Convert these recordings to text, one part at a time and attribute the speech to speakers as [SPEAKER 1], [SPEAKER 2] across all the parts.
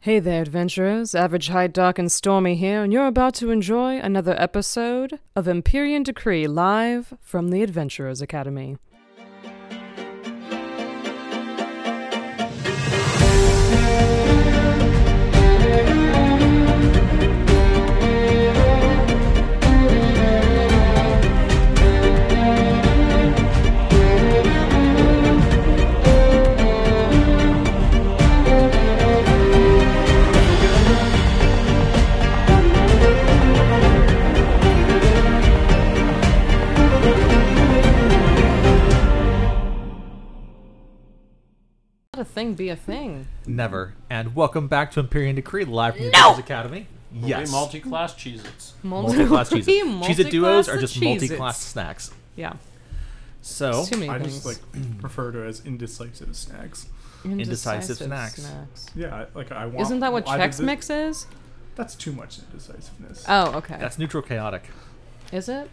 [SPEAKER 1] Hey there, adventurers. Average High Dark and Stormy here, and you're about to enjoy another episode of Empyrean Decree live from the Adventurers Academy. Let a thing be a thing.
[SPEAKER 2] Never. And welcome back to Empyrean Decree live from the Adventures Academy.
[SPEAKER 3] Yes.
[SPEAKER 2] Yes.
[SPEAKER 3] Multi-class Cheez-Its.
[SPEAKER 2] Multi-class cheese. Cheez
[SPEAKER 1] Multi-class
[SPEAKER 2] It duos
[SPEAKER 1] the
[SPEAKER 2] are just
[SPEAKER 1] Cheez-Its.
[SPEAKER 2] multi-class snacks.
[SPEAKER 1] Yeah.
[SPEAKER 2] So,
[SPEAKER 1] Too many
[SPEAKER 4] I
[SPEAKER 1] things.
[SPEAKER 4] just like prefer to as indecisive snacks.
[SPEAKER 2] indecisive snacks.
[SPEAKER 4] Yeah, like I want.
[SPEAKER 1] Isn't that what
[SPEAKER 4] why does
[SPEAKER 1] Chex
[SPEAKER 4] it-
[SPEAKER 1] Mix is?
[SPEAKER 4] That's too much indecisiveness.
[SPEAKER 1] Oh, okay.
[SPEAKER 2] that's neutral chaotic.
[SPEAKER 1] is it?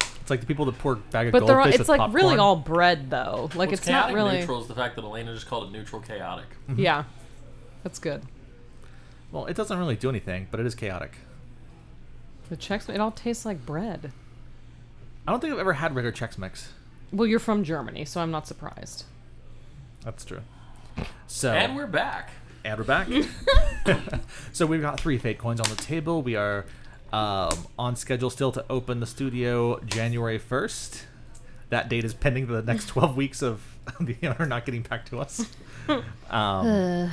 [SPEAKER 2] It's like the people that pour bag of
[SPEAKER 1] But they're all,
[SPEAKER 2] goldfish
[SPEAKER 1] it's
[SPEAKER 2] with
[SPEAKER 1] like
[SPEAKER 2] popcorn.
[SPEAKER 1] really all bread though. Like
[SPEAKER 3] What's
[SPEAKER 1] it's not
[SPEAKER 3] chaotic
[SPEAKER 1] really
[SPEAKER 3] neutral is the fact that Elena just called it neutral chaotic.
[SPEAKER 1] Yeah. That's good.
[SPEAKER 2] Well, it doesn't really do anything, but it is chaotic.
[SPEAKER 1] The Chex it all tastes like bread.
[SPEAKER 2] I don't think I've ever had regular Chex Mix.
[SPEAKER 1] Well, you're from Germany, so I'm not surprised.
[SPEAKER 2] That's true. So
[SPEAKER 3] And we're back.
[SPEAKER 2] and we're back. so we've got three fate coins on the table. We are um, on schedule still to open the studio January first. That date is pending the next twelve weeks of the owner not getting back to us. Um,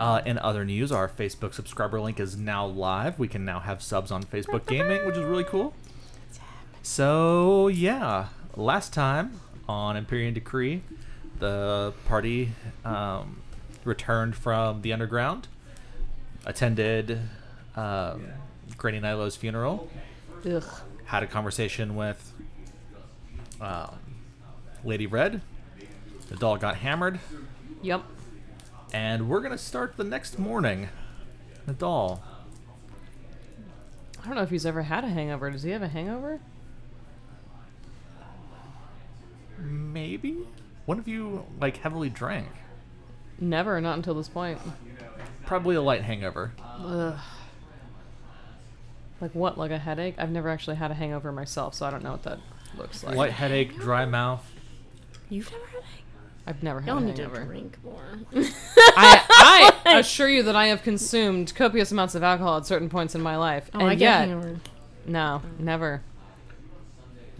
[SPEAKER 2] uh, in other news, our Facebook subscriber link is now live. We can now have subs on Facebook Gaming, which is really cool. So yeah, last time on Empyrean Decree, the party um, returned from the underground, attended um, Granny Nilo's funeral,
[SPEAKER 1] Ugh.
[SPEAKER 2] had a conversation with um, Lady Red. The doll got hammered,
[SPEAKER 1] Yep.
[SPEAKER 2] and we're gonna start the next morning. The doll.
[SPEAKER 1] I don't know if he's ever had a hangover. Does he have a hangover?
[SPEAKER 2] Maybe? One of you, like, heavily drank.
[SPEAKER 1] Never, not until this point.
[SPEAKER 2] Probably a light hangover.
[SPEAKER 1] Ugh. Like what? Like a headache? I've never actually had a hangover myself, so I don't know what that looks like.
[SPEAKER 2] Light headache, dry mouth.
[SPEAKER 5] You've never had a
[SPEAKER 1] I've never had
[SPEAKER 5] Y'all
[SPEAKER 1] a
[SPEAKER 5] need to
[SPEAKER 1] hangover.
[SPEAKER 5] drink more. Oh,
[SPEAKER 1] I, I assure you that I have consumed copious amounts of alcohol at certain points in my life,
[SPEAKER 5] oh,
[SPEAKER 1] and
[SPEAKER 5] I
[SPEAKER 1] yet,
[SPEAKER 5] get hangover. Oh.
[SPEAKER 1] no, never.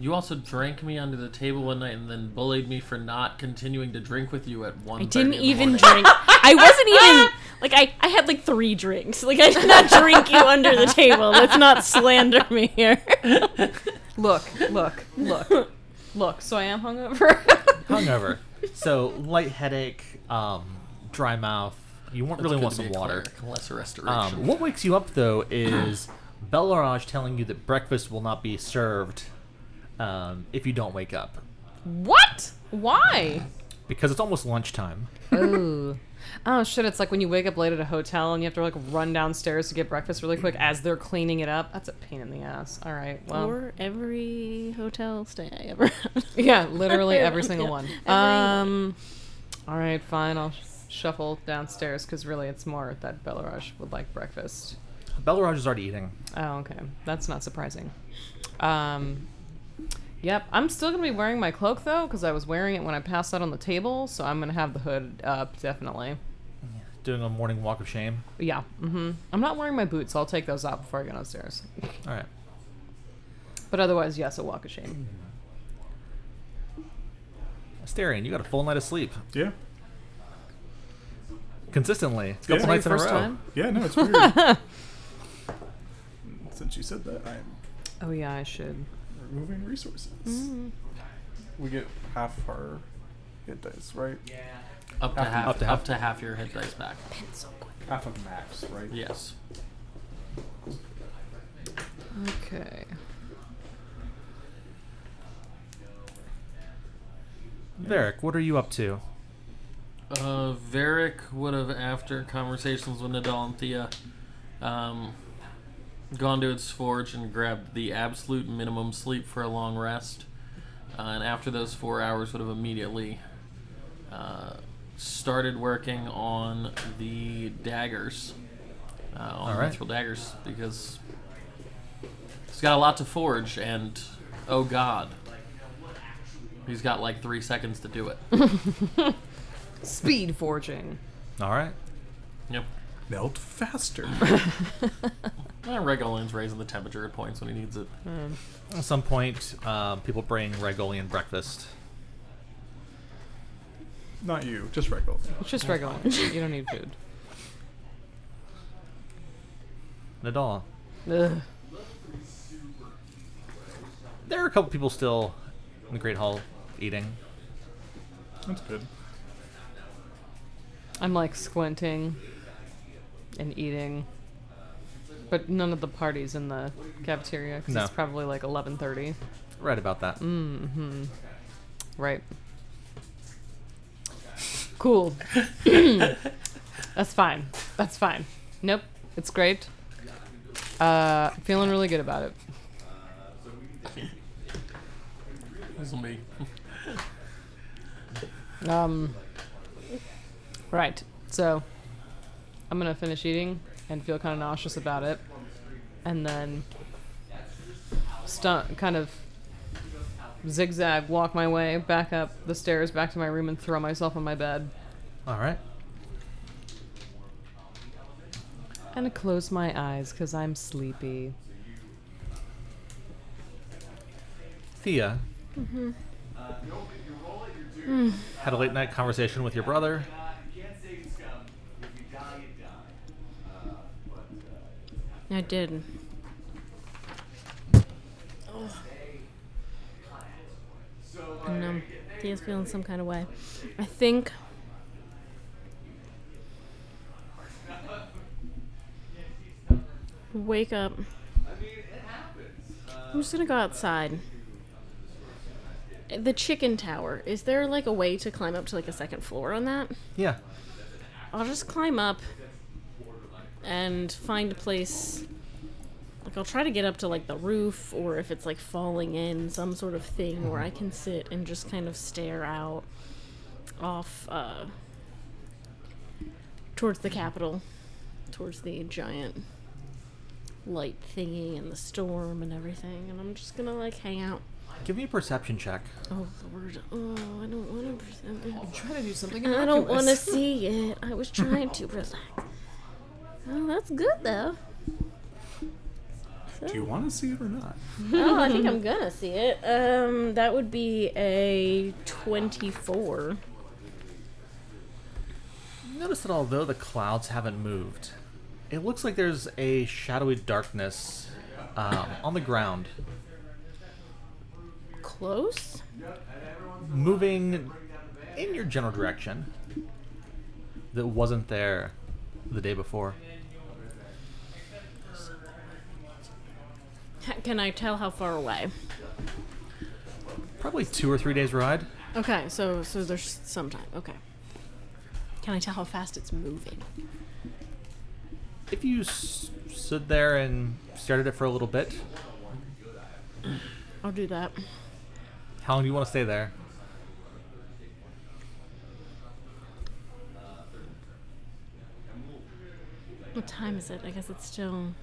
[SPEAKER 3] You also drank me under the table one night and then bullied me for not continuing to drink with you at one.
[SPEAKER 5] I didn't even drink. I wasn't even like I. I had like three drinks. Like I did not drink you under the table. Let's not slander me here. Um,
[SPEAKER 1] Look, look, look, look. So I am hungover.
[SPEAKER 2] Hungover. so, light headache, um, dry mouth. You won't really want some water.
[SPEAKER 3] Lesser restoration.
[SPEAKER 2] Um, what wakes you up, though, is Bellarage telling you that breakfast will not be served um, if you don't wake up.
[SPEAKER 1] what? Why?
[SPEAKER 2] Because it's almost lunchtime.
[SPEAKER 1] Oh. Oh shit, it's like when you wake up late at a hotel and you have to like run downstairs to get breakfast really quick as they're cleaning it up. That's a pain in the ass. All right. Well,
[SPEAKER 5] or every hotel stay I ever. had.
[SPEAKER 1] yeah, literally every
[SPEAKER 5] Yeah,
[SPEAKER 1] single one.
[SPEAKER 5] every
[SPEAKER 1] Um All right, fine. I'll shuffle downstairs cuz really it's more that Belarage would like breakfast.
[SPEAKER 2] Bellarage is already eating.
[SPEAKER 1] Oh, okay. That's not surprising. Um Yep, I'm still gonna be wearing my cloak though, because I was wearing it when I passed out on the table, so I'm gonna have the hood up definitely.
[SPEAKER 2] Doing a morning walk of shame.
[SPEAKER 1] Yeah. hmm I'm not wearing my boots. So I'll take those off before I go downstairs.
[SPEAKER 2] All right.
[SPEAKER 1] But otherwise, yes, a walk of shame.
[SPEAKER 2] Asterion, you got a full night of sleep.
[SPEAKER 4] yeah.
[SPEAKER 2] Consistently. A
[SPEAKER 4] Yeah.
[SPEAKER 2] couple nights in a row.
[SPEAKER 1] First time?
[SPEAKER 4] Yeah. No, it's weird. Since you said that, I'm
[SPEAKER 1] Oh yeah, I should.
[SPEAKER 4] removing resources.
[SPEAKER 1] Mm.
[SPEAKER 4] We get half our hit dice, right? Yeah.
[SPEAKER 3] up to half.
[SPEAKER 2] up
[SPEAKER 3] Up
[SPEAKER 2] to
[SPEAKER 3] to,
[SPEAKER 2] half.
[SPEAKER 3] half your hit dice back.
[SPEAKER 4] Half of max, right?
[SPEAKER 3] Yes.
[SPEAKER 1] Okay.
[SPEAKER 2] Varric, what are you up to?
[SPEAKER 3] Uh, Varric would have, after conversations with Nadal and Thea, um, gone to its forge and grabbed the absolute minimum sleep for a long rest. Uh, and after those four hours, would have immediately uh, started working on the daggers, uh, on
[SPEAKER 2] All right.
[SPEAKER 3] mithril daggers, because he's got a lot to forge, and oh god, he's got like three seconds to do it.
[SPEAKER 1] Speed forging.
[SPEAKER 2] All right.
[SPEAKER 3] yep.
[SPEAKER 4] Melt faster.
[SPEAKER 3] Eh, Regolin's raising the temperature at points when he needs it.
[SPEAKER 2] At some point, um, people bring Regolian breakfast.
[SPEAKER 4] Not you, just Regal.
[SPEAKER 1] It's just regular. you don't need food.
[SPEAKER 2] Nadal.
[SPEAKER 1] Ugh.
[SPEAKER 2] There are a couple people still in the Great Hall eating.
[SPEAKER 4] That's good.
[SPEAKER 1] I'm like squinting and eating, but none of the parties in the cafeteria because
[SPEAKER 2] No.
[SPEAKER 1] it's probably like 11:30,
[SPEAKER 2] Right about that.
[SPEAKER 1] Mm. right? Cool. That's fine. That's fine. Nope, it's great. Uh, feeling really good about it.
[SPEAKER 3] This will be.
[SPEAKER 1] Um, right. So I'm gonna finish eating and feel kind of nauseous about it, and then stu- kind of zigzag walk my way back up the stairs back to my room and throw myself on my bed
[SPEAKER 2] All right.
[SPEAKER 1] and close my eyes because I'm sleepy.
[SPEAKER 2] Thea.
[SPEAKER 1] Mm-hmm.
[SPEAKER 2] Had a late night conversation with your brother.
[SPEAKER 5] I did. And um, Thea's feeling some kind of way. I think. Wake up. I'm just gonna go outside. The chicken tower. Is there like a way to climb up to like a second floor on that?
[SPEAKER 2] Yeah.
[SPEAKER 5] I'll just climb up and find a place. Like, I'll try to get up to, like, the roof, or if it's, like, falling in, some sort of thing where I can sit and just kind of stare out off, uh, towards the Capitol, towards the giant light thingy and the storm and everything. And I'm just gonna, like, hang out.
[SPEAKER 2] Give me a perception check.
[SPEAKER 5] Oh, Lord. Oh, I don't want to.
[SPEAKER 1] Try to do something.
[SPEAKER 5] I don't want to see it. I was trying to relax. Oh, that's good though.
[SPEAKER 4] Do you want to see it or not?
[SPEAKER 5] Oh, I think I'm gonna see it. Um, that would be a twenty-four.
[SPEAKER 2] Notice that although the clouds haven't moved, it looks like there's a shadowy darkness um, on the ground,
[SPEAKER 5] Close.
[SPEAKER 2] moving in your general direction that wasn't there the day before.
[SPEAKER 5] Ha- Can I tell how far away?
[SPEAKER 2] Probably two or three days' ride.
[SPEAKER 5] Okay, so so there's some time. Okay. Can I tell how fast it's moving?
[SPEAKER 2] If you s- stood there and stared at it for a little bit,
[SPEAKER 5] I'll do that.
[SPEAKER 2] how long do you want to stay there?
[SPEAKER 5] What time is it? I guess it's still.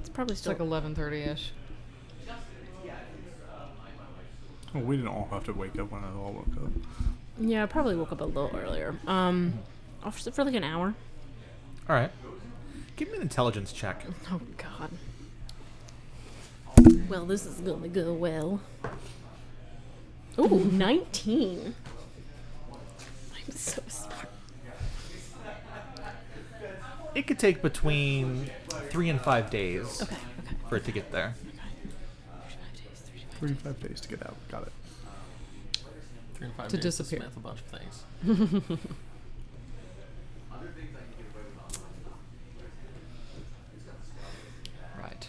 [SPEAKER 5] It's probably
[SPEAKER 1] It's
[SPEAKER 5] still.
[SPEAKER 1] like 11:30 ish.
[SPEAKER 4] Well, we didn't all have to wake up when I all woke up.
[SPEAKER 5] yeah, I probably woke up a little earlier. Um, I'll sit for like an hour.
[SPEAKER 2] All right. Give me an intelligence check.
[SPEAKER 5] Oh God. Well, this is gonna go well. Ooh, 19. I'm so smart.
[SPEAKER 2] It could take between three and five days
[SPEAKER 5] Okay, okay.
[SPEAKER 2] for it to get there.
[SPEAKER 5] 35 days, 35 days.
[SPEAKER 4] 45 days to get out. Got it.
[SPEAKER 3] Three and five
[SPEAKER 1] To
[SPEAKER 3] days
[SPEAKER 1] disappear.
[SPEAKER 3] To smith a bunch of things.
[SPEAKER 1] Right.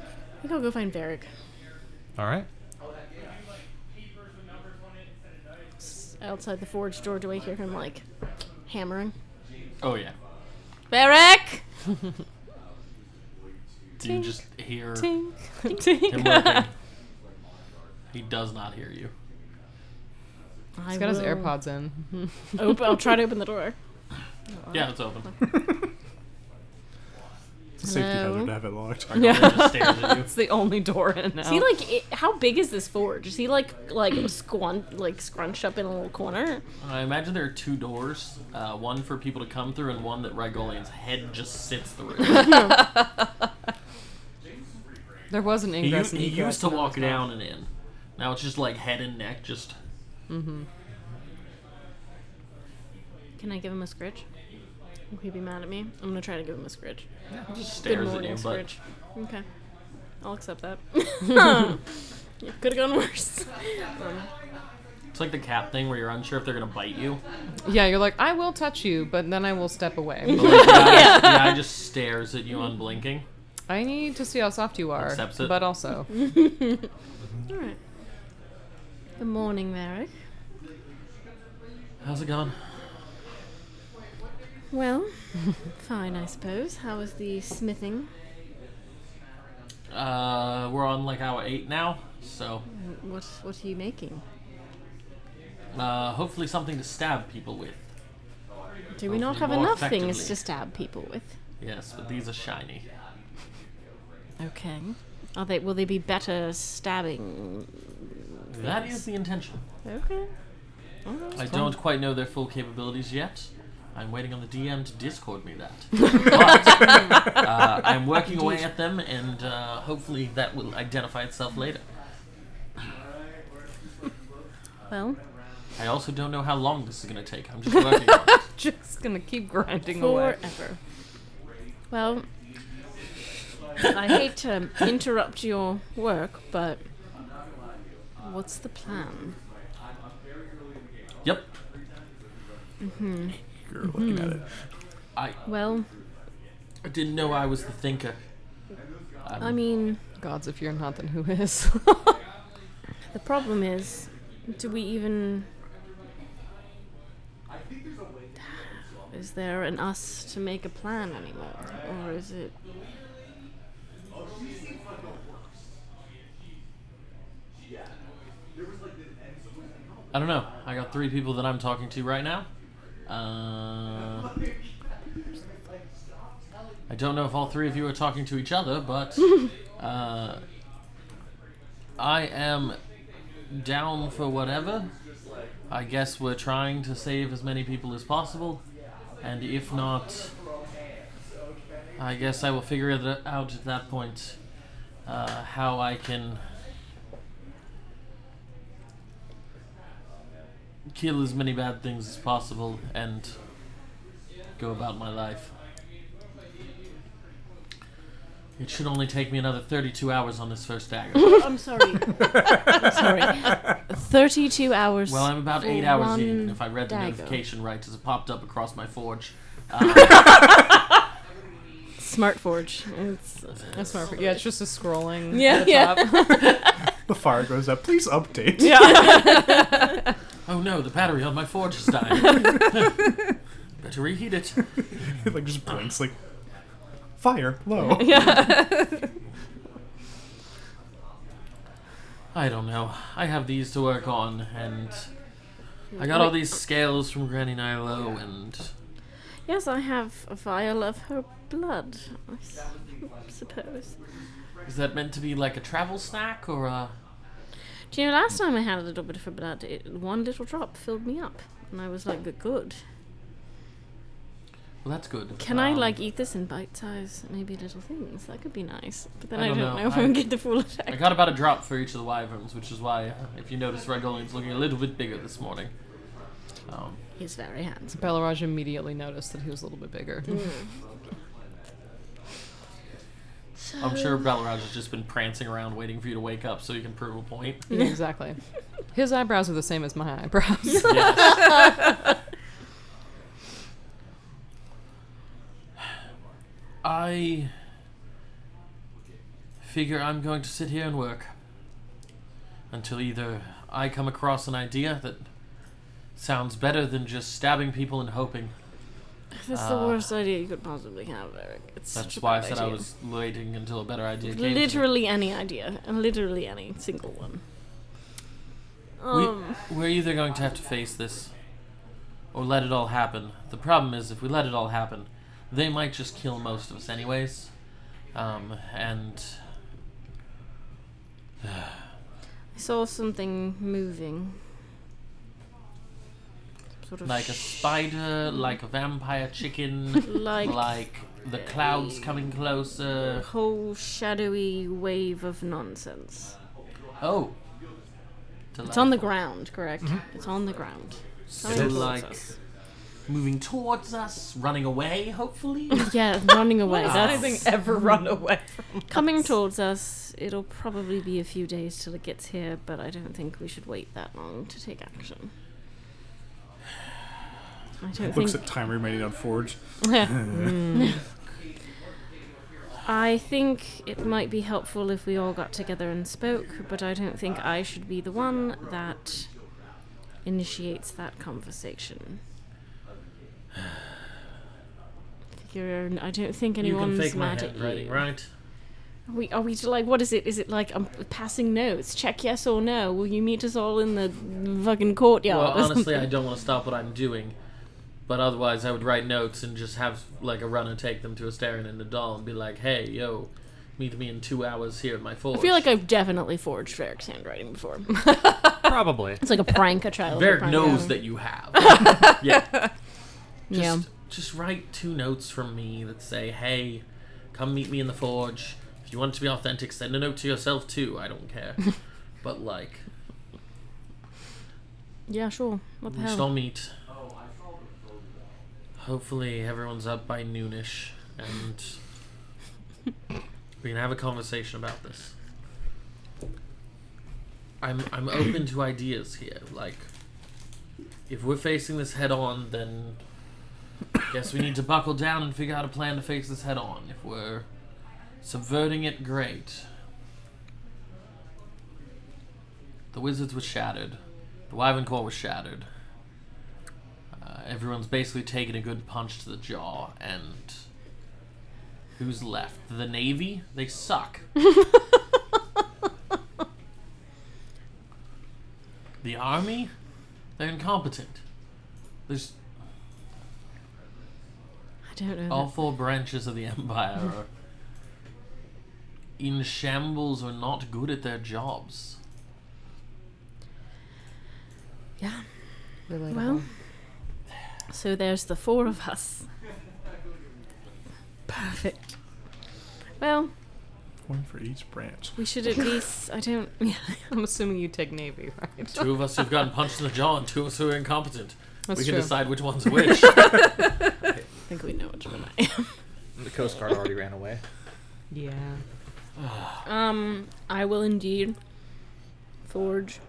[SPEAKER 5] I think I'll go find Varric.
[SPEAKER 2] All right.
[SPEAKER 5] S- Outside the forge door, do I hear him like hammering?
[SPEAKER 3] Oh yeah.
[SPEAKER 5] Varric!
[SPEAKER 3] You
[SPEAKER 1] Tink,
[SPEAKER 3] just hear
[SPEAKER 1] Tink,
[SPEAKER 3] him
[SPEAKER 1] tink.
[SPEAKER 3] lurking. he does not hear you.
[SPEAKER 5] I
[SPEAKER 1] He's got his
[SPEAKER 5] will
[SPEAKER 1] AirPods in.
[SPEAKER 5] Op- I'll try to open the door.
[SPEAKER 3] Yeah, it's open.
[SPEAKER 4] It's a safety
[SPEAKER 5] Hello?
[SPEAKER 4] hazard to have it locked.
[SPEAKER 3] Arcadia just stares at you.
[SPEAKER 1] That's the only door in now.
[SPEAKER 5] Is he like? i how big is this forge? Is he like like squan like scrunched up in a little corner?
[SPEAKER 3] I imagine there are two doors, uh, one for people to come through, and one that Rigolian's head just sits through.
[SPEAKER 1] there was an
[SPEAKER 3] he u-
[SPEAKER 1] ingress. and
[SPEAKER 3] he
[SPEAKER 1] egress,
[SPEAKER 3] used to
[SPEAKER 1] and now
[SPEAKER 3] walk
[SPEAKER 1] it's not.
[SPEAKER 3] down and in. Now it's just like head and neck, just
[SPEAKER 5] Can I give him a scritch? Will he be mad at me? I'm gonna try to give him a scritch.
[SPEAKER 3] just
[SPEAKER 5] Good
[SPEAKER 3] stares at
[SPEAKER 5] morning,
[SPEAKER 3] you. But
[SPEAKER 5] scritch. Okay, I'll accept that. Could have gone worse. Um,
[SPEAKER 3] it's like the cat thing where you're unsure if they're gonna bite you.
[SPEAKER 1] Yeah, you're like, I will touch you, but then I will step away.
[SPEAKER 3] But like, the, guy, the guy just stares at you unblinking.
[SPEAKER 1] I need to see how soft you are.
[SPEAKER 3] Accepts it.
[SPEAKER 1] But also,
[SPEAKER 5] All right. Good morning, Merrick.
[SPEAKER 3] How's it going?
[SPEAKER 5] Well, fine, I suppose. How was the smithing?
[SPEAKER 3] Uh, we're on like hour eight now, so
[SPEAKER 5] What What are you making?
[SPEAKER 3] uh, hopefully something to stab people with.
[SPEAKER 5] Do we not have
[SPEAKER 3] More
[SPEAKER 5] enough things
[SPEAKER 3] effectively.
[SPEAKER 5] to stab people with?
[SPEAKER 3] Yes, but these are shiny.
[SPEAKER 5] Okay. Are they? Will they be better stabbing?
[SPEAKER 3] That is the intention.
[SPEAKER 5] Okay.
[SPEAKER 3] I don't quite know their full capabilities yet. I'm waiting on the DM to Discord me that. But uh, I'm working away at them, and uh, hopefully that will identify itself later.
[SPEAKER 5] Well,
[SPEAKER 3] I also don't know how long this is going to take. I'm just working on it.
[SPEAKER 1] just gonna keep grinding away.
[SPEAKER 5] forever. Well, I hate to interrupt your work, but what's the plan?
[SPEAKER 3] Yep.
[SPEAKER 4] You're looking at it.
[SPEAKER 5] Mm-hmm.
[SPEAKER 3] I
[SPEAKER 5] Well,
[SPEAKER 3] I didn't know I was the thinker. Um,
[SPEAKER 5] I mean,
[SPEAKER 1] Gods, if you're not, then who is?
[SPEAKER 5] the problem is, do we even? Is there an us to make a plan anymore, or is it?
[SPEAKER 3] I don't know. I got three people that I'm talking to right now. Uh, I don't know if all three of you are talking to each other, but uh, I am down for whatever. I guess we're trying to save as many people as possible, and if not, I guess I will figure it out at that point uh, how I can kill as many bad things as possible and go about my life. It should only take me another 32 hours on this first dagger.
[SPEAKER 5] I'm sorry. sorry. Thirty-two hours.
[SPEAKER 3] Well, I'm about
[SPEAKER 5] for
[SPEAKER 3] eight hours in,
[SPEAKER 5] one
[SPEAKER 3] and if I read the
[SPEAKER 5] dagger.
[SPEAKER 3] notification right, as it popped up across my forge. Uh,
[SPEAKER 5] Smart forge. It's,
[SPEAKER 1] That's my. Yeah, it's just a scrolling.
[SPEAKER 5] Yeah,
[SPEAKER 1] at the
[SPEAKER 5] yeah.
[SPEAKER 1] top.
[SPEAKER 4] The fire goes up. Please update.
[SPEAKER 3] oh no, the battery on my forge is dying. Better reheat it.
[SPEAKER 4] it like just blinks like fire low.
[SPEAKER 3] I don't know. I have these to work on, and I got all these scales from Granny Nilo, and
[SPEAKER 5] yes, I have a vial of her blood. I s- suppose.
[SPEAKER 3] is that meant to be like a travel snack or a?
[SPEAKER 5] Do you know? Last time I had a little bit of her blood, it, one little drop filled me up, and I was like, "Good, good."
[SPEAKER 3] Well, that's good.
[SPEAKER 5] Can I
[SPEAKER 3] Um,
[SPEAKER 5] like eat this in bite size, maybe little things? That could be nice. But then
[SPEAKER 3] I
[SPEAKER 5] I,
[SPEAKER 3] don't
[SPEAKER 5] don't,
[SPEAKER 3] know.
[SPEAKER 5] know if
[SPEAKER 3] I-
[SPEAKER 5] I'm get the full
[SPEAKER 3] I
[SPEAKER 5] effect.
[SPEAKER 3] got about a drop for each of the wyverns, which is why, uh, if you notice, Regolian's looking a little bit bigger this morning. Um,
[SPEAKER 5] He's very handsome.
[SPEAKER 1] Belaraj immediately noticed that he was a little bit bigger.
[SPEAKER 5] Mm.
[SPEAKER 3] I'm
[SPEAKER 5] Oh.
[SPEAKER 3] sure Balaraj has just been prancing around waiting for you to wake up so you can prove a point.
[SPEAKER 1] Yeah, exactly. His eyebrows are the same as my eyebrows.
[SPEAKER 3] Yes. I figure I'm going to sit here and work until either I come across an idea that sounds better than just stabbing people and hoping,
[SPEAKER 5] That's the worst idea you could possibly have, Eric. It's such
[SPEAKER 3] uh, That's
[SPEAKER 5] a
[SPEAKER 3] why I
[SPEAKER 5] bad
[SPEAKER 3] said I
[SPEAKER 5] idea.
[SPEAKER 3] was waiting until a better idea came. to me.
[SPEAKER 5] Literally any idea. Literally any single one. Um,
[SPEAKER 3] We, we're either going to have to face this or let it all happen. The problem is, if we let it all happen, they might just kill most of us, anyways. Um, and
[SPEAKER 5] I saw something moving. Sort of
[SPEAKER 3] like a spider, like a vampire chicken,
[SPEAKER 5] like,
[SPEAKER 3] like the clouds coming closer.
[SPEAKER 5] whole shadowy wave of nonsense.
[SPEAKER 3] Oh.
[SPEAKER 5] It's on the ground, correct? It's on the ground.
[SPEAKER 3] So
[SPEAKER 5] Coming towards
[SPEAKER 3] like
[SPEAKER 5] us.
[SPEAKER 3] moving towards us, running away, hopefully.
[SPEAKER 5] yeah, running away.
[SPEAKER 1] Does
[SPEAKER 5] That's
[SPEAKER 1] anything ever run away from
[SPEAKER 5] coming
[SPEAKER 1] us?
[SPEAKER 5] towards us. It'll probably be a few days till it gets here, but I don't think we should wait that long to take action. I don't think
[SPEAKER 4] Looks at time remaining on Forge.
[SPEAKER 5] I think it might be helpful if we all got together and spoke, but I don't think I should be the one that initiates that conversation. Figure, I don't think
[SPEAKER 3] you can
[SPEAKER 5] anyone's
[SPEAKER 3] fake my
[SPEAKER 5] mad at
[SPEAKER 3] handwriting,
[SPEAKER 5] you.
[SPEAKER 3] right?
[SPEAKER 5] Are we are we to like what is it? Is it like I'm passing notes? Check yes or no. Will you meet us all in the fucking courtyard?
[SPEAKER 3] Well,
[SPEAKER 5] or
[SPEAKER 3] honestly,
[SPEAKER 5] something?
[SPEAKER 3] I don't want to stop what I'm doing, but otherwise, I would write notes and just have like a runner take them to a staring in the doll and be like, "Hey, yo, meet me in two hours here at my forge."
[SPEAKER 5] I feel like I've definitely forged Varric's handwriting before.
[SPEAKER 2] Probably.
[SPEAKER 5] It's like a prank, a child.
[SPEAKER 3] Varric knows that you have. yeah, just,
[SPEAKER 5] Yeah.
[SPEAKER 3] just write two notes from me that say, "Hey, come meet me in the forge. If you want to be authentic, send a note to yourself too. I don't care." but like,
[SPEAKER 5] Yeah, sure. What the
[SPEAKER 3] we
[SPEAKER 5] hell?
[SPEAKER 3] should all meet. Hopefully, everyone's up by noonish, and we can have a conversation about this. I'm I'm open to ideas here. Like, if we're facing this head on, then guess we need to buckle down and figure out a plan to face this head on. If we're subverting it, great. The wizards were shattered. The Wyvern Core was shattered. Uh, everyone's basically taken a good punch to the jaw, and who's left? The Navy? They suck. the Army? They're incompetent. There's
[SPEAKER 5] I don't know.
[SPEAKER 3] all four branches of the Empire are in shambles or not good at their jobs.
[SPEAKER 5] Yeah.
[SPEAKER 1] Relatable.
[SPEAKER 5] Well, so there's the four of us. Perfect. Well,
[SPEAKER 4] One for each branch.
[SPEAKER 5] we should at least. I don't. Yeah.
[SPEAKER 1] I'm assuming you take Navy, right?
[SPEAKER 3] Two of us have gotten punched in the jaw, and two of us who are incompetent.
[SPEAKER 1] That's
[SPEAKER 3] we
[SPEAKER 1] true.
[SPEAKER 3] can decide which one's which.
[SPEAKER 5] I think we know which one I
[SPEAKER 2] The Coast Guard already ran away.
[SPEAKER 1] Yeah.
[SPEAKER 5] am. Um, I will indeed forge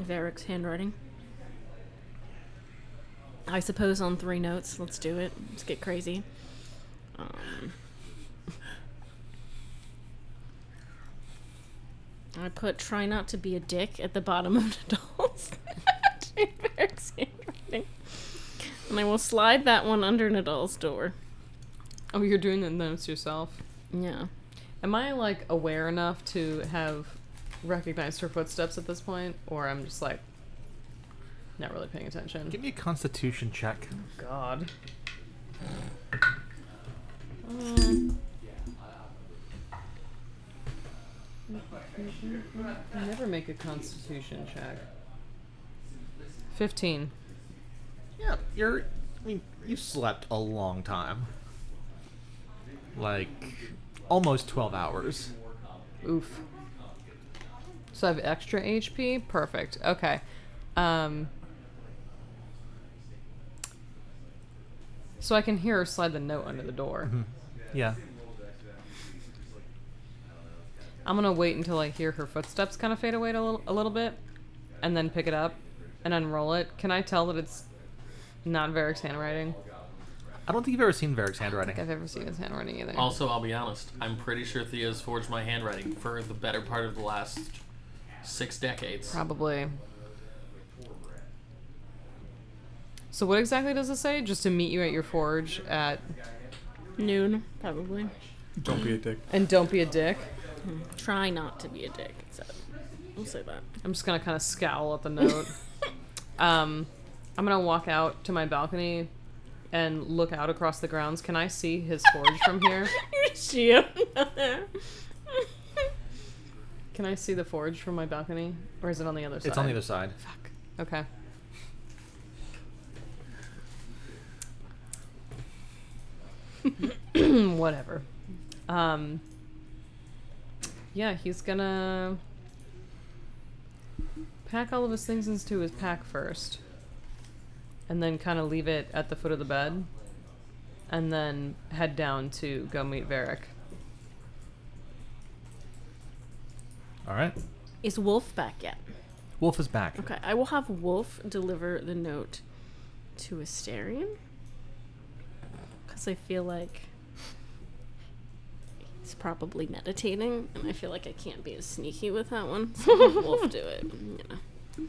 [SPEAKER 5] Varric's handwriting. I suppose on three notes. Let's do it. Let's get crazy. Um, I put "try not to be a dick" at the bottom of the dolls. To Eric's handwriting. and I will slide that one under Nadal's door.
[SPEAKER 1] Oh, you're doing the notes yourself.
[SPEAKER 5] Yeah.
[SPEAKER 1] Am I like aware enough to have recognized her footsteps at this point, or I'm just like not really paying attention?
[SPEAKER 2] Give me a Constitution check.
[SPEAKER 1] God. I never make a constitution check. 15.
[SPEAKER 2] Yeah, you're. I mean, you slept a long time. Like, almost 12 hours.
[SPEAKER 1] Oof. So I have extra HP? Perfect. Okay. Um. So I can hear her slide the note under the door.
[SPEAKER 2] Yeah.
[SPEAKER 1] I'm gonna wait until I hear her footsteps kind of fade away a little, a little bit, and then pick it up and unroll it. Can I tell that it's not Varric's handwriting?
[SPEAKER 2] I don't think you've ever seen Varric's
[SPEAKER 1] I
[SPEAKER 2] handwriting.
[SPEAKER 1] think I've ever seen his handwriting either.
[SPEAKER 3] Also, I'll be honest. I'm pretty sure Thea's forged my handwriting for the better part of the last six decades.
[SPEAKER 1] Probably. So what exactly does it say? Just to meet you at your forge at
[SPEAKER 5] Noon, probably.
[SPEAKER 4] Don't be a dick.
[SPEAKER 1] and don't be a dick.
[SPEAKER 5] Try not to be a dick. So we'll say that.
[SPEAKER 1] I'm just gonna kind of scowl at the note. um, I'm gonna walk out to my balcony and look out across the grounds. Can I see his forge from here?
[SPEAKER 5] You're just you.
[SPEAKER 1] Can I see the forge from my balcony, or is it on the other side?
[SPEAKER 2] It's on the other side.
[SPEAKER 1] Fuck. Okay. Whatever. Um. Yeah, he's gonna pack all of his things into his pack first, and then kind of leave it at the foot of the bed, and then head down to go meet Varric.
[SPEAKER 2] All right.
[SPEAKER 5] Is Wolf back yet?
[SPEAKER 2] Wolf is back.
[SPEAKER 5] Okay, I will have Wolf deliver the note to Asterion. Because I feel like he's probably meditating, and I feel like I can't be as sneaky with that one. So I'll have Wolf do it. You know.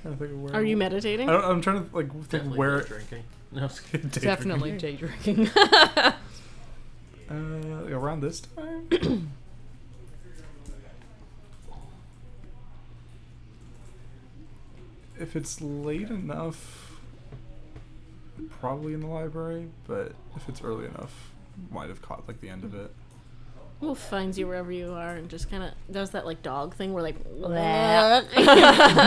[SPEAKER 4] trying to think of where.
[SPEAKER 5] Are
[SPEAKER 4] I
[SPEAKER 5] you meditating?
[SPEAKER 4] don't, I'm trying to like think
[SPEAKER 3] Definitely
[SPEAKER 4] where.
[SPEAKER 3] not drinking. No, I'm just kidding.
[SPEAKER 4] Daydream.
[SPEAKER 1] Definitely day drinking.
[SPEAKER 4] Uh, around this time. if it's late enough, probably in the library. But if it's early enough, might have caught like the end of it.
[SPEAKER 5] Wolf finds you wherever you are and just kind of does that like dog thing where like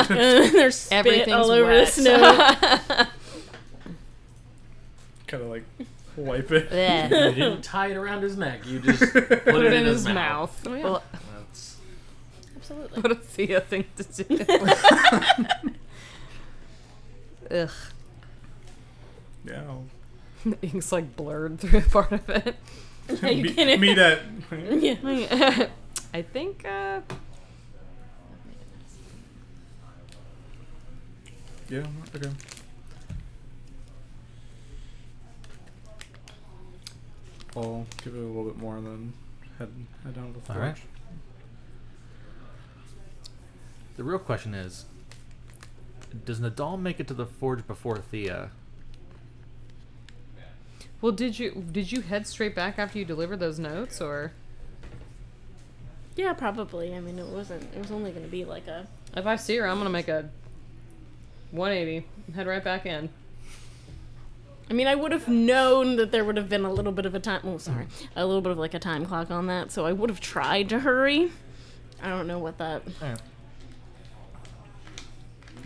[SPEAKER 5] there's spit
[SPEAKER 1] Everything's
[SPEAKER 5] all over
[SPEAKER 1] wet.
[SPEAKER 5] the snow.
[SPEAKER 4] Kind of like wipe it.
[SPEAKER 3] You didn't tie it around his neck. You just put it,
[SPEAKER 1] Put it
[SPEAKER 3] in his mouth.
[SPEAKER 1] Oh, yeah.
[SPEAKER 5] Well,
[SPEAKER 3] That's
[SPEAKER 5] Absolutely.
[SPEAKER 1] What a Thea thing to do. Ugh.
[SPEAKER 4] Yeah. I'll-
[SPEAKER 1] The ink's like blurred through part of it.
[SPEAKER 5] Are you
[SPEAKER 4] me-
[SPEAKER 5] kidding?
[SPEAKER 4] meet at.
[SPEAKER 5] Yeah.
[SPEAKER 1] I think, uh,
[SPEAKER 4] Yeah. Okay. I'll give it a little bit more and then head head down to the
[SPEAKER 2] All right.
[SPEAKER 4] forge.
[SPEAKER 2] The real question is Does Nadal make it to the forge before Thea?
[SPEAKER 1] well, did you did you head straight back after you delivered those notes, or
[SPEAKER 5] yeah, probably. I mean, it wasn't. It was only going to be like a
[SPEAKER 1] if I see her, I'm gonna make a 180 and head right back in.
[SPEAKER 5] I mean, I would have known that there would have been a little bit of a time. Oh, sorry, a little bit of like a time clock on that. So I would have tried to hurry. I don't know what that.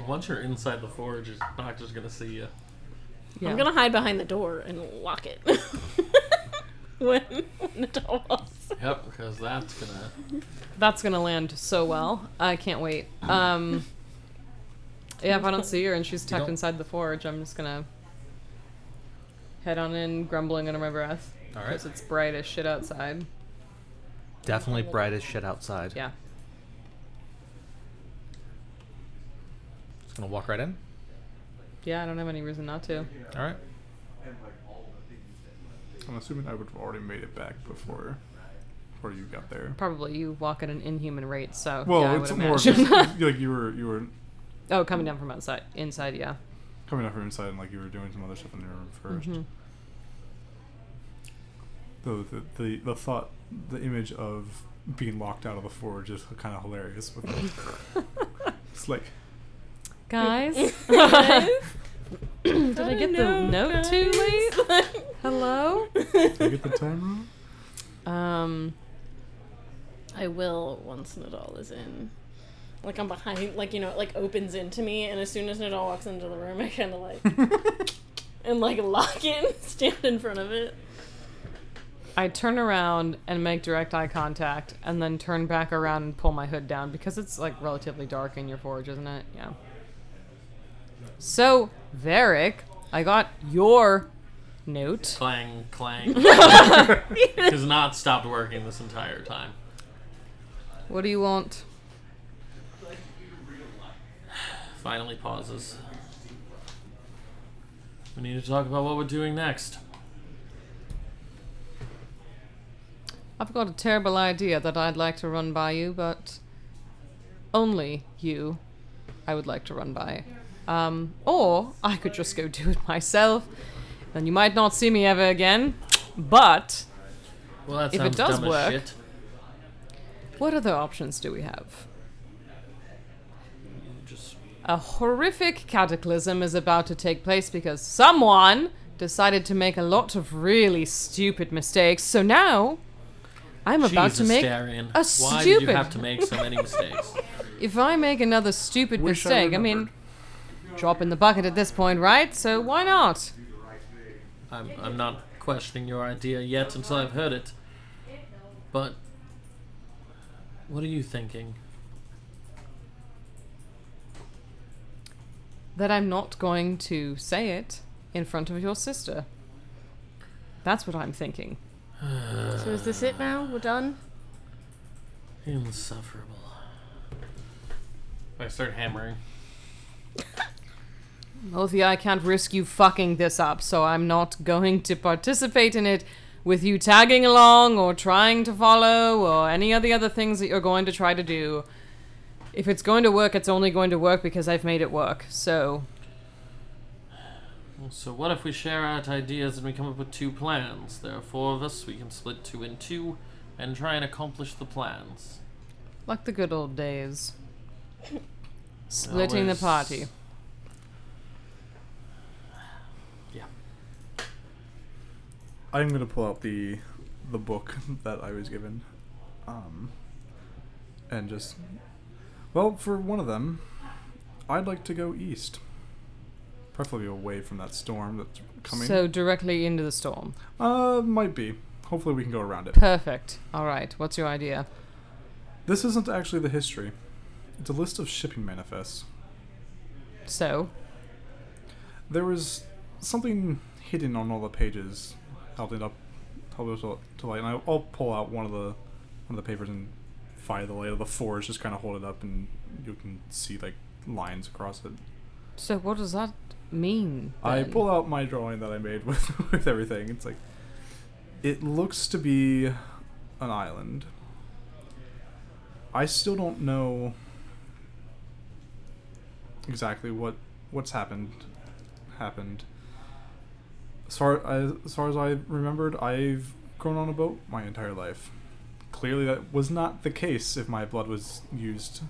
[SPEAKER 3] once you're inside the forge, it's not just gonna see you.
[SPEAKER 1] Yeah.
[SPEAKER 5] I'm gonna hide behind the door and lock it when, when the doll walks.
[SPEAKER 3] Yep, because that's gonna.
[SPEAKER 1] That's gonna land so well. I can't wait. Um, yeah, if I don't see her and she's tucked
[SPEAKER 2] don't-
[SPEAKER 1] inside the forge, I'm just gonna head on in, grumbling under my breath.
[SPEAKER 2] All right.
[SPEAKER 1] Because it's bright as shit outside.
[SPEAKER 2] Definitely bright as shit outside.
[SPEAKER 1] Yeah.
[SPEAKER 2] Just gonna walk right in.
[SPEAKER 1] Yeah, I don't have any reason not to.
[SPEAKER 2] All right.
[SPEAKER 4] I'm assuming I would have already made it back before before you got there.
[SPEAKER 1] Probably you walk at an inhuman rate, so
[SPEAKER 4] Well,
[SPEAKER 1] yeah, I
[SPEAKER 4] it's
[SPEAKER 1] would
[SPEAKER 4] more of
[SPEAKER 1] imagine.
[SPEAKER 4] just, like you were you were
[SPEAKER 1] oh, coming down from outside, inside, yeah.
[SPEAKER 4] coming up from inside and like you were doing some other stuff in the room 1st
[SPEAKER 1] Mhm.
[SPEAKER 4] Though the, the the thought the image of being locked out of the forge is kind of hilarious. With it's like
[SPEAKER 1] Guys, did I get the note too late? Hello.
[SPEAKER 4] did I get the time wrong?
[SPEAKER 1] Um,
[SPEAKER 5] I will once Nadal is in. Like I'm behind, like you know, it like opens into me, and as soon as Nadal walks into the room, I kind of like and like lock it, and stand in front of it.
[SPEAKER 1] I turn around and make direct eye contact, and then turn back around and pull my hood down because it's like relatively dark in your forge, isn't it? Yeah. So, Varric, I got your note.
[SPEAKER 3] Clang, clang. Has not stopped working this entire time.
[SPEAKER 1] What do you want?
[SPEAKER 3] Finally pauses. We need to talk about what we're doing next.
[SPEAKER 1] I've got a terrible idea that I'd like to run by you, but only you I would like to run by. Um, or I could just go do it myself. Then you might not see me ever again. But
[SPEAKER 3] Well, that
[SPEAKER 1] If it
[SPEAKER 3] sounds
[SPEAKER 1] does
[SPEAKER 3] dumb as
[SPEAKER 1] work-
[SPEAKER 3] shit.
[SPEAKER 1] what other options do we have?
[SPEAKER 3] Just
[SPEAKER 1] A horrific cataclysm is about to take place because someone decided to make a lot of really stupid mistakes. So now I'm about to
[SPEAKER 3] Jesus,
[SPEAKER 1] make
[SPEAKER 3] Darian.
[SPEAKER 1] a
[SPEAKER 3] Why did
[SPEAKER 1] stupid-
[SPEAKER 3] you have to make so many mistakes?
[SPEAKER 1] if I make another stupid
[SPEAKER 4] Wish I
[SPEAKER 1] mistake, I, mean, drop in the bucket at this point, right? So why not?
[SPEAKER 3] I'm, I'm not questioning your idea yet until I've heard it. But what are you thinking?
[SPEAKER 1] That I'm not going to say it in front of your sister. That's what I'm thinking.
[SPEAKER 5] So is this it now? We're done?
[SPEAKER 3] Insufferable. I start hammering.
[SPEAKER 1] Othia, I can't risk you fucking this up, so I'm not going to participate in it with you tagging along or trying to follow or any of the other things that you're going to try to do. If it's going to work, it's only going to work because I've made it work. So,
[SPEAKER 3] So what if we share out ideas and we come up with two plans? There are four of us. We can split two and two, and try and accomplish the plans.
[SPEAKER 1] like the good old days. Splitting
[SPEAKER 3] Always-
[SPEAKER 1] the party.
[SPEAKER 4] I'm gonna pull out the the book that I was given, um, and just well for one of them, I'd like to go east, preferably away from that storm that's coming.
[SPEAKER 1] So, directly into the storm.
[SPEAKER 4] uh, might be. Hopefully, we can go around it.
[SPEAKER 1] Perfect. All right, what's your idea?
[SPEAKER 4] This isn't actually the history. It's a list of shipping manifests.
[SPEAKER 1] So,
[SPEAKER 4] There was something hidden on all the pages, held it up, held it to, to light. And I, I'll pull out one of the one of the papers and fire the light of the forge. Just kind of hold it up, and you can see like lines across it.
[SPEAKER 1] so what does that mean?
[SPEAKER 4] I
[SPEAKER 1] then?
[SPEAKER 4] pull out my drawing that I made with with everything. It's like it looks to be an island. I still don't know exactly what what's happened happened. As far as, as far as I remembered, I've grown on a boat my entire life. Clearly, that was not the case if my blood was used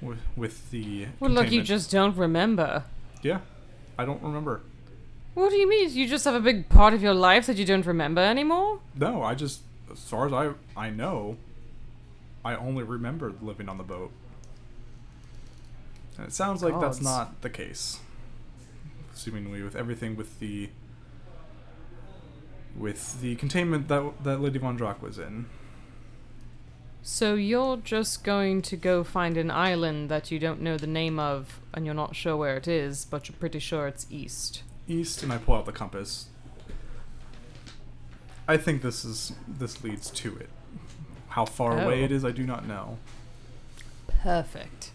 [SPEAKER 4] with, with the.
[SPEAKER 1] Well, look, you
[SPEAKER 4] containment.
[SPEAKER 1] just don't remember.
[SPEAKER 4] Yeah, I don't remember.
[SPEAKER 1] What do you mean? You just have a big part of your life that you don't remember anymore?
[SPEAKER 4] No, I just, as far as I I know, I only remembered living on the boat. And it sounds like that's
[SPEAKER 1] Gods.
[SPEAKER 4] not the case. Seemingly, with everything with the with the containment that that Lady Von Drac was in.
[SPEAKER 1] So you're just going to go find an island that you don't know the name of and you're not sure where it is, but you're pretty sure it's east.
[SPEAKER 4] east and I pull out the compass. I think this is this leads to it. How far away
[SPEAKER 1] Oh.
[SPEAKER 4] it is, I do not know.
[SPEAKER 1] Perfect.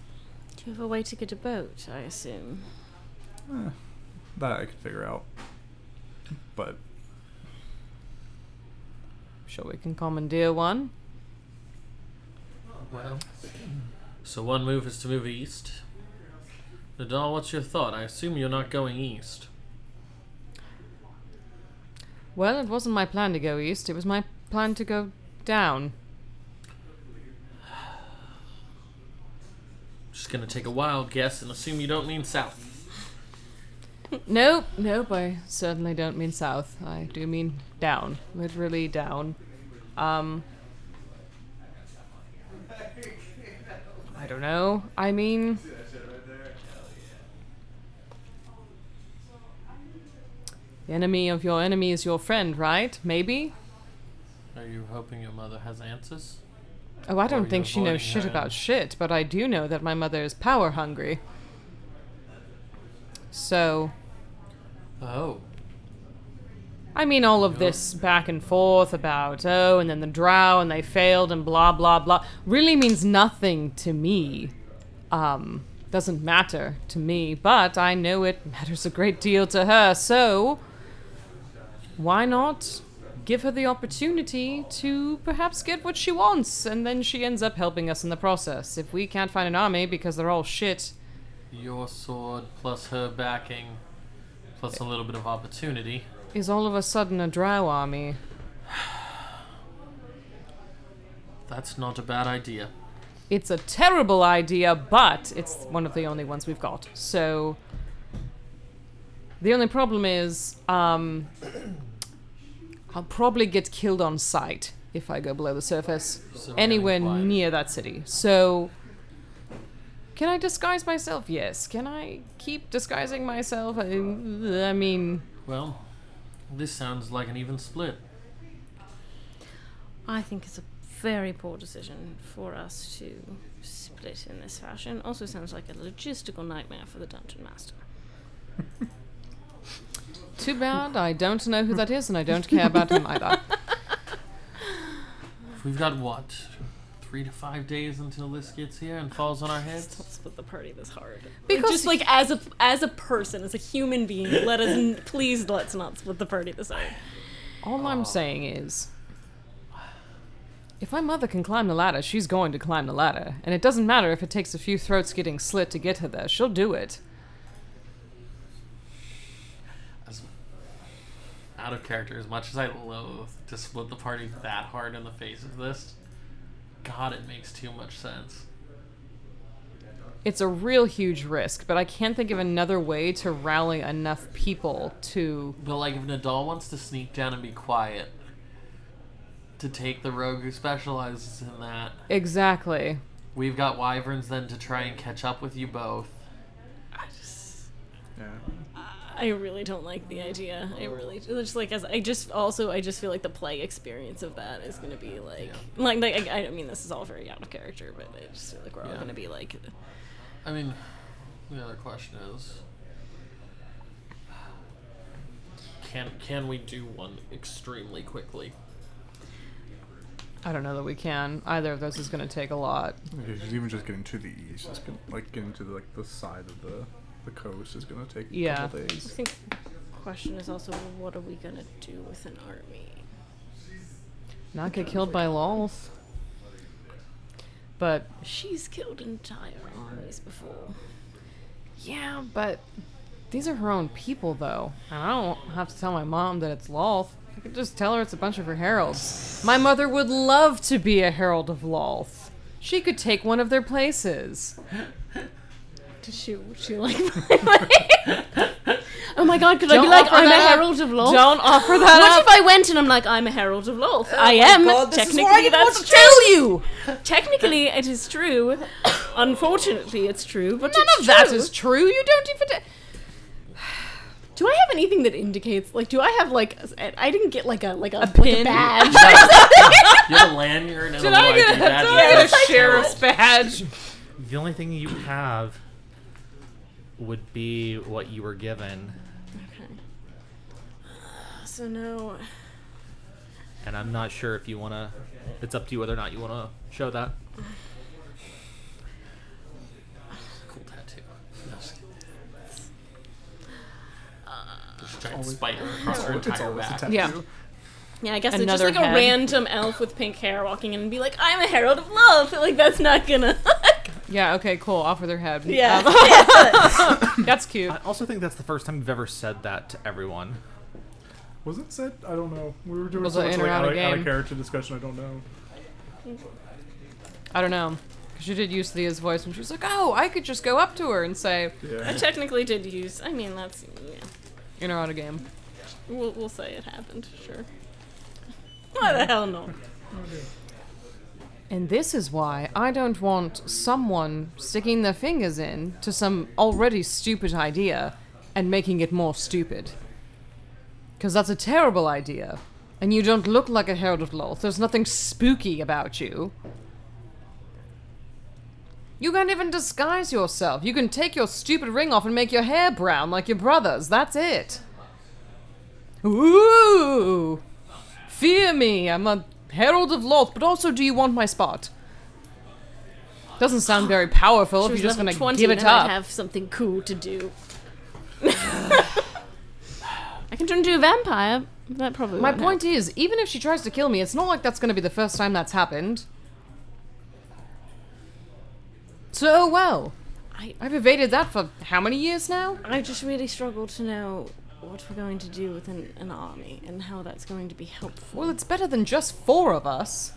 [SPEAKER 5] Do you have a way to get a boat, I assume?
[SPEAKER 4] Eh, that I could figure out. But
[SPEAKER 1] Sure, we can commandeer one.
[SPEAKER 3] Well, so one move is to move east. Nadal, what's your thought? I assume you're not going east.
[SPEAKER 1] Well, it wasn't my plan to go east, it was my plan to go down.
[SPEAKER 3] Just gonna take a wild guess and assume you don't mean south.
[SPEAKER 1] Nope, nope, I certainly don't mean south. I do mean down. Literally down. Um. I don't know. I mean. The enemy of your enemy is your friend, right? Maybe?
[SPEAKER 3] Are you hoping your mother has answers?
[SPEAKER 1] Oh, I
[SPEAKER 3] Or
[SPEAKER 1] don't
[SPEAKER 3] you
[SPEAKER 1] think she
[SPEAKER 3] avoiding
[SPEAKER 1] knows shit
[SPEAKER 3] her?
[SPEAKER 1] about shit, but I do know that my mother is power hungry. So.
[SPEAKER 3] Oh,
[SPEAKER 1] I mean, all of this back and forth about, oh, and then the drow and they failed and blah, blah, blah, really means nothing to me. Um, doesn't matter to me, but I know it matters a great deal to her, so why not give her the opportunity to perhaps get what she wants, and then she ends up helping us in the process. If we can't find an army because they're all shit,
[SPEAKER 3] Your sword plus her backing plus a little bit of opportunity.
[SPEAKER 1] is all of a sudden a drow army.
[SPEAKER 3] That's not a bad idea.
[SPEAKER 1] It's a terrible idea, but it's one of the only ones we've got. So the only problem is um, I'll probably get killed on sight if I go below the surface,
[SPEAKER 3] So we're
[SPEAKER 1] anywhere
[SPEAKER 3] getting quiet.
[SPEAKER 1] near that city. So can I disguise myself? Yes. Can I keep disguising myself? I, I mean,
[SPEAKER 3] Well, this sounds like an even split.
[SPEAKER 5] I think it's a very poor decision for us to split in this fashion. Also, sounds like a logistical nightmare for the dungeon master.
[SPEAKER 1] too bad. I don't know who that is, and I don't care about him either.
[SPEAKER 3] We've got what? Three to five days until this gets here and falls on our
[SPEAKER 5] Just
[SPEAKER 3] heads?
[SPEAKER 5] don't split the party this hard.
[SPEAKER 1] Because
[SPEAKER 5] just like as a as a person, as a human being, let us n- please let's not split the party this hard.
[SPEAKER 1] All I'm saying is, if my mother can climb the ladder, she's going to climb the ladder. And it doesn't matter if it takes a few throats getting slit to get her there, she'll do it.
[SPEAKER 3] As out of character, as much as I loathe to split the party that hard in the face of this, God, it makes too much sense.
[SPEAKER 1] It's a real huge risk, but I can't think of another way to rally enough people to.
[SPEAKER 3] But like, if Nadal wants to sneak down and be quiet, to take the rogue who specializes in that,
[SPEAKER 1] Exactly.
[SPEAKER 3] we've got wyverns then to try and catch up with you both.
[SPEAKER 5] I just
[SPEAKER 4] Yeah.
[SPEAKER 5] I really don't like the idea. I really just like as I just also I just feel like the play experience of that is gonna be like like like I, I mean this is all very out of character, but I just feel like we're all
[SPEAKER 3] Yeah.
[SPEAKER 5] gonna be like
[SPEAKER 3] I mean, the other question is, can can we do one extremely quickly?
[SPEAKER 1] I don't know that we can. Either of those is going to take a lot.
[SPEAKER 4] Okay, 'cause even just getting to the east, just gonna, like getting to the, like the side of the the coast is gonna take a
[SPEAKER 1] Yeah.
[SPEAKER 4] couple
[SPEAKER 5] I
[SPEAKER 4] days.
[SPEAKER 5] think the question is also what are we gonna do with an army?
[SPEAKER 1] Not get killed by Lolth. But.
[SPEAKER 5] She's killed entire armies before.
[SPEAKER 1] Yeah, but these are her own people, though. And I don't have to tell my mom that it's Lolth. I could just tell her it's a bunch of her heralds. My mother would love to be a herald of Lolth. She could take one of their places.
[SPEAKER 5] Did she would she like my Oh my god, could I
[SPEAKER 1] Don't
[SPEAKER 5] be like
[SPEAKER 1] offer
[SPEAKER 5] I'm a
[SPEAKER 1] that up.
[SPEAKER 5] herald of Lolth?
[SPEAKER 1] Don't offer that
[SPEAKER 5] What
[SPEAKER 1] up.
[SPEAKER 5] if I went and I'm like, I'm a herald of Lolth?
[SPEAKER 1] Oh
[SPEAKER 5] I am. technically, that's
[SPEAKER 1] to tell you.
[SPEAKER 5] true. Technically, it is true. Unfortunately, it's true. But
[SPEAKER 1] None
[SPEAKER 5] it's
[SPEAKER 1] of that
[SPEAKER 5] true.
[SPEAKER 1] is true. You don't even.
[SPEAKER 5] Do I have anything that indicates? Like, do I have like? A, I didn't get like a like a, like
[SPEAKER 1] pin?
[SPEAKER 5] a badge.
[SPEAKER 3] You have a lanyard and
[SPEAKER 1] Did
[SPEAKER 3] a
[SPEAKER 1] I get,
[SPEAKER 3] like,
[SPEAKER 1] did
[SPEAKER 3] badge
[SPEAKER 1] I
[SPEAKER 3] that
[SPEAKER 1] get
[SPEAKER 3] says
[SPEAKER 1] a sheriff's badge?
[SPEAKER 2] The only thing you have would be what you were given,
[SPEAKER 5] so no.
[SPEAKER 2] and I'm not sure if you want to. It's up to you whether or not you want to show that.
[SPEAKER 3] cool tattoo. No, I'm just kidding.
[SPEAKER 1] Uh,
[SPEAKER 3] There's a giant spider across her
[SPEAKER 4] It's
[SPEAKER 3] entire
[SPEAKER 4] always a
[SPEAKER 3] back.
[SPEAKER 4] tattoo.
[SPEAKER 1] Yeah.
[SPEAKER 5] Yeah, I guess it's just
[SPEAKER 1] Another
[SPEAKER 5] like
[SPEAKER 1] head.
[SPEAKER 5] a random elf with pink hair walking in and be like, I'm a herald of Lolth. Like that's not gonna.
[SPEAKER 1] Yeah. Okay. Cool. Offer their head.
[SPEAKER 5] yeah.
[SPEAKER 1] Um, that's cute.
[SPEAKER 2] I also think that's the first time you've ever said that to everyone.
[SPEAKER 4] Was it said? I don't know. We were doing
[SPEAKER 1] Was
[SPEAKER 4] so
[SPEAKER 1] it
[SPEAKER 4] much
[SPEAKER 1] in
[SPEAKER 4] like
[SPEAKER 1] or out of
[SPEAKER 4] out of, out
[SPEAKER 1] game?
[SPEAKER 4] of character discussion. I don't know.
[SPEAKER 1] I don't know. Because she did use Thea's voice, and she was like, "Oh, I could just go up to her and say."
[SPEAKER 5] I
[SPEAKER 4] Yeah.
[SPEAKER 5] technically did use. I mean, that's yeah.
[SPEAKER 1] In or out of game.
[SPEAKER 5] We'll, we'll say it happened. Sure. Why the hell not?
[SPEAKER 1] And this is why I don't want someone sticking their fingers in to some already stupid idea and making it more stupid. Because that's a terrible idea. And you don't look like a Herald of Lolth. There's nothing spooky about you. You can't even disguise yourself. You can take your stupid ring off and make your hair brown like your brother's. That's it. Ooh! Fear me, I'm a herald of Lolth, but also do you want my spot? Doesn't sound very powerful if
[SPEAKER 5] She
[SPEAKER 1] you're
[SPEAKER 5] was
[SPEAKER 1] just gonna
[SPEAKER 5] level 20
[SPEAKER 1] give it
[SPEAKER 5] and I
[SPEAKER 1] up.
[SPEAKER 5] have something cool to do. I can turn into a vampire. That probably.
[SPEAKER 1] My
[SPEAKER 5] won't
[SPEAKER 1] point is, even if she tries to kill me, it's not like that's going to be the first time that's happened. So, oh well.
[SPEAKER 5] I-
[SPEAKER 1] I've evaded that for how many years now?
[SPEAKER 5] happen. I just really struggle to know what we're going to do with an, an army and how that's going to be helpful.
[SPEAKER 1] Well, it's better than just four of us.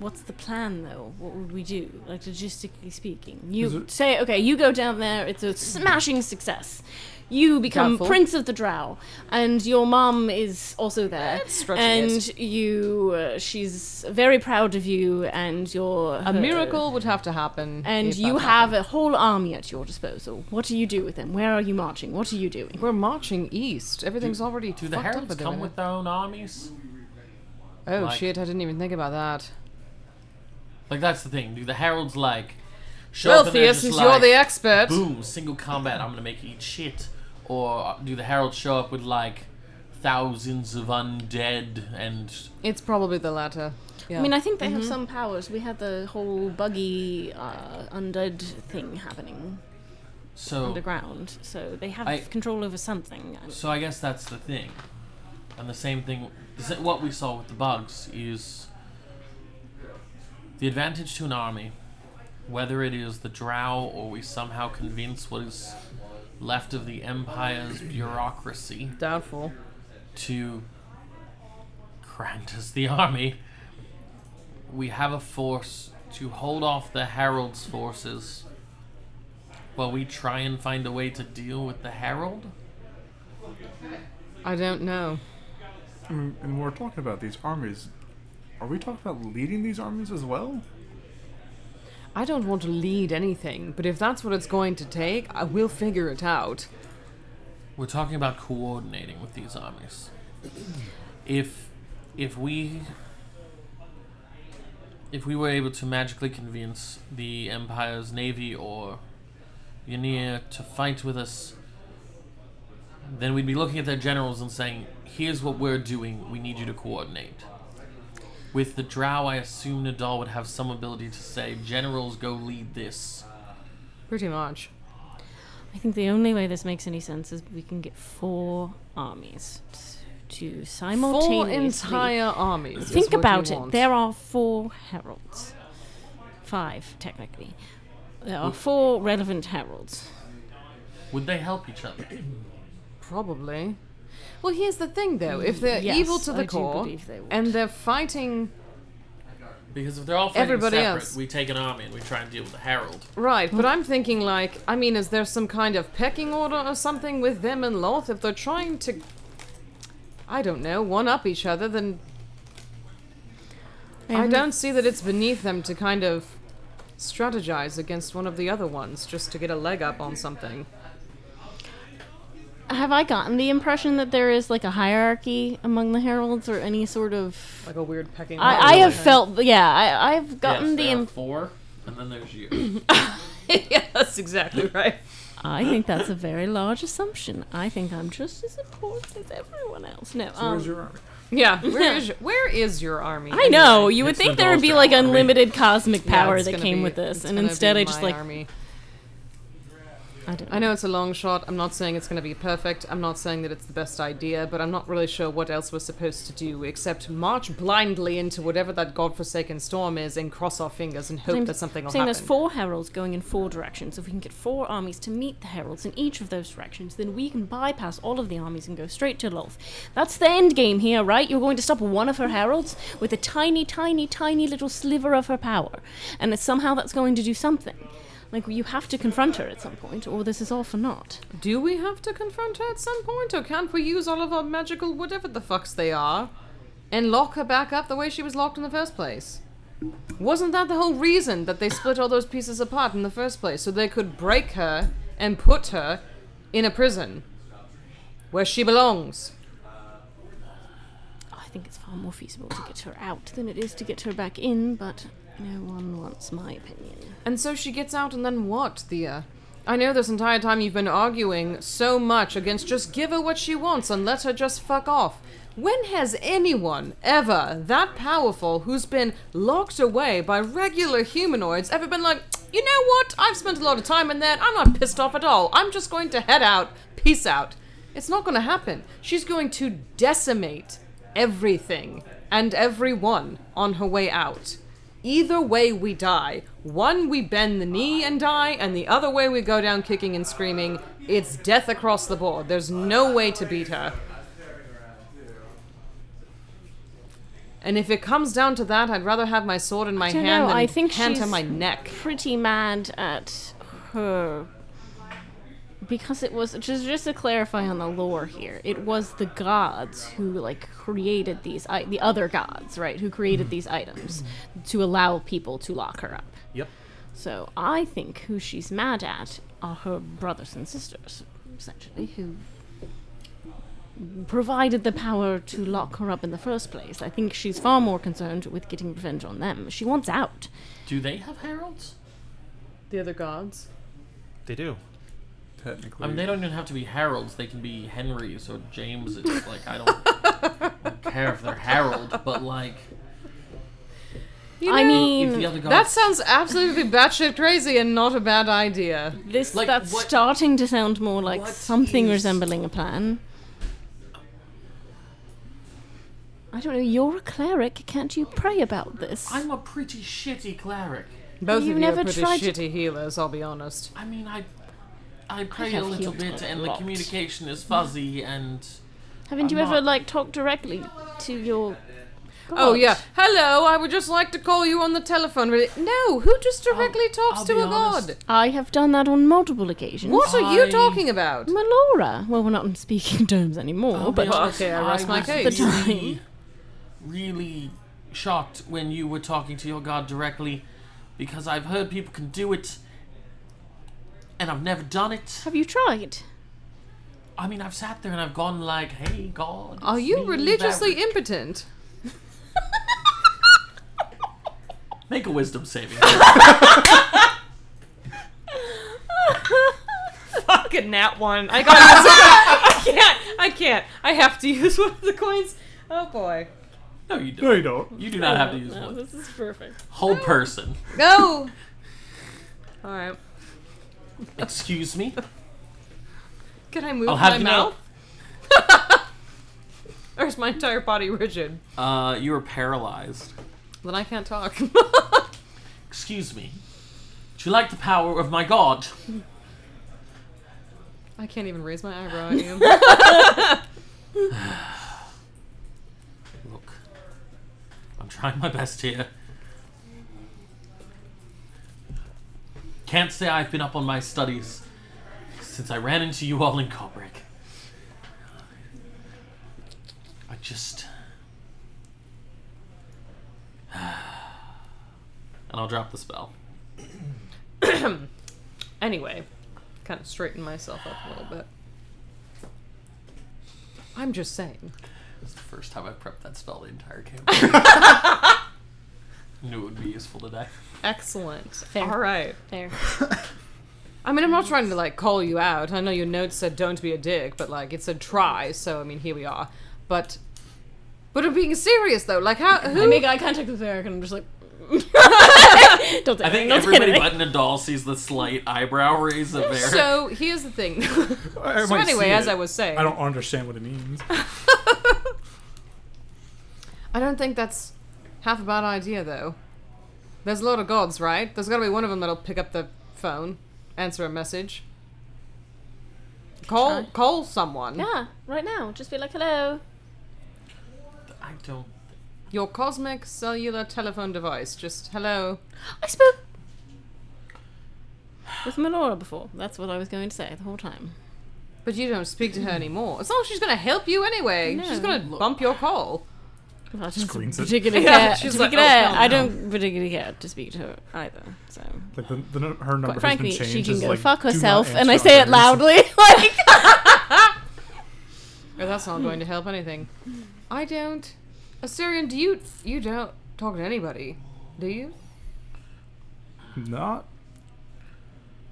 [SPEAKER 5] What's the plan, though? What would we do, like logistically speaking? You
[SPEAKER 4] it-
[SPEAKER 5] say, okay, you go down there. It's a smashing success. You become
[SPEAKER 1] Doubtful.
[SPEAKER 5] prince of the Drow, and your mom is also there.
[SPEAKER 1] That's stretching
[SPEAKER 5] and
[SPEAKER 1] it.
[SPEAKER 5] you, uh, she's very proud of you, and you're
[SPEAKER 1] A miracle would have to happen.
[SPEAKER 5] And
[SPEAKER 1] if
[SPEAKER 5] you
[SPEAKER 1] that
[SPEAKER 5] have
[SPEAKER 1] happened.
[SPEAKER 5] a whole army at your disposal. What do you do with them? Where are you marching? What are you doing?
[SPEAKER 1] We're marching east. Everything's already
[SPEAKER 3] Do
[SPEAKER 1] fucked
[SPEAKER 3] the
[SPEAKER 1] up
[SPEAKER 3] heralds
[SPEAKER 1] a bit
[SPEAKER 3] come
[SPEAKER 1] of
[SPEAKER 3] with their own armies?
[SPEAKER 1] it. Oh
[SPEAKER 3] like-
[SPEAKER 1] shit! I didn't even think about that.
[SPEAKER 3] Like that's the thing. Do the heralds like? Show
[SPEAKER 1] Well,
[SPEAKER 3] up and they're
[SPEAKER 1] Thea,
[SPEAKER 3] just
[SPEAKER 1] since
[SPEAKER 3] like,
[SPEAKER 1] you're the expert,
[SPEAKER 3] boom, single combat, I'm gonna make you eat shit. Or do the heralds show up with like thousands of undead and
[SPEAKER 1] it's probably the latter. Yeah.
[SPEAKER 5] I mean, I think they
[SPEAKER 1] Mm-hmm.
[SPEAKER 5] have some powers. We had the whole buggy uh, undead thing happening.
[SPEAKER 3] so?
[SPEAKER 5] underground, so they have
[SPEAKER 3] I-
[SPEAKER 5] control over something. And
[SPEAKER 3] So I guess that's the thing. And the same thing, the sa- what we saw with the bugs is the advantage to an army, whether it is the drow or we somehow convince what is left of the empire's bureaucracy
[SPEAKER 1] doubtful.
[SPEAKER 3] to grant us the army, we have a force to hold off the Herald's forces while we try and find a way to deal with the Herald.
[SPEAKER 1] I don't know.
[SPEAKER 4] And and we're talking about these armies. Are we talking about leading these armies as well?
[SPEAKER 1] I don't want to lead anything, but if that's what it's going to take, I will figure it out.
[SPEAKER 3] We're talking about coordinating with these armies. If if we if we were able to magically convince the Empire's navy or Yanir to fight with us, then we'd be looking at their generals and saying, "Here's what we're doing. We need you to coordinate." With the Drow, I assume Nadal would have some ability to say, "Generals, go lead this."
[SPEAKER 1] Pretty much.
[SPEAKER 5] I think the only way this makes any sense is we can get four armies t- to
[SPEAKER 1] Four
[SPEAKER 5] simultaneously.
[SPEAKER 1] entire armies. is
[SPEAKER 5] Think
[SPEAKER 1] what you
[SPEAKER 5] about it.
[SPEAKER 1] want.
[SPEAKER 5] There are four heralds, five technically. There are four relevant heralds.
[SPEAKER 3] Would they help each other?
[SPEAKER 1] Probably. Well, here's the thing, though. If they're
[SPEAKER 5] Yes,
[SPEAKER 1] evil to the
[SPEAKER 5] I do
[SPEAKER 1] core
[SPEAKER 5] believe they would.
[SPEAKER 1] and they're fighting,
[SPEAKER 3] Because if they're all fighting
[SPEAKER 1] Everybody
[SPEAKER 3] separate,
[SPEAKER 1] else.
[SPEAKER 3] we take an army and we try and deal with the Herald.
[SPEAKER 1] right?
[SPEAKER 5] Hmm?
[SPEAKER 1] But I'm thinking, like, I mean, is there some kind of pecking order or something with them and Loth? If they're trying to, I don't know, one up each other, then I
[SPEAKER 5] haven't-
[SPEAKER 1] don't see that it's beneath them to kind of strategize against one of the other ones just to get a leg up on something.
[SPEAKER 5] Have I gotten the impression that there is like a hierarchy among the heralds or any sort of?
[SPEAKER 1] Like a weird pecking order.
[SPEAKER 5] I, I have
[SPEAKER 1] Okay.
[SPEAKER 5] felt, yeah, I, I've gotten
[SPEAKER 3] yes,
[SPEAKER 5] the.
[SPEAKER 3] there are
[SPEAKER 5] Im-
[SPEAKER 3] four, and then there's you.
[SPEAKER 1] yeah, that's exactly right.
[SPEAKER 5] I think that's a very large assumption. I think I'm just as important as everyone else. No,
[SPEAKER 4] So
[SPEAKER 5] um,
[SPEAKER 4] where's your army?
[SPEAKER 1] Yeah, where is your, where is your army?
[SPEAKER 5] I know.
[SPEAKER 1] anyway?
[SPEAKER 5] You would
[SPEAKER 3] It's
[SPEAKER 5] think
[SPEAKER 3] the
[SPEAKER 5] there would be
[SPEAKER 3] Dolls
[SPEAKER 5] like
[SPEAKER 3] Drow army.
[SPEAKER 5] unlimited cosmic
[SPEAKER 1] Yeah,
[SPEAKER 5] power
[SPEAKER 1] it's
[SPEAKER 5] that
[SPEAKER 1] gonna
[SPEAKER 5] came
[SPEAKER 1] be-
[SPEAKER 5] with this,
[SPEAKER 1] it's
[SPEAKER 5] and
[SPEAKER 1] gonna
[SPEAKER 5] instead
[SPEAKER 1] be
[SPEAKER 5] I just
[SPEAKER 1] my
[SPEAKER 5] like
[SPEAKER 1] army.
[SPEAKER 5] I don't.
[SPEAKER 1] I know it's a long shot. I'm not saying it's going to be perfect. I'm not saying that it's the best idea, but I'm not really sure what else we're supposed to do except march blindly into whatever that godforsaken storm is and cross our fingers and hope
[SPEAKER 5] I'm
[SPEAKER 1] that something will happen.
[SPEAKER 5] saying there's four heralds going in four directions. If we can get four armies to meet the heralds in each of those directions, then we can bypass all of the armies and go straight to Lolth. That's the end game here, right? You're going to stop one of her heralds with a tiny, tiny, tiny little sliver of her power, and it's somehow that's going to do something. Like you have to confront her at some point, or this is all for naught.
[SPEAKER 1] Do we have to confront her at some point, or can't we use all of our magical whatever the fucks they are and lock her back up the way she was locked in the first place? Wasn't that the whole reason that they split all those pieces apart in the first place? So they could break her and put her in a prison where she belongs.
[SPEAKER 5] I think it's far more feasible to get her out than it is to get her back in, but no one wants my opinion.
[SPEAKER 1] And so she gets out, and then what, Thea? I know this entire time you've been arguing so much against just give her what she wants and let her just fuck off. When has anyone ever that powerful who's been locked away by regular humanoids ever been like, you know what? I've spent a lot of time in there. I'm not pissed off at all. I'm just going to head out. Peace out. It's not going to happen. She's going to decimate everything and everyone on her way out. Either way, we die. One, we bend the knee and die, and the other way, we go down kicking and screaming. It's death across the board. There's no way to beat her. And if it comes down to that, I'd rather have my sword in my
[SPEAKER 5] don't
[SPEAKER 1] hand
[SPEAKER 5] know,
[SPEAKER 1] than
[SPEAKER 5] I think
[SPEAKER 1] hand to
[SPEAKER 5] she's-
[SPEAKER 1] my neck.
[SPEAKER 5] pretty mad at her because it was just just to clarify on the lore here it was the gods who like created these I- the other gods right who created these items to allow people to lock her up
[SPEAKER 2] Yep.
[SPEAKER 5] so i think who she's mad at are her brothers and sisters essentially who provided the power to lock her up in the first place i think she's far more concerned with getting revenge on them she wants out
[SPEAKER 3] Do they have heralds?
[SPEAKER 1] The other gods.
[SPEAKER 2] They do.
[SPEAKER 4] Technically,
[SPEAKER 3] I mean, they don't even have to be heralds. They can be Henrys or Jameses. Like I don't, don't care if they're herald, but like
[SPEAKER 5] I mean,
[SPEAKER 3] if the other guy
[SPEAKER 1] That sounds absolutely batshit crazy and not a bad idea.
[SPEAKER 5] This
[SPEAKER 3] Like,
[SPEAKER 5] that's
[SPEAKER 3] what-
[SPEAKER 5] starting to sound more like
[SPEAKER 3] what
[SPEAKER 5] something
[SPEAKER 3] is-
[SPEAKER 5] resembling a plan. I don't know. You're a cleric. Can't you pray about this?
[SPEAKER 3] I'm a pretty shitty cleric.
[SPEAKER 1] Both
[SPEAKER 5] You've
[SPEAKER 1] of you
[SPEAKER 5] never
[SPEAKER 1] are pretty
[SPEAKER 5] tried to-
[SPEAKER 1] shitty healers, I'll be honest.
[SPEAKER 3] I mean, I I pray a
[SPEAKER 5] have
[SPEAKER 3] little
[SPEAKER 5] healed
[SPEAKER 3] bit,
[SPEAKER 5] a
[SPEAKER 3] and the
[SPEAKER 5] lot.
[SPEAKER 3] communication is fuzzy, and
[SPEAKER 5] Haven't you
[SPEAKER 3] I'm
[SPEAKER 5] ever
[SPEAKER 3] not-
[SPEAKER 5] like talked directly to your?
[SPEAKER 1] Oh
[SPEAKER 5] God?
[SPEAKER 1] yeah. Hello, I would just like to call you on the telephone. Really? No, who just directly talks
[SPEAKER 3] I'll
[SPEAKER 1] to
[SPEAKER 3] be
[SPEAKER 1] a
[SPEAKER 3] honest.
[SPEAKER 1] god?
[SPEAKER 5] I have done that on multiple occasions.
[SPEAKER 1] What are
[SPEAKER 3] I-
[SPEAKER 1] you talking about?
[SPEAKER 5] Melora. Well, we're not on speaking terms anymore,
[SPEAKER 3] I'll be
[SPEAKER 5] Oh, but
[SPEAKER 3] honest,
[SPEAKER 1] okay, I rest my
[SPEAKER 3] was
[SPEAKER 1] case.
[SPEAKER 3] Really, really shocked when you were talking to your god directly, because I've heard people can do it, and I've never done it.
[SPEAKER 5] have you tried?
[SPEAKER 3] I mean, I've sat there and I've gone like, "Hey, God."
[SPEAKER 1] Are
[SPEAKER 3] it's me,
[SPEAKER 1] you
[SPEAKER 3] that
[SPEAKER 1] religiously
[SPEAKER 3] re-
[SPEAKER 1] impotent?
[SPEAKER 3] Make a wisdom saving.
[SPEAKER 1] Fucking that one. I got I can't. I can't. I have to use one of the coins. Oh boy.
[SPEAKER 3] no, you
[SPEAKER 4] No,
[SPEAKER 3] don't.
[SPEAKER 4] you don't.
[SPEAKER 3] You do not have to use
[SPEAKER 5] No,
[SPEAKER 3] one.
[SPEAKER 5] this is perfect.
[SPEAKER 3] Whole person.
[SPEAKER 1] Go. All right.
[SPEAKER 3] Excuse me.
[SPEAKER 1] Can I move
[SPEAKER 3] I'll have
[SPEAKER 1] my
[SPEAKER 3] you know-
[SPEAKER 1] mouth? or is my entire body rigid?
[SPEAKER 3] Uh, you are paralyzed.
[SPEAKER 1] Then I can't talk.
[SPEAKER 3] Excuse me. Do you like the power of my god?
[SPEAKER 1] I can't even raise my eyebrow at you.
[SPEAKER 3] Look, I'm trying my best here. Can't say I've been up on my studies since I ran into you all in Cobrick. I just. And I'll drop the spell.
[SPEAKER 1] Anyway, kind of straighten myself up a little bit. I'm just saying.
[SPEAKER 3] It's the first time I've prepped that spell the entire campaign. Knew it would be useful today.
[SPEAKER 1] Excellent. All right.
[SPEAKER 5] There.
[SPEAKER 1] I mean, I'm not trying to like call you out. I know your notes said don't be a dick, but like it said try. So I mean, here we are. But but I'm being serious though. Like how who?
[SPEAKER 5] I make eye contact with Eric, and I'm just like, don't say
[SPEAKER 3] I think
[SPEAKER 5] anything, don't say
[SPEAKER 3] everybody
[SPEAKER 5] anything.
[SPEAKER 3] but Nadal sees the slight eyebrow raise of Eric.
[SPEAKER 1] so here's the thing.
[SPEAKER 4] I- I
[SPEAKER 1] so
[SPEAKER 4] might see
[SPEAKER 1] anyway, as
[SPEAKER 4] it.
[SPEAKER 1] I was saying,
[SPEAKER 4] I don't understand what it means.
[SPEAKER 1] I don't think that's half a bad idea, though. There's a lot of gods, right? There's gotta be one of them that'll pick up the phone, answer a message. Call
[SPEAKER 5] Try.
[SPEAKER 1] call someone.
[SPEAKER 5] Yeah, right now. Just be like, hello.
[SPEAKER 3] I don't.
[SPEAKER 1] Your cosmic cellular telephone device. Just hello.
[SPEAKER 5] I spoke with Melora before. That's what I was going to say the whole time.
[SPEAKER 1] But you don't speak to her anymore. It's not like she's gonna help you anyway. She's
[SPEAKER 5] No.
[SPEAKER 1] gonna bump your call.
[SPEAKER 5] I don't
[SPEAKER 4] cleans it.
[SPEAKER 5] particularly
[SPEAKER 1] Yeah,
[SPEAKER 5] care.
[SPEAKER 1] she's
[SPEAKER 5] to
[SPEAKER 1] like,
[SPEAKER 5] be clear,
[SPEAKER 1] "Oh, hell
[SPEAKER 5] I
[SPEAKER 1] no."
[SPEAKER 5] don't particularly care to speak to her either. So,
[SPEAKER 4] Like the, the, num- her number
[SPEAKER 5] quite frankly,
[SPEAKER 4] has been
[SPEAKER 5] she
[SPEAKER 4] changed.
[SPEAKER 5] can
[SPEAKER 4] as,
[SPEAKER 5] go
[SPEAKER 4] like,
[SPEAKER 5] fuck
[SPEAKER 4] do not
[SPEAKER 5] herself, and I
[SPEAKER 4] answer
[SPEAKER 5] say it
[SPEAKER 4] others.
[SPEAKER 5] loudly. Like,
[SPEAKER 1] Or that's not going to help anything. I don't. Assyrian, do you you don't talk to anybody, do you?
[SPEAKER 4] Not,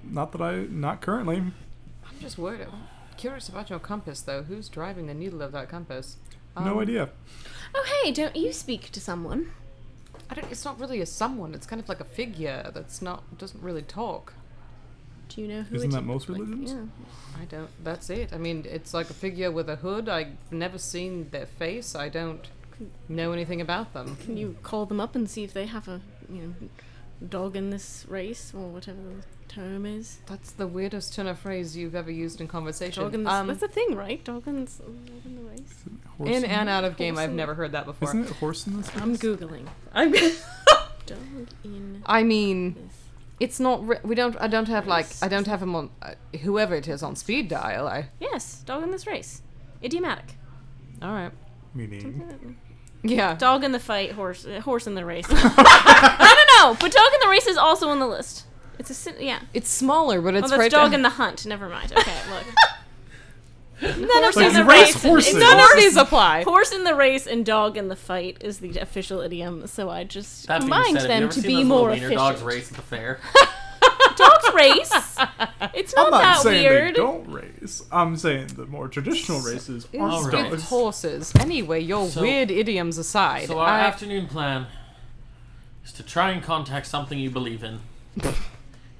[SPEAKER 4] not that I, not currently.
[SPEAKER 1] I'm just worried. I'm curious about your compass, though. Who's driving the needle of that compass? Um,
[SPEAKER 4] no idea.
[SPEAKER 5] oh hey, don't you speak to someone?
[SPEAKER 1] I don't, it's not really a someone. It's kind of like a figure that's not doesn't really talk.
[SPEAKER 5] Do you know who?
[SPEAKER 4] Isn't
[SPEAKER 5] it's-
[SPEAKER 4] that most
[SPEAKER 5] like,
[SPEAKER 4] religions?
[SPEAKER 5] yeah.
[SPEAKER 1] I don't. That's it. I mean, it's like a figure with a hood. I've never seen their face. I don't know anything about them.
[SPEAKER 5] Can you call them up and see if they have a you know dog in this race or whatever the term is?
[SPEAKER 1] That's the weirdest turn of phrase you've ever used in conversation.
[SPEAKER 5] Dog in this,
[SPEAKER 1] um,
[SPEAKER 5] that's a thing, right? Dog in, this, dog in the race.
[SPEAKER 4] Horse
[SPEAKER 1] in
[SPEAKER 4] in-
[SPEAKER 1] and out of game,
[SPEAKER 5] Horse
[SPEAKER 1] I've
[SPEAKER 5] in-
[SPEAKER 1] never heard that before.
[SPEAKER 4] Isn't it horse in this?
[SPEAKER 5] I'm
[SPEAKER 4] race?
[SPEAKER 5] googling.
[SPEAKER 1] I'm
[SPEAKER 5] Dog in
[SPEAKER 1] I mean,
[SPEAKER 5] this.
[SPEAKER 1] it's not. Re- we don't. I don't have like.
[SPEAKER 5] Race.
[SPEAKER 1] I don't have him on. Uh, whoever it is on speed dial. I.
[SPEAKER 5] Yes, dog in this race. Idiomatic.
[SPEAKER 1] All right.
[SPEAKER 4] Meaning.
[SPEAKER 1] Yeah.
[SPEAKER 5] Dog in the fight, horse uh, horse in the race. I don't know, but dog in the race is also on the list. It's a sin- yeah.
[SPEAKER 1] It's smaller, but
[SPEAKER 5] oh,
[SPEAKER 1] it's
[SPEAKER 5] that's
[SPEAKER 1] right.
[SPEAKER 5] dog in the hunt. Never mind. Okay, look.
[SPEAKER 1] None of
[SPEAKER 5] Horse in
[SPEAKER 1] these.
[SPEAKER 5] the
[SPEAKER 4] you race
[SPEAKER 5] race.
[SPEAKER 4] horses.
[SPEAKER 5] None
[SPEAKER 1] None
[SPEAKER 5] of
[SPEAKER 1] of these apply.
[SPEAKER 5] Horse in the race and dog in the fight is the official idiom, so I just
[SPEAKER 3] That being
[SPEAKER 5] combined
[SPEAKER 3] said, have you
[SPEAKER 5] them
[SPEAKER 3] ever seen
[SPEAKER 5] to be
[SPEAKER 3] those little
[SPEAKER 5] more
[SPEAKER 3] wiener
[SPEAKER 5] efficient.
[SPEAKER 3] dogs race at the fair.
[SPEAKER 5] Dogs race. It's not,
[SPEAKER 4] I'm not
[SPEAKER 5] that
[SPEAKER 4] saying
[SPEAKER 5] weird.
[SPEAKER 4] they don't race. I'm saying the more traditional races are
[SPEAKER 3] All
[SPEAKER 1] It's
[SPEAKER 3] right.
[SPEAKER 1] with
[SPEAKER 4] dogs.
[SPEAKER 1] horses. Anyway, your
[SPEAKER 3] So-
[SPEAKER 1] weird idioms aside,
[SPEAKER 3] So our
[SPEAKER 1] I,
[SPEAKER 3] afternoon plan is to try and contact something you believe in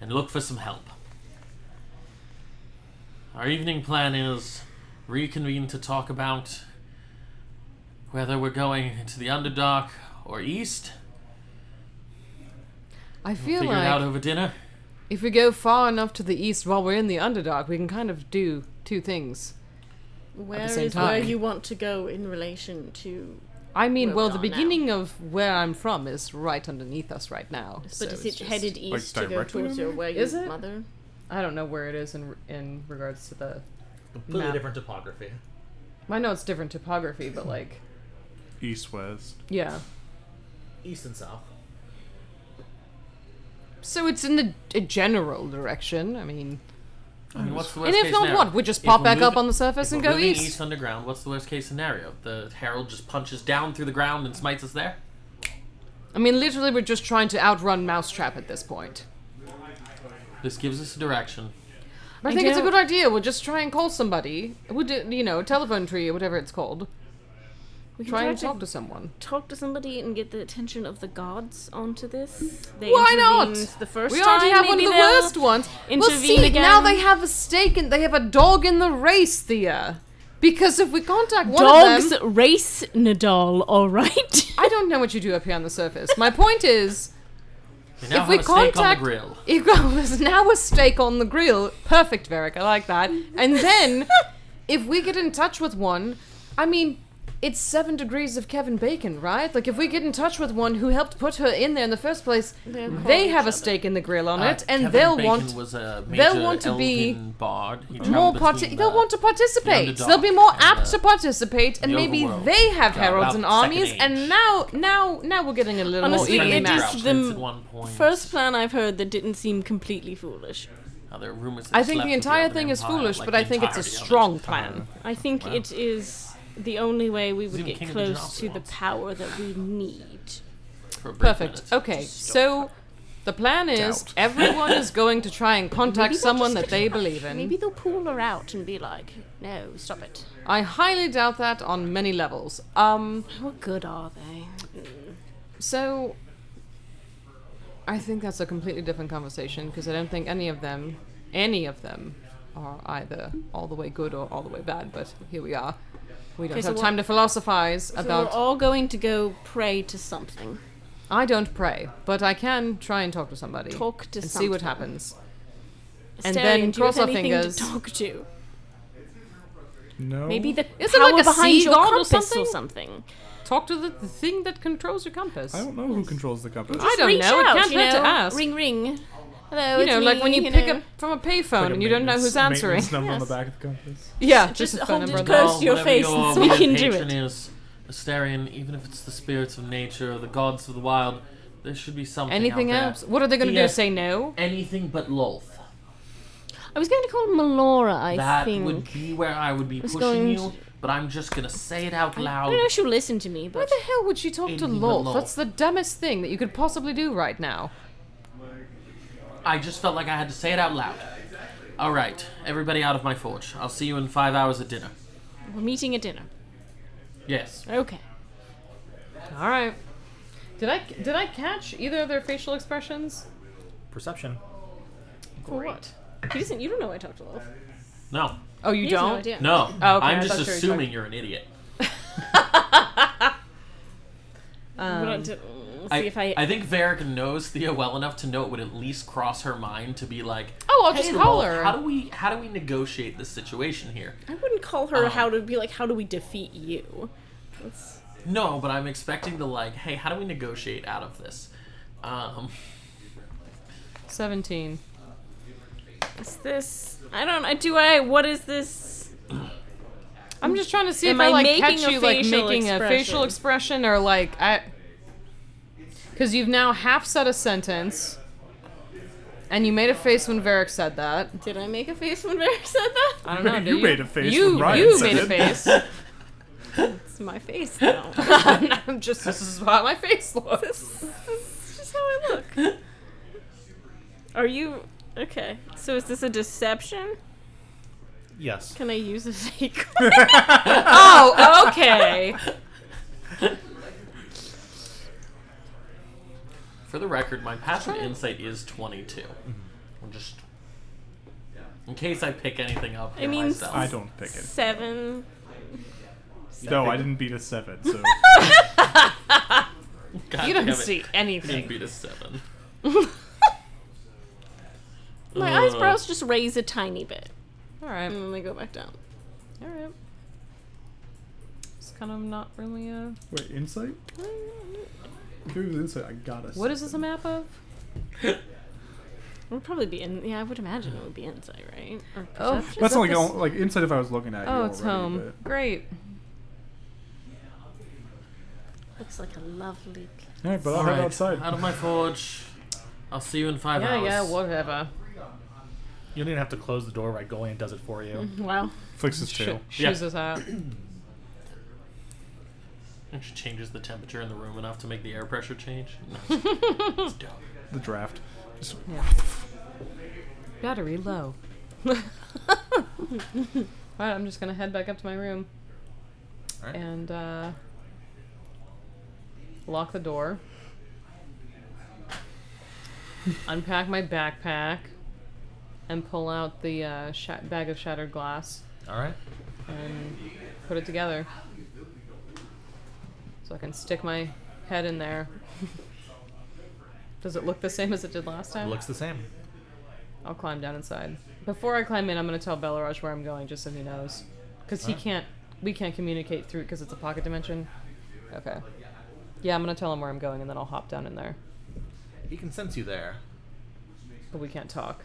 [SPEAKER 3] and look for some help. Our evening plan is reconvene to talk about whether we're going to the Underdark or East.
[SPEAKER 1] I feel
[SPEAKER 3] Figure it out
[SPEAKER 1] like
[SPEAKER 3] over dinner.
[SPEAKER 1] if we go far enough to the east while we're in the underdark, we can kind of do two things.
[SPEAKER 5] Where
[SPEAKER 1] same
[SPEAKER 5] is where
[SPEAKER 1] time.
[SPEAKER 5] you want to go in relation to?
[SPEAKER 1] I mean,
[SPEAKER 5] Where we
[SPEAKER 1] well, the
[SPEAKER 5] are now.
[SPEAKER 1] beginning of where I'm from is right underneath us right now.
[SPEAKER 5] But
[SPEAKER 1] so
[SPEAKER 5] is
[SPEAKER 1] it's
[SPEAKER 5] it
[SPEAKER 1] just-
[SPEAKER 5] headed east to go
[SPEAKER 4] directly
[SPEAKER 5] towards your
[SPEAKER 4] under?
[SPEAKER 5] where
[SPEAKER 1] Is
[SPEAKER 5] your
[SPEAKER 1] it?
[SPEAKER 5] mother?
[SPEAKER 1] I don't know where it is in in regards to the.
[SPEAKER 2] Completely
[SPEAKER 1] Map.
[SPEAKER 2] different topography.
[SPEAKER 1] I know it's different topography, but like,
[SPEAKER 4] East west.
[SPEAKER 1] yeah.
[SPEAKER 2] East and south.
[SPEAKER 1] So it's in the, a general direction. I mean,
[SPEAKER 3] I mean, what's the
[SPEAKER 1] and
[SPEAKER 3] worst
[SPEAKER 1] if
[SPEAKER 3] case
[SPEAKER 1] not,
[SPEAKER 3] scenario?
[SPEAKER 1] what? We just
[SPEAKER 3] If
[SPEAKER 1] pop
[SPEAKER 3] we're
[SPEAKER 1] back up
[SPEAKER 3] moving-
[SPEAKER 1] on the surface
[SPEAKER 3] if
[SPEAKER 1] and
[SPEAKER 3] we're
[SPEAKER 1] go
[SPEAKER 3] moving
[SPEAKER 1] east.
[SPEAKER 3] underground. What's the worst case scenario? The herald just punches down through the ground and smites us there.
[SPEAKER 1] I mean, literally, we're just trying to outrun Mousetrap at this point.
[SPEAKER 3] This gives us a direction.
[SPEAKER 1] But I,
[SPEAKER 5] I
[SPEAKER 1] think it's a
[SPEAKER 5] don't-
[SPEAKER 1] good idea. We'll just try and call somebody. We'll do, you know, telephone tree or whatever it's called.
[SPEAKER 5] We can
[SPEAKER 1] Try and talk
[SPEAKER 5] to
[SPEAKER 1] to someone.
[SPEAKER 5] talk to somebody and get the attention of the gods onto this. They
[SPEAKER 1] Why not?
[SPEAKER 5] intervened The first
[SPEAKER 1] We already
[SPEAKER 5] time,
[SPEAKER 1] have one of
[SPEAKER 5] maybe
[SPEAKER 1] the
[SPEAKER 5] they'll-
[SPEAKER 1] worst ones. Well,
[SPEAKER 5] intervene
[SPEAKER 1] see, now
[SPEAKER 5] again.
[SPEAKER 1] they have a stake and they have a dog in the race, Thea. Because if we contact one of
[SPEAKER 5] Dogs
[SPEAKER 1] them,
[SPEAKER 5] race Nadal, all right.
[SPEAKER 1] I don't know what you do up here on the surface. My point is,
[SPEAKER 3] We now
[SPEAKER 1] if
[SPEAKER 3] have
[SPEAKER 1] we
[SPEAKER 3] a
[SPEAKER 1] contact,
[SPEAKER 3] snake on the grill.
[SPEAKER 1] If, there's now a steak on the grill. Perfect, Varric. I like that. And then, if we get in touch with one, I mean, it's seven degrees of Kevin Bacon, right? Like, if we get in touch with one who helped put her in there in the first place,
[SPEAKER 5] They'll call
[SPEAKER 1] they
[SPEAKER 5] each
[SPEAKER 1] have
[SPEAKER 5] other.
[SPEAKER 1] a steak in the grill on
[SPEAKER 3] Uh,
[SPEAKER 1] it, and
[SPEAKER 3] Kevin
[SPEAKER 1] they'll
[SPEAKER 3] Bacon
[SPEAKER 1] want
[SPEAKER 3] was a
[SPEAKER 1] they'll
[SPEAKER 3] major
[SPEAKER 1] want to be
[SPEAKER 3] elven bard. He
[SPEAKER 1] more
[SPEAKER 3] traveled
[SPEAKER 1] parti-
[SPEAKER 3] between,
[SPEAKER 1] they'll
[SPEAKER 3] uh,
[SPEAKER 1] want to participate.
[SPEAKER 3] underdog
[SPEAKER 1] They'll be more
[SPEAKER 3] and the-
[SPEAKER 1] apt to participate, and
[SPEAKER 3] the
[SPEAKER 1] maybe
[SPEAKER 3] overworld.
[SPEAKER 1] they have
[SPEAKER 3] Yeah,
[SPEAKER 1] heralds
[SPEAKER 3] about
[SPEAKER 1] and
[SPEAKER 3] second
[SPEAKER 1] armies. And
[SPEAKER 3] age.
[SPEAKER 1] now, now, now we're getting a little
[SPEAKER 5] Honestly,
[SPEAKER 1] more
[SPEAKER 5] it
[SPEAKER 1] evenly
[SPEAKER 3] Defending
[SPEAKER 5] is
[SPEAKER 1] matched.
[SPEAKER 3] Grouch
[SPEAKER 5] just the
[SPEAKER 3] Prince
[SPEAKER 5] m-
[SPEAKER 3] at one point.
[SPEAKER 5] First plan I've heard that didn't seem completely foolish.
[SPEAKER 3] Uh, there are rumors that
[SPEAKER 1] I
[SPEAKER 3] it's
[SPEAKER 1] think
[SPEAKER 3] left
[SPEAKER 1] the
[SPEAKER 3] with
[SPEAKER 1] entire
[SPEAKER 3] Ottoman
[SPEAKER 1] thing is
[SPEAKER 3] Empire,
[SPEAKER 1] foolish,
[SPEAKER 3] like
[SPEAKER 1] but
[SPEAKER 3] the
[SPEAKER 1] I think it's a
[SPEAKER 3] entirety of it.
[SPEAKER 1] strong plan.
[SPEAKER 5] I think it is the only way we would
[SPEAKER 3] Even
[SPEAKER 5] get
[SPEAKER 3] King of
[SPEAKER 5] close
[SPEAKER 3] Janopha
[SPEAKER 5] to the
[SPEAKER 3] wants it.
[SPEAKER 5] power that we need.
[SPEAKER 3] For a brief
[SPEAKER 1] Perfect.
[SPEAKER 3] minute.
[SPEAKER 1] Okay, so the plan is
[SPEAKER 4] Doubt.
[SPEAKER 1] everyone is going to try and contact
[SPEAKER 5] Maybe they'll
[SPEAKER 1] someone
[SPEAKER 5] just
[SPEAKER 1] that
[SPEAKER 5] get
[SPEAKER 1] they
[SPEAKER 5] in touch.
[SPEAKER 1] believe in.
[SPEAKER 5] Maybe they'll pull her out and be like, "No, stop it."
[SPEAKER 1] I highly doubt that on many levels. Um,
[SPEAKER 5] How good are they?
[SPEAKER 1] so I think that's a completely different conversation because I don't think any of them, any of them, are either all the way good or all the way bad. But here we are. We don't
[SPEAKER 5] Okay, so
[SPEAKER 1] have
[SPEAKER 5] what-
[SPEAKER 1] time to philosophize
[SPEAKER 5] So we're
[SPEAKER 1] about.
[SPEAKER 5] all going to go pray to something.
[SPEAKER 1] I don't pray, but I can try and talk to somebody
[SPEAKER 5] Talk to
[SPEAKER 1] and see what
[SPEAKER 5] something.
[SPEAKER 1] happens.
[SPEAKER 5] Asterion,
[SPEAKER 1] And then
[SPEAKER 5] do you have
[SPEAKER 1] cross our
[SPEAKER 5] anything
[SPEAKER 1] fingers.
[SPEAKER 5] To talk to.
[SPEAKER 4] No.
[SPEAKER 5] Maybe the
[SPEAKER 1] Is it
[SPEAKER 5] power
[SPEAKER 1] like a
[SPEAKER 5] behind
[SPEAKER 1] sea
[SPEAKER 5] your
[SPEAKER 1] god or
[SPEAKER 5] compass
[SPEAKER 1] something?
[SPEAKER 5] or something.
[SPEAKER 1] Talk to the, the thing that controls your compass.
[SPEAKER 4] I don't know who controls the compass.
[SPEAKER 1] I don't
[SPEAKER 5] Reach
[SPEAKER 1] know. It
[SPEAKER 5] out,
[SPEAKER 1] can't
[SPEAKER 5] you
[SPEAKER 1] hurt to
[SPEAKER 5] know.
[SPEAKER 1] ask.
[SPEAKER 5] Ring, ring. Hello,
[SPEAKER 1] you
[SPEAKER 5] it's
[SPEAKER 1] know, like
[SPEAKER 5] me,
[SPEAKER 1] when you
[SPEAKER 5] you
[SPEAKER 1] pick
[SPEAKER 5] know.
[SPEAKER 1] up from a payphone
[SPEAKER 4] Like a
[SPEAKER 1] and you don't know
[SPEAKER 4] maintenance-
[SPEAKER 1] who's answering.
[SPEAKER 4] maintenance number on the
[SPEAKER 5] Yes.
[SPEAKER 4] back of the compass.
[SPEAKER 1] Yeah,
[SPEAKER 5] Just
[SPEAKER 1] just, a phone
[SPEAKER 5] hold
[SPEAKER 1] number
[SPEAKER 5] it
[SPEAKER 1] on
[SPEAKER 5] close
[SPEAKER 1] the
[SPEAKER 5] to your
[SPEAKER 3] whatever
[SPEAKER 5] face and
[SPEAKER 3] your
[SPEAKER 5] so we
[SPEAKER 3] weird
[SPEAKER 5] can do
[SPEAKER 3] patron
[SPEAKER 5] it.
[SPEAKER 3] Is, Asterion, even if it's the spirits of nature or the gods of the wild, there should be something.
[SPEAKER 1] Anything
[SPEAKER 3] out there.
[SPEAKER 1] else? What are they going to
[SPEAKER 3] Yeah.
[SPEAKER 1] do? Say no?
[SPEAKER 3] Anything but Lolth.
[SPEAKER 5] I was going to call Melora. I
[SPEAKER 3] that
[SPEAKER 5] think.
[SPEAKER 3] would be where I would be
[SPEAKER 5] was
[SPEAKER 3] pushing
[SPEAKER 5] going
[SPEAKER 3] you, but I'm just gonna say it out
[SPEAKER 5] I
[SPEAKER 3] loud.
[SPEAKER 5] don't know if she'll listen to me,
[SPEAKER 1] Why
[SPEAKER 5] but
[SPEAKER 1] the hell would she talk to
[SPEAKER 3] Anything but
[SPEAKER 1] Lolf?
[SPEAKER 3] Lolf.
[SPEAKER 1] That's the dumbest thing that you could possibly do right now.
[SPEAKER 3] I just felt like I had to say it out loud. All right, everybody out of my forge. I'll see you in five hours at dinner.
[SPEAKER 5] we're meeting at dinner.
[SPEAKER 3] Yes.
[SPEAKER 5] Okay.
[SPEAKER 1] All right. Did I did I catch either of their facial expressions?
[SPEAKER 2] Perception.
[SPEAKER 5] For what? He doesn't. You don't know I talked to Lilith.
[SPEAKER 3] No.
[SPEAKER 1] Oh, you
[SPEAKER 5] He has no
[SPEAKER 1] don't?
[SPEAKER 5] idea.
[SPEAKER 3] No.
[SPEAKER 1] Oh, okay, I
[SPEAKER 3] I'm just
[SPEAKER 1] thought you were
[SPEAKER 3] assuming
[SPEAKER 1] joking.
[SPEAKER 3] you're an idiot.
[SPEAKER 5] What I
[SPEAKER 1] Um,
[SPEAKER 5] did- mm,
[SPEAKER 3] I,
[SPEAKER 5] see if I.
[SPEAKER 3] I think Varric knows Thea well enough to know it would at least cross her mind to be like,
[SPEAKER 1] Oh, I'll
[SPEAKER 3] "Hey,
[SPEAKER 1] just call
[SPEAKER 3] Lilith,
[SPEAKER 1] her."
[SPEAKER 3] How do we how do we negotiate this situation here?
[SPEAKER 5] I wouldn't call her
[SPEAKER 3] Um,
[SPEAKER 5] how to be like how do we defeat you. That's,
[SPEAKER 3] No, but I'm expecting the like, hey, how do we negotiate out of this? Um,
[SPEAKER 1] 17.
[SPEAKER 5] is this? I don't. I do. I. What is this?
[SPEAKER 1] I'm just trying to see if
[SPEAKER 5] Am
[SPEAKER 1] I
[SPEAKER 5] I
[SPEAKER 1] like
[SPEAKER 5] making
[SPEAKER 1] catch
[SPEAKER 5] a
[SPEAKER 1] you like
[SPEAKER 5] facial
[SPEAKER 1] making a facial
[SPEAKER 5] expression?
[SPEAKER 1] expression or like I because you've now half said a sentence and you made a face when Varric said that.
[SPEAKER 5] Did I make a face when Varric said that?
[SPEAKER 1] I don't know. do
[SPEAKER 4] You made a face
[SPEAKER 1] You
[SPEAKER 4] when Ryan
[SPEAKER 1] you
[SPEAKER 4] said
[SPEAKER 1] made a
[SPEAKER 4] it.
[SPEAKER 1] face.
[SPEAKER 5] It's my face now.
[SPEAKER 1] I'm just this is how my face looks.
[SPEAKER 5] It's just how I look. Are you okay? So is this a deception?
[SPEAKER 2] Yes.
[SPEAKER 5] Can I use a fake?
[SPEAKER 1] Oh, okay.
[SPEAKER 3] for the record, my passive insight is 22. I'm just in case I pick anything up.
[SPEAKER 5] I
[SPEAKER 3] for
[SPEAKER 5] mean,
[SPEAKER 3] myself.
[SPEAKER 4] I don't pick it.
[SPEAKER 5] Seven.
[SPEAKER 4] No, I didn't beat a seven, so
[SPEAKER 3] God
[SPEAKER 1] You
[SPEAKER 3] damn
[SPEAKER 1] don't
[SPEAKER 3] it.
[SPEAKER 1] see
[SPEAKER 3] It'd
[SPEAKER 1] anything.
[SPEAKER 3] be to seven.
[SPEAKER 5] My
[SPEAKER 3] Uh,
[SPEAKER 5] eyebrows just raise a tiny bit,
[SPEAKER 1] All right.
[SPEAKER 5] and then they go back down.
[SPEAKER 1] All right. It's kind of not really a
[SPEAKER 4] wait, insight? Who was insight? I got us.
[SPEAKER 1] What is this a map of?
[SPEAKER 5] It would probably be in. Yeah, I would imagine it would be insight, right? Or
[SPEAKER 1] Oh.
[SPEAKER 5] perception?
[SPEAKER 4] That's
[SPEAKER 1] that
[SPEAKER 4] only
[SPEAKER 1] this-
[SPEAKER 4] going like insight if I was looking at you.
[SPEAKER 1] Oh, it's
[SPEAKER 4] already,
[SPEAKER 1] home. Great.
[SPEAKER 5] Looks like a lovely. place.
[SPEAKER 4] But, all right, but I'll
[SPEAKER 3] All
[SPEAKER 4] head
[SPEAKER 3] right,
[SPEAKER 4] outside.
[SPEAKER 3] out of my forge. I'll see you in five
[SPEAKER 1] Yeah,
[SPEAKER 3] hours.
[SPEAKER 1] yeah, whatever.
[SPEAKER 2] You don't even have to close the door. Rygolian does it for you.
[SPEAKER 5] Wow.
[SPEAKER 4] Flicks his
[SPEAKER 1] Sh-
[SPEAKER 4] tail.
[SPEAKER 3] Yeah.
[SPEAKER 1] shoes us out.
[SPEAKER 3] And she changes the temperature in the room enough to make the air pressure change. No, it's dope.
[SPEAKER 4] The draft. Just
[SPEAKER 1] Battery low. All right, I'm just gonna head back up to my room
[SPEAKER 2] All right.
[SPEAKER 1] and uh, lock the door. Unpack my backpack and pull out the uh, sha- bag of shattered glass
[SPEAKER 2] All right.
[SPEAKER 1] and put it together so I can stick my head in there. Does it look the same as it did last time?
[SPEAKER 2] Looks the same.
[SPEAKER 1] I'll climb down inside. Before I climb in, I'm going to tell Belaraj where I'm going, just so he knows, because he
[SPEAKER 2] Alright.
[SPEAKER 1] can't. We can't communicate through because it's a pocket dimension. Okay. Yeah, I'm going to tell him where I'm going, and then I'll hop down in there.
[SPEAKER 2] He can sense you there.
[SPEAKER 1] But we can't talk.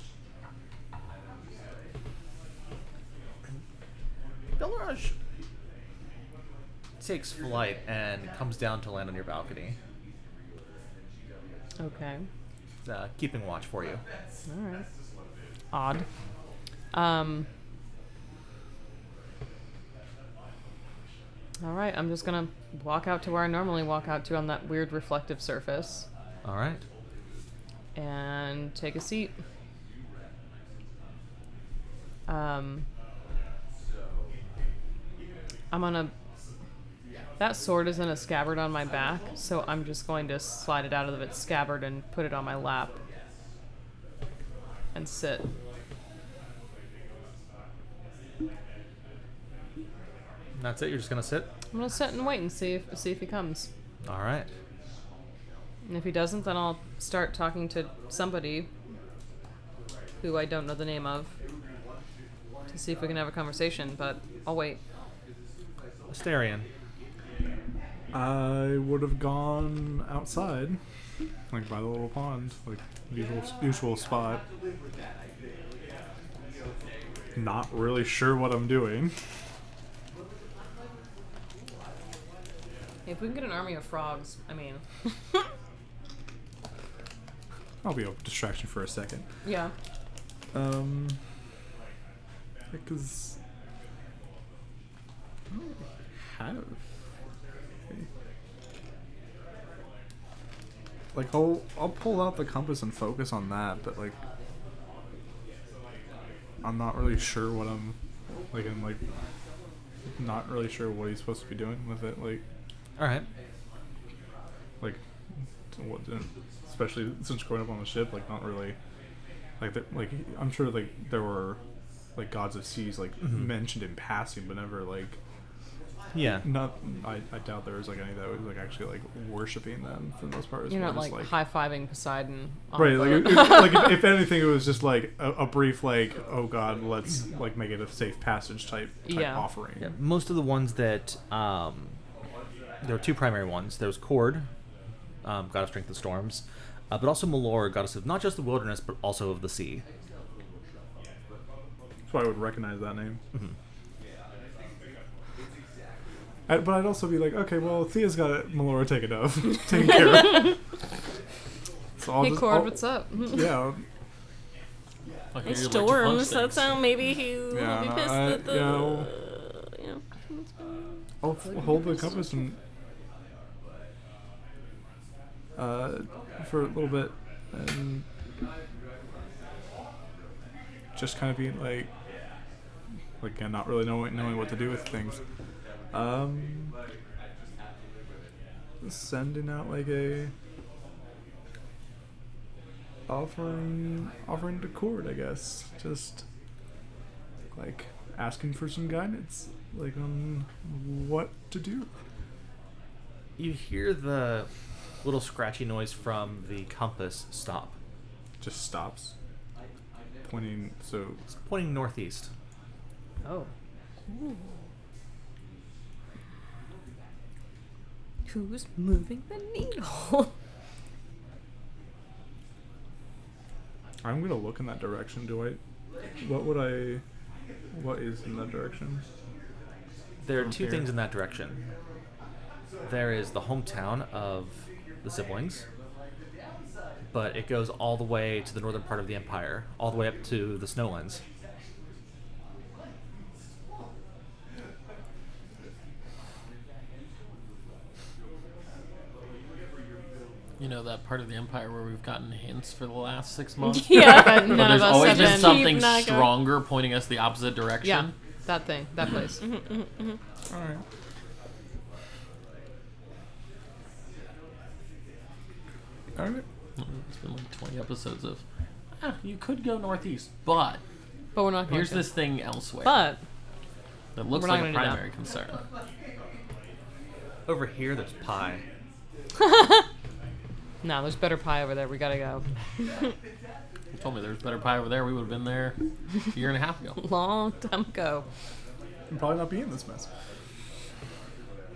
[SPEAKER 2] Belraj takes flight and comes down to land on your balcony,
[SPEAKER 1] Okay.
[SPEAKER 2] uh, keeping watch for you.
[SPEAKER 1] All right. Odd. Um. All right, I'm just gonna walk out to where I normally walk out to on that weird reflective surface
[SPEAKER 2] All right.
[SPEAKER 1] and take a seat. Um, I'm gonna. That sword is in a scabbard on my back, so I'm just going to slide it out of its scabbard and put it on my lap and sit.
[SPEAKER 2] And That's it. You're just gonna sit.
[SPEAKER 1] I'm gonna sit and wait and see if see if he comes.
[SPEAKER 2] All right.
[SPEAKER 1] And if he doesn't, then I'll start talking to somebody who I don't know the name of to see if we can have a conversation. But I'll wait.
[SPEAKER 2] Asterion.
[SPEAKER 4] I would have gone outside, like by the little pond, like usual usual spot. Not really sure what I'm doing.
[SPEAKER 1] If we can get an army of frogs, I mean,
[SPEAKER 4] I'll be a distraction for a second.
[SPEAKER 1] yeah.
[SPEAKER 4] Um, because I don't have. Like I'll I'll pull out the compass and focus on that, but like I'm not really sure what I'm like. I'm like not really sure what he's supposed to be doing with it. Like
[SPEAKER 2] All right.
[SPEAKER 4] like what, especially since growing up on the ship, like not really Like the, like I'm sure like there were like gods of seas like mentioned in passing, but never like
[SPEAKER 2] Yeah.
[SPEAKER 4] not. I, I doubt there was like any that was like actually like worshiping them for the most part. It was
[SPEAKER 1] You're
[SPEAKER 4] more
[SPEAKER 1] not like,
[SPEAKER 4] just,
[SPEAKER 1] high fiving Poseidon. on
[SPEAKER 4] Right,
[SPEAKER 1] the
[SPEAKER 4] like,
[SPEAKER 1] boat.
[SPEAKER 4] it, it- like if, if anything, it was just like a, a brief, like, oh god, let's like make it a safe passage type, type
[SPEAKER 1] Yeah.
[SPEAKER 4] offering.
[SPEAKER 2] Yeah, most of the ones that um, there were two primary ones. There was Cord, um, god of strength and storms, uh, but also Melor, goddess of not just the wilderness but also of the sea.
[SPEAKER 4] So I would recognize that name. I, but I'd also be like, okay, well, Thea's got Melora taken of, taken care of. So I'll
[SPEAKER 1] hey,
[SPEAKER 4] just-
[SPEAKER 1] Cord,
[SPEAKER 4] I'll-
[SPEAKER 1] what's up?
[SPEAKER 4] Yeah,
[SPEAKER 3] Like,
[SPEAKER 5] Hey,
[SPEAKER 3] you'd like to punch
[SPEAKER 5] storms.
[SPEAKER 3] things.
[SPEAKER 5] that's how maybe he will
[SPEAKER 4] Yeah,
[SPEAKER 5] be
[SPEAKER 4] no,
[SPEAKER 5] pissed
[SPEAKER 4] I-
[SPEAKER 5] at the.
[SPEAKER 4] yeah, I'll-
[SPEAKER 5] yeah.
[SPEAKER 4] I'll f- hold the compass and uh, for a little bit, and just kind of be like, like again, not really knowing knowing what to do with things. Um, sending out like a offering offering to Cord, I guess. Just like asking for some guidance, like on what to do.
[SPEAKER 2] You hear the little scratchy noise from the compass stop.
[SPEAKER 4] Just stops, pointing. So
[SPEAKER 2] It's pointing northeast.
[SPEAKER 1] Oh. Who's moving the needle?
[SPEAKER 4] I'm gonna look in that direction. Do I? What would I? What is in that direction?
[SPEAKER 2] There are
[SPEAKER 4] From
[SPEAKER 2] two
[SPEAKER 4] here.
[SPEAKER 2] things in that direction. There is the hometown of the siblings, but it goes all the way to the northern part of the empire, all the way up to the Snowlands.
[SPEAKER 3] You know that part of the empire where we've gotten hints for the last six months.
[SPEAKER 1] yeah, but none
[SPEAKER 3] But
[SPEAKER 1] of
[SPEAKER 3] there's
[SPEAKER 1] us
[SPEAKER 3] always
[SPEAKER 1] have
[SPEAKER 3] been
[SPEAKER 1] been.
[SPEAKER 3] something
[SPEAKER 5] Keep not going.
[SPEAKER 3] stronger pointing us the opposite direction.
[SPEAKER 1] yeah, that thing, that place. mm-hmm,
[SPEAKER 4] All right. All right.
[SPEAKER 3] It's been like 20 episodes of, ah, you could go northeast, but
[SPEAKER 1] But we're not. Going
[SPEAKER 3] here's
[SPEAKER 1] to.
[SPEAKER 3] this thing elsewhere
[SPEAKER 1] But
[SPEAKER 3] that looks
[SPEAKER 1] we're not
[SPEAKER 3] like a
[SPEAKER 1] gonna do that.
[SPEAKER 3] primary concern.
[SPEAKER 2] Over here, there's pie.
[SPEAKER 1] no, there's better pie over there. We gotta go.
[SPEAKER 3] You told me there was better pie over there. We would have been there a year and a half ago.
[SPEAKER 1] Long time ago.
[SPEAKER 4] I'm probably not be in this mess.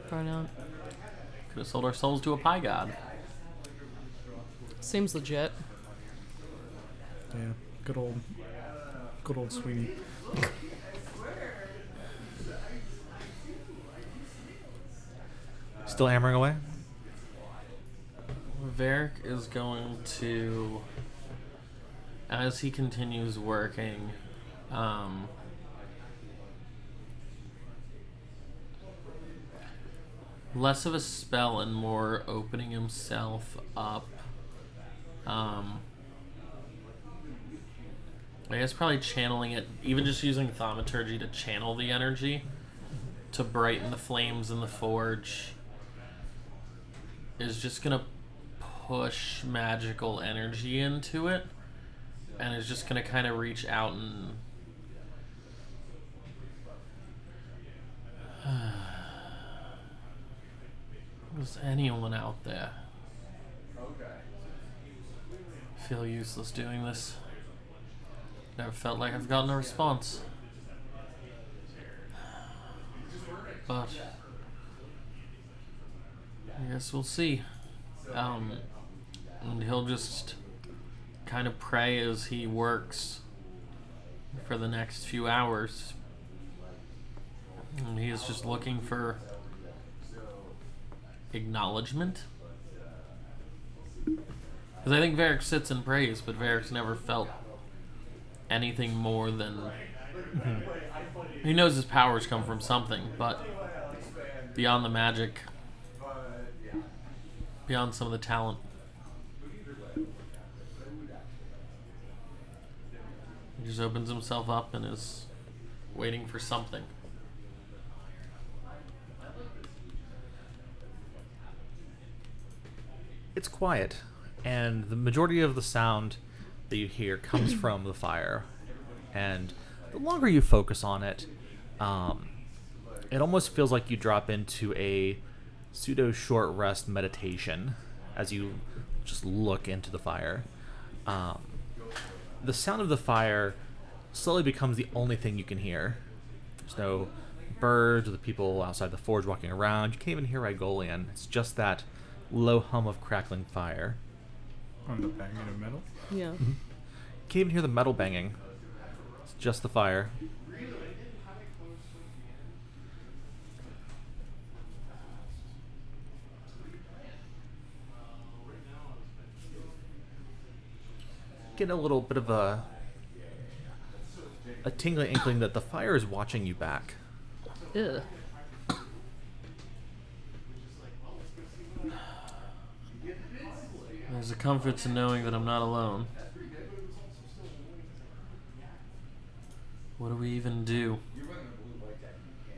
[SPEAKER 1] Probably not.
[SPEAKER 3] Could have sold our souls to a pie god.
[SPEAKER 1] Seems legit.
[SPEAKER 4] Yeah. Good old. Good old Sweeney.
[SPEAKER 2] Still hammering away?
[SPEAKER 3] Varric is going to, as he continues working, um, less of a spell and more opening himself up. Um, I guess probably channeling it, even just using thaumaturgy to channel the energy to brighten the flames in the forge is just gonna push magical energy into it and is just gonna kind of reach out and was anyone out there feel useless doing this never felt like i've gotten a response but i guess we'll see um, and he'll just kind of pray as he works for the next few hours. And he is just looking for acknowledgement. Because I think Varric sits and prays, but Varric's never felt anything more than. He knows his powers come from something, but beyond the magic, beyond some of the talent. He just opens himself up and is waiting for something.
[SPEAKER 2] It's quiet, and the majority of the sound that you hear comes from the fire, and the longer you focus on it, um, it almost feels like you drop into a pseudo short rest meditation as you just look into the fire. Um, the sound of the fire slowly becomes the only thing you can hear. There's no birds or the people outside the forge walking around. You can't even hear Rigolian. It's just that low hum of crackling fire.
[SPEAKER 4] On the banging of metal.
[SPEAKER 1] Yeah.
[SPEAKER 2] You can't even hear the metal banging. It's just the fire. Get a little bit of a a tingling inkling that the fire is watching you back.
[SPEAKER 5] Ugh.
[SPEAKER 3] There's a comfort to knowing that I'm not alone. What do we even do?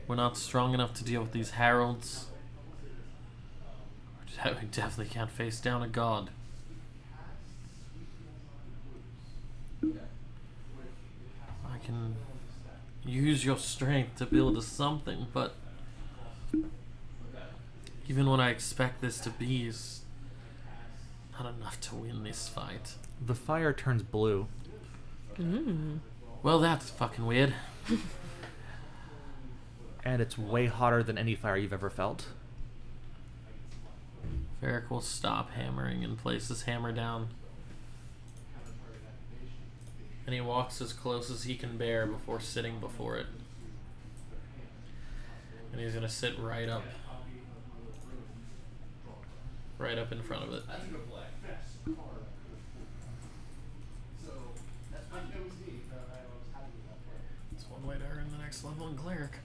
[SPEAKER 3] We're not strong enough to deal with these heralds. We definitely can't face down a god. I can use your strength to build a something, but even what I expect this to be is not enough to win this fight.
[SPEAKER 2] The fire turns blue.
[SPEAKER 3] Well, that's fucking weird.
[SPEAKER 2] and it's way hotter than any fire you've ever felt.
[SPEAKER 3] Ferric will stop hammering and place his hammer down. And he walks as close as he can bear before sitting before it. And he's gonna sit right up. Right up in front of it. It's one way to earn the next level in cleric.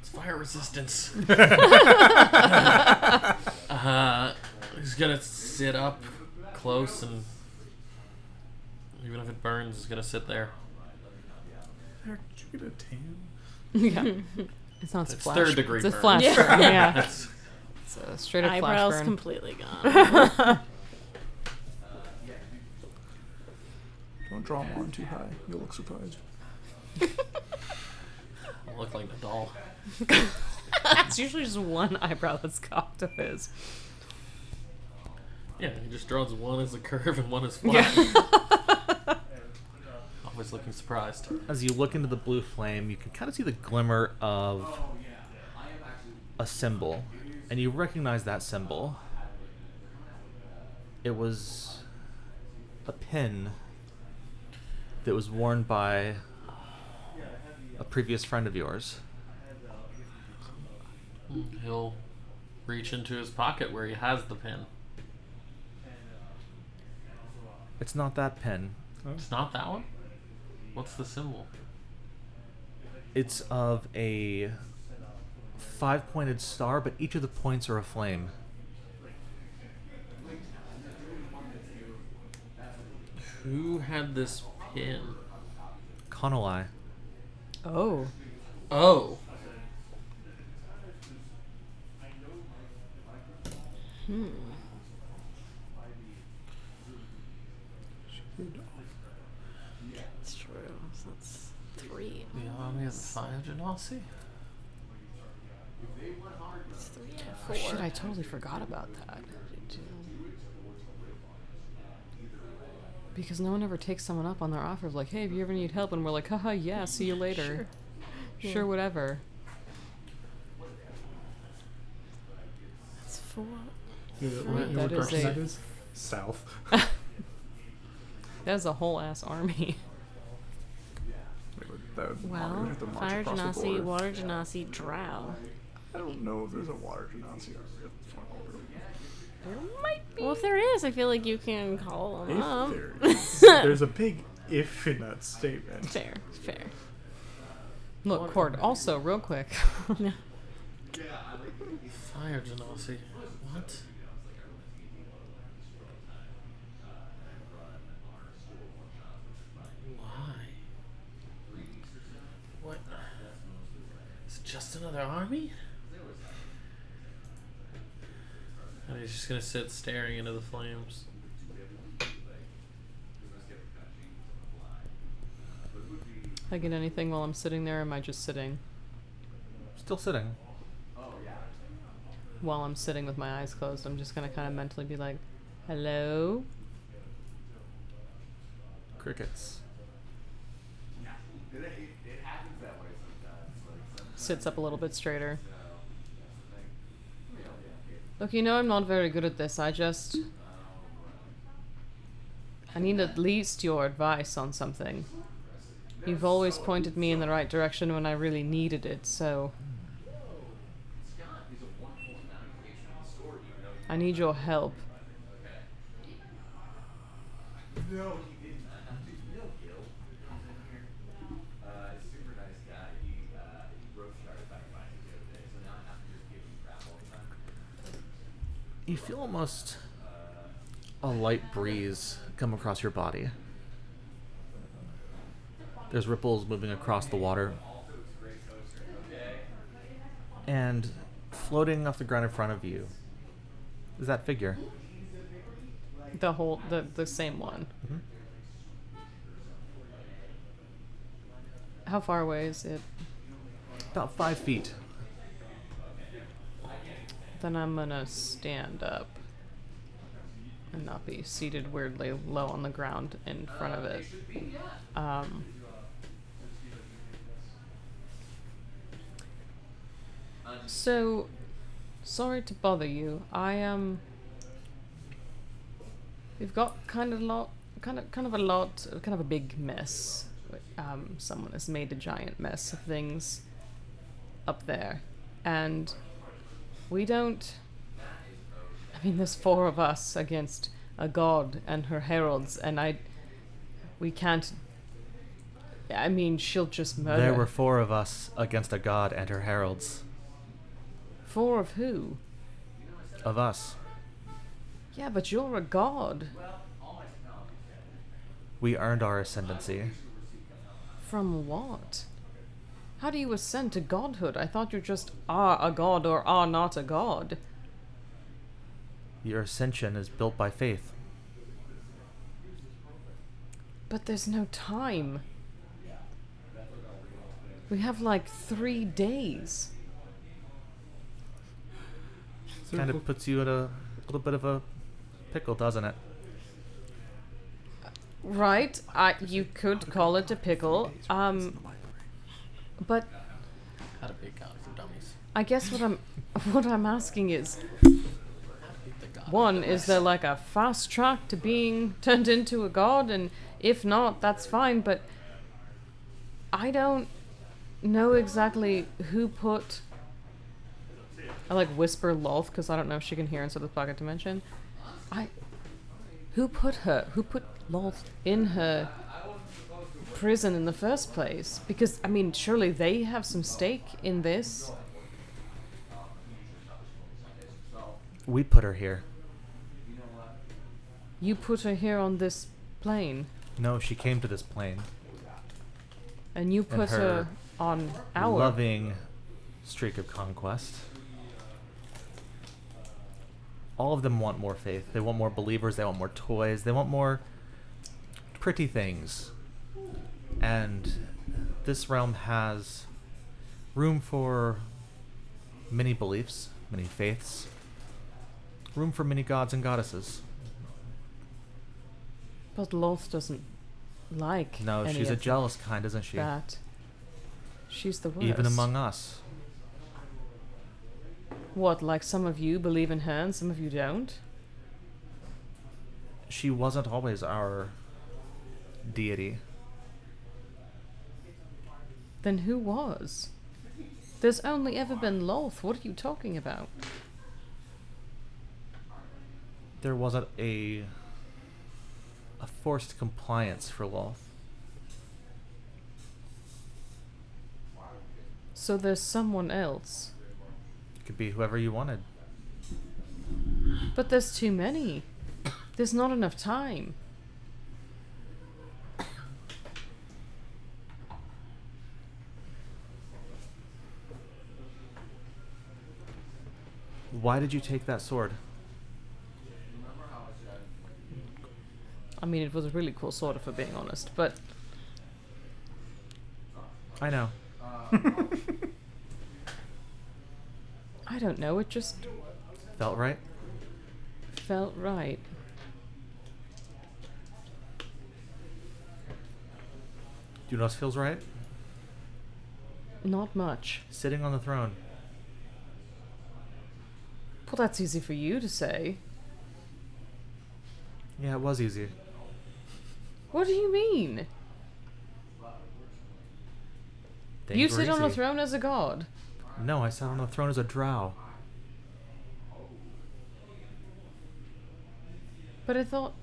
[SPEAKER 3] It's fire resistance. Uh, he's gonna sit up close and even if it burns, he's gonna sit there.
[SPEAKER 4] Eric, did you get a tan?
[SPEAKER 1] yeah. It's not
[SPEAKER 3] It's
[SPEAKER 1] splash.
[SPEAKER 3] third degree
[SPEAKER 1] It's a
[SPEAKER 3] burn.
[SPEAKER 1] flash
[SPEAKER 5] Yeah.
[SPEAKER 1] burn. Yeah.
[SPEAKER 3] That's
[SPEAKER 1] It's a straight up
[SPEAKER 5] Eyebrows
[SPEAKER 1] flash burn.
[SPEAKER 5] completely gone.
[SPEAKER 4] Don't draw them on too high. You'll look surprised.
[SPEAKER 3] I look like the doll.
[SPEAKER 1] it's usually just one eyebrow that's cocked of his.
[SPEAKER 3] Yeah, he just draws one as a curve and one as flat. Always looking surprised.
[SPEAKER 2] As you look into the blue flame, you can kind of see the glimmer of a symbol, and you recognize that symbol. It was a pin that was worn by a previous friend of yours.
[SPEAKER 3] He'll reach into his pocket where he has the pin.
[SPEAKER 2] It's not that pin.
[SPEAKER 3] It's not that one. What's the symbol?
[SPEAKER 2] It's of a five-pointed star, but each of the points are a flame.
[SPEAKER 3] Who had this pin?
[SPEAKER 2] Conolai.
[SPEAKER 1] Oh.
[SPEAKER 3] Oh,
[SPEAKER 5] it's true. So that's three.
[SPEAKER 3] the army of the fire genasi.
[SPEAKER 5] It's three out of
[SPEAKER 1] Oh,
[SPEAKER 5] four.
[SPEAKER 1] Shit, I totally forgot about that. Because no one ever takes someone up on their offer of like, hey, if you ever need help, and we're like, haha, yeah, see you later. Sure,
[SPEAKER 5] Yeah.
[SPEAKER 1] whatever.
[SPEAKER 5] That's four.
[SPEAKER 1] That is a-
[SPEAKER 4] South.
[SPEAKER 1] That is a whole ass army.
[SPEAKER 4] That would- that would- we would
[SPEAKER 5] Well,
[SPEAKER 4] have to march
[SPEAKER 5] fire
[SPEAKER 4] across the
[SPEAKER 5] genasi,
[SPEAKER 4] border.
[SPEAKER 5] water genasi, drow.
[SPEAKER 4] I don't know if there's a water genasi over
[SPEAKER 1] There might be.
[SPEAKER 5] Well, if there is, I feel like you can call them
[SPEAKER 1] Um.
[SPEAKER 5] up.
[SPEAKER 4] there. If there is, there's a big if in that statement.
[SPEAKER 5] Fair, fair.
[SPEAKER 1] Look, Cord, also, real quick.
[SPEAKER 3] Fire genasi. What? Why? What? Is it just another army? And he's just gonna sit staring into the flames.
[SPEAKER 1] If I get anything while I'm sitting there, or am I just sitting?
[SPEAKER 2] Still sitting.
[SPEAKER 1] While I'm sitting with my eyes closed, I'm just gonna kind of mentally be like, "Hello."
[SPEAKER 2] Crickets.
[SPEAKER 1] Sits up a little bit straighter. Look, you know I'm not very good at this. I just. I need at least your advice on something. You've always pointed me in the right direction when I really needed it, so. I need your help.
[SPEAKER 2] You feel almost a light breeze come across your body. There's ripples moving across the water. And floating off the ground in front of you is that figure.
[SPEAKER 1] The whole. the, the same one.
[SPEAKER 2] Mm-hmm.
[SPEAKER 1] How far away is it?
[SPEAKER 2] About five feet.
[SPEAKER 1] Then I'm gonna stand up and not be seated weirdly low on the ground in front of it. Um, so, sorry to bother you. I um, we've got kind of lot, kind of kind of a lot, kind of a big mess. Um, someone has made a giant mess of things up there, and we don't. I mean, there's four of us against a god and her heralds, and I. We can't. I mean, she'll just murder.
[SPEAKER 2] There were four of us against a god and her heralds.
[SPEAKER 1] four of who?
[SPEAKER 2] Of us.
[SPEAKER 1] Yeah, but you're a god.
[SPEAKER 2] We earned our ascendancy.
[SPEAKER 1] From what? How do you ascend to godhood? I thought you just are a god or are not a god.
[SPEAKER 2] Your ascension is built by faith.
[SPEAKER 1] But there's no time. We have like three days.
[SPEAKER 2] Kind of puts you in a little bit of a pickle, doesn't it?
[SPEAKER 1] Right? I, you could call it a pickle. Um, but
[SPEAKER 3] How to be a god for dummies.
[SPEAKER 1] I guess what I'm what I'm asking is
[SPEAKER 3] The god.
[SPEAKER 1] One, is there like a fast track to being turned into a god? And if not, that's fine, but I don't know exactly who put. I like whisper Lolth because I don't know if she can hear inside the pocket dimension. I. Who put her? Who put Lolth in her prison in the first place? Because, I mean, surely they have some stake in this.
[SPEAKER 2] We put her here.
[SPEAKER 1] You put her here on this plane.
[SPEAKER 2] No, she came to this plane.
[SPEAKER 1] And you put her,
[SPEAKER 2] her
[SPEAKER 1] on our
[SPEAKER 2] loving streak of conquest. All of them want more faith. They want more believers. They want more toys. They want more pretty things. And this realm has room for many beliefs, many faiths, room for many gods and goddesses.
[SPEAKER 1] But Loth doesn't like.
[SPEAKER 2] No,
[SPEAKER 1] any
[SPEAKER 2] she's a
[SPEAKER 1] of
[SPEAKER 2] jealous kind, isn't she?
[SPEAKER 1] That. She's the worst.
[SPEAKER 2] Even among us.
[SPEAKER 1] What, like some of you believe in her and some of you don't?
[SPEAKER 2] She wasn't always our deity.
[SPEAKER 1] Then who was? There's only ever been Loth. What are you talking about?
[SPEAKER 2] there wasn't a a forced compliance for Loth.
[SPEAKER 1] So there's someone else.
[SPEAKER 2] It could be whoever you wanted.
[SPEAKER 1] But there's too many. There's not enough time.
[SPEAKER 2] Why did you take that sword?
[SPEAKER 1] I mean, it was a really cool sword, if we're being honest, but
[SPEAKER 2] I know.
[SPEAKER 1] I don't know. It just
[SPEAKER 2] Felt right.
[SPEAKER 1] felt right.
[SPEAKER 2] Do you know what else feels right?
[SPEAKER 1] Not much.
[SPEAKER 2] Sitting on the throne.
[SPEAKER 1] Well, that's easy for you to say.
[SPEAKER 2] Yeah, it was easy.
[SPEAKER 1] What do you mean?
[SPEAKER 2] Things
[SPEAKER 1] you
[SPEAKER 2] were
[SPEAKER 1] sit on a
[SPEAKER 2] easy.
[SPEAKER 1] throne as a god.
[SPEAKER 2] No, I sat on the throne as a drow.
[SPEAKER 1] But I thought.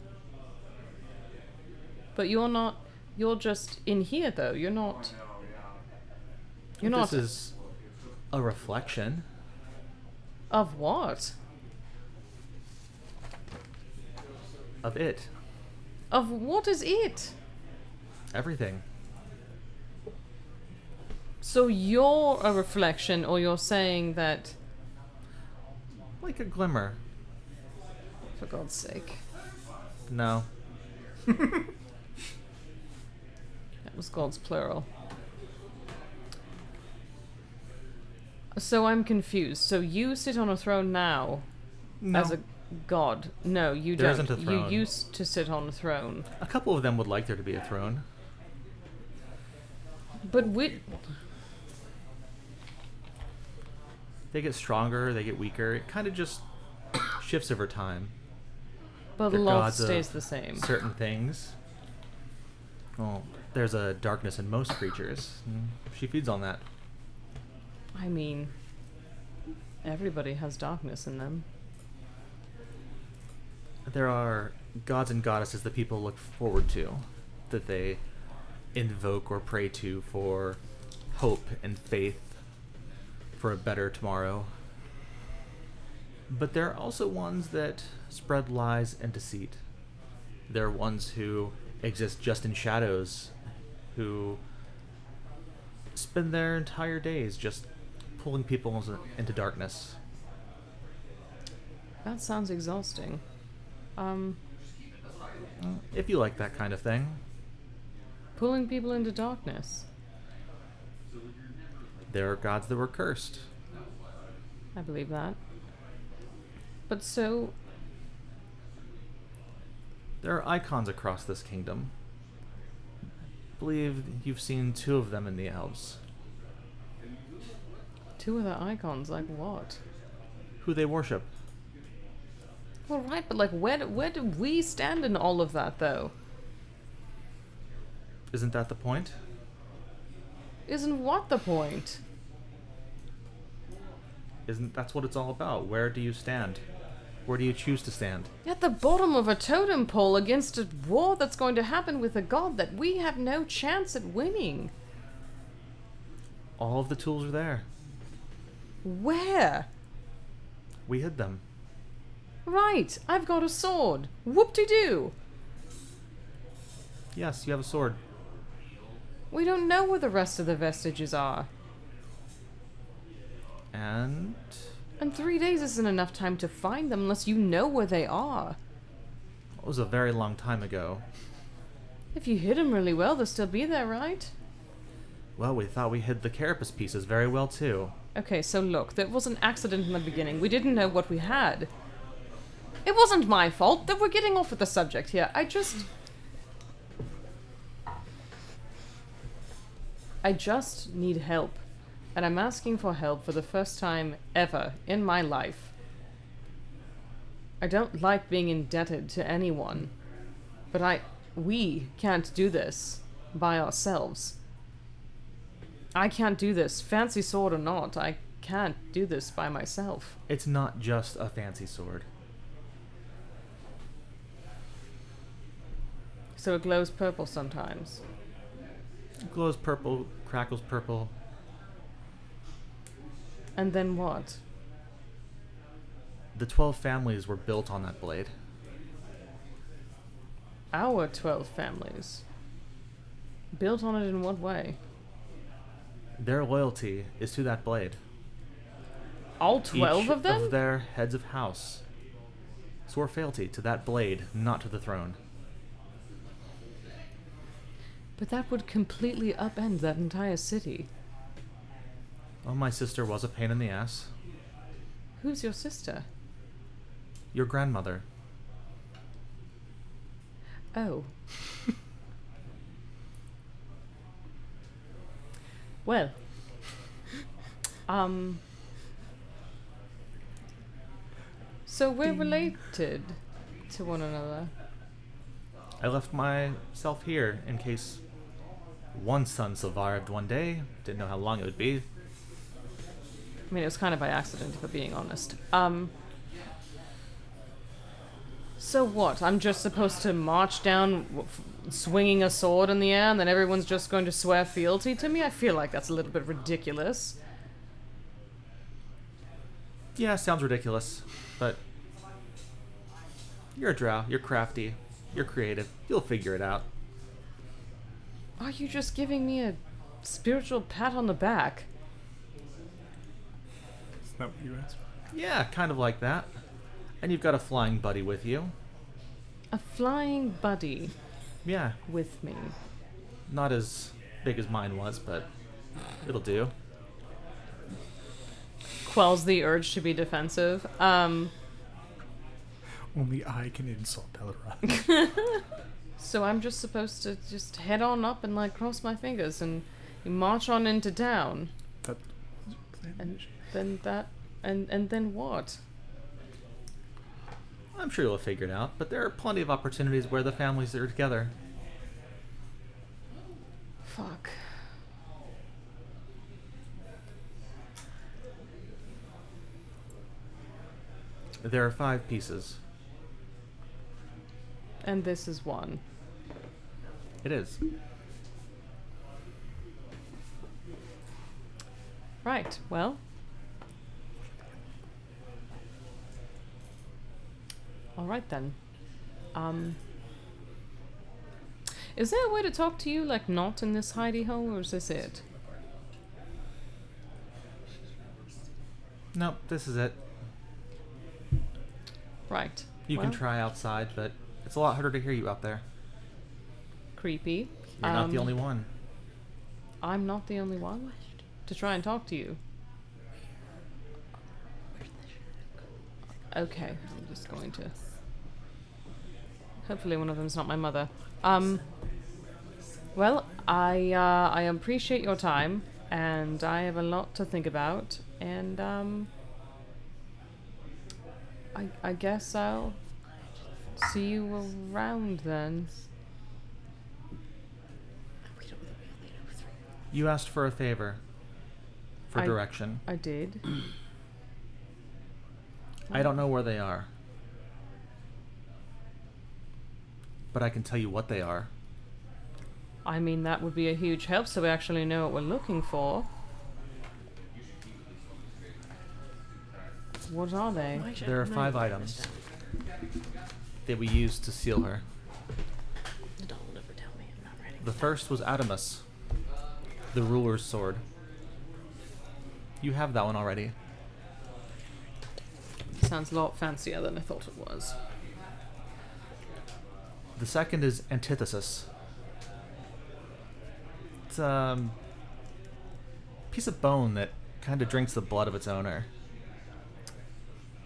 [SPEAKER 1] But you're not. You're just in here, though. You're not. You're not.
[SPEAKER 2] This is a reflection.
[SPEAKER 1] Of what?
[SPEAKER 2] of it.
[SPEAKER 1] Of what is it?
[SPEAKER 2] Everything.
[SPEAKER 1] So you're a reflection, or you're saying that.
[SPEAKER 2] Like a glimmer.
[SPEAKER 1] For God's sake.
[SPEAKER 2] No.
[SPEAKER 1] That was God's plural. So I'm confused. So you sit on a throne now
[SPEAKER 4] No.
[SPEAKER 1] as a god. No, you
[SPEAKER 2] There
[SPEAKER 1] don't.
[SPEAKER 2] isn't a throne.
[SPEAKER 1] You used to sit on a throne.
[SPEAKER 2] A couple of them would like there to be a throne.
[SPEAKER 1] But we
[SPEAKER 2] They get stronger, they get weaker. It kind of just shifts over time.
[SPEAKER 1] but
[SPEAKER 2] The
[SPEAKER 1] love
[SPEAKER 2] gods of
[SPEAKER 1] stays the same.
[SPEAKER 2] Certain things. Well, there's a darkness in most creatures. and She feeds on that.
[SPEAKER 1] I mean everybody has darkness in them.
[SPEAKER 2] There are gods and goddesses that people look forward to, that they invoke or pray to for hope and faith for a better tomorrow. But there are also ones that spread lies and deceit. There are ones who exist just in shadows, who spend their entire days just pulling people into darkness.
[SPEAKER 1] That sounds exhausting. Um
[SPEAKER 2] If you like that kind of thing,
[SPEAKER 1] pulling people into darkness.
[SPEAKER 2] there are gods that were cursed.
[SPEAKER 1] I believe that. But so
[SPEAKER 2] There are icons across this kingdom. I believe you've seen two of them in the Alps.
[SPEAKER 1] two other icons like what?
[SPEAKER 2] Who they worship.
[SPEAKER 1] Well, right, but like, where do, where do we stand in all of that, though?
[SPEAKER 2] Isn't that the point?
[SPEAKER 1] Isn't what the point?
[SPEAKER 2] Isn't that's what it's all about? Where do you stand? Where do you choose to stand?
[SPEAKER 1] At the bottom of a totem pole against a war that's going to happen with a god that we have no chance at winning.
[SPEAKER 2] All of the tools are there.
[SPEAKER 1] Where?
[SPEAKER 2] We hid them.
[SPEAKER 1] Right, I've got a sword. Whoop de doo.
[SPEAKER 2] Yes, you have a sword.
[SPEAKER 1] We don't know where the rest of the vestiges are.
[SPEAKER 2] And
[SPEAKER 1] And three days isn't enough time to find them unless you know where they are.
[SPEAKER 2] it was a very long time ago.
[SPEAKER 1] If you hid them really well, they'll still be there, right?
[SPEAKER 2] Well, we thought we hid the carapace pieces very well too.
[SPEAKER 1] Okay, so look, there was an accident in the beginning. We didn't know what we had. It wasn't my fault that we're getting off of the subject here. I just. I just need help. And I'm asking for help for the first time ever in my life. I don't like being indebted to anyone. But I. We can't do this by ourselves. I can't do this, fancy sword or not. I can't do this by myself.
[SPEAKER 2] It's not just a fancy sword.
[SPEAKER 1] So it glows purple sometimes.
[SPEAKER 2] It glows purple, crackles purple.
[SPEAKER 1] And then what?
[SPEAKER 2] The twelve families were built on that blade.
[SPEAKER 1] Our 12 families. Built on it in what way?
[SPEAKER 2] Their loyalty is to that blade.
[SPEAKER 1] All 12
[SPEAKER 2] Each
[SPEAKER 1] of them?
[SPEAKER 2] Of their heads of house swore fealty to that blade, not to the throne.
[SPEAKER 1] But that would completely upend that entire city.
[SPEAKER 2] Well, Oh, my sister was a pain in the ass.
[SPEAKER 1] Who's your sister?
[SPEAKER 2] Your grandmother.
[SPEAKER 1] Oh. well. Um. So we're related to one another.
[SPEAKER 2] I left myself here in case one son survived one day. Didn't know how long it would be.
[SPEAKER 1] I mean, it was kind of by accident, if I'm being honest. Um. So what? I'm just supposed to march down, w- f- swinging a sword in the air, and then everyone's just going to swear fealty to me? I feel like that's a little bit ridiculous.
[SPEAKER 2] Yeah, sounds ridiculous, but you're a drow. You're crafty. You're creative. You'll figure it out.
[SPEAKER 1] Are you just giving me a spiritual pat on the back?
[SPEAKER 4] Is that what you asked?
[SPEAKER 2] Yeah, kind of like that. And you've got a flying buddy with you.
[SPEAKER 1] A flying buddy
[SPEAKER 2] Yeah,
[SPEAKER 1] with me.
[SPEAKER 2] not as big as mine was, but it'll do.
[SPEAKER 1] Quells the urge to be defensive. Um,
[SPEAKER 4] Only I can insult Pelora.
[SPEAKER 1] so I'm just supposed to just head on up and like cross my fingers and march on into town.
[SPEAKER 4] that
[SPEAKER 1] And then that, and and then what?
[SPEAKER 2] I'm sure you'll figure it out, but there are plenty of opportunities where the families are together.
[SPEAKER 1] Fuck.
[SPEAKER 2] There are five pieces.
[SPEAKER 1] And this is one.
[SPEAKER 2] It is.
[SPEAKER 1] Right. Well. All right then. Um. Is there a way to talk to you, like not in this hidey hole, or is this it?
[SPEAKER 2] Nope, this is it.
[SPEAKER 1] Right.
[SPEAKER 2] You can
[SPEAKER 1] Well,
[SPEAKER 2] try outside, but it's a lot harder to hear you out there.
[SPEAKER 1] Creepy.
[SPEAKER 2] You're not the
[SPEAKER 1] Um,
[SPEAKER 2] only one.
[SPEAKER 1] I'm not the only one to try and talk to you. Okay, I'm just going to. Hopefully, one of them's not my mother. Um. Well, I uh, I appreciate your time, and I have a lot to think about, and um. I I guess I'll see you around then.
[SPEAKER 2] You asked for a favor for
[SPEAKER 1] I-
[SPEAKER 2] direction.
[SPEAKER 1] I did.
[SPEAKER 2] I don't know where they are. But I can tell you what they are.
[SPEAKER 1] I mean, that would be a huge help so we actually know what we're looking for. What are they?
[SPEAKER 2] There are five items that we used to seal her.
[SPEAKER 5] The doll will never tell me. I'm not writing.
[SPEAKER 2] The first was Adamus, the ruler's sword. You have that one already.
[SPEAKER 1] Sounds a lot fancier than I thought it was.
[SPEAKER 2] The second is Antithesis. It's um, a piece of bone that kind of drinks the blood of its owner.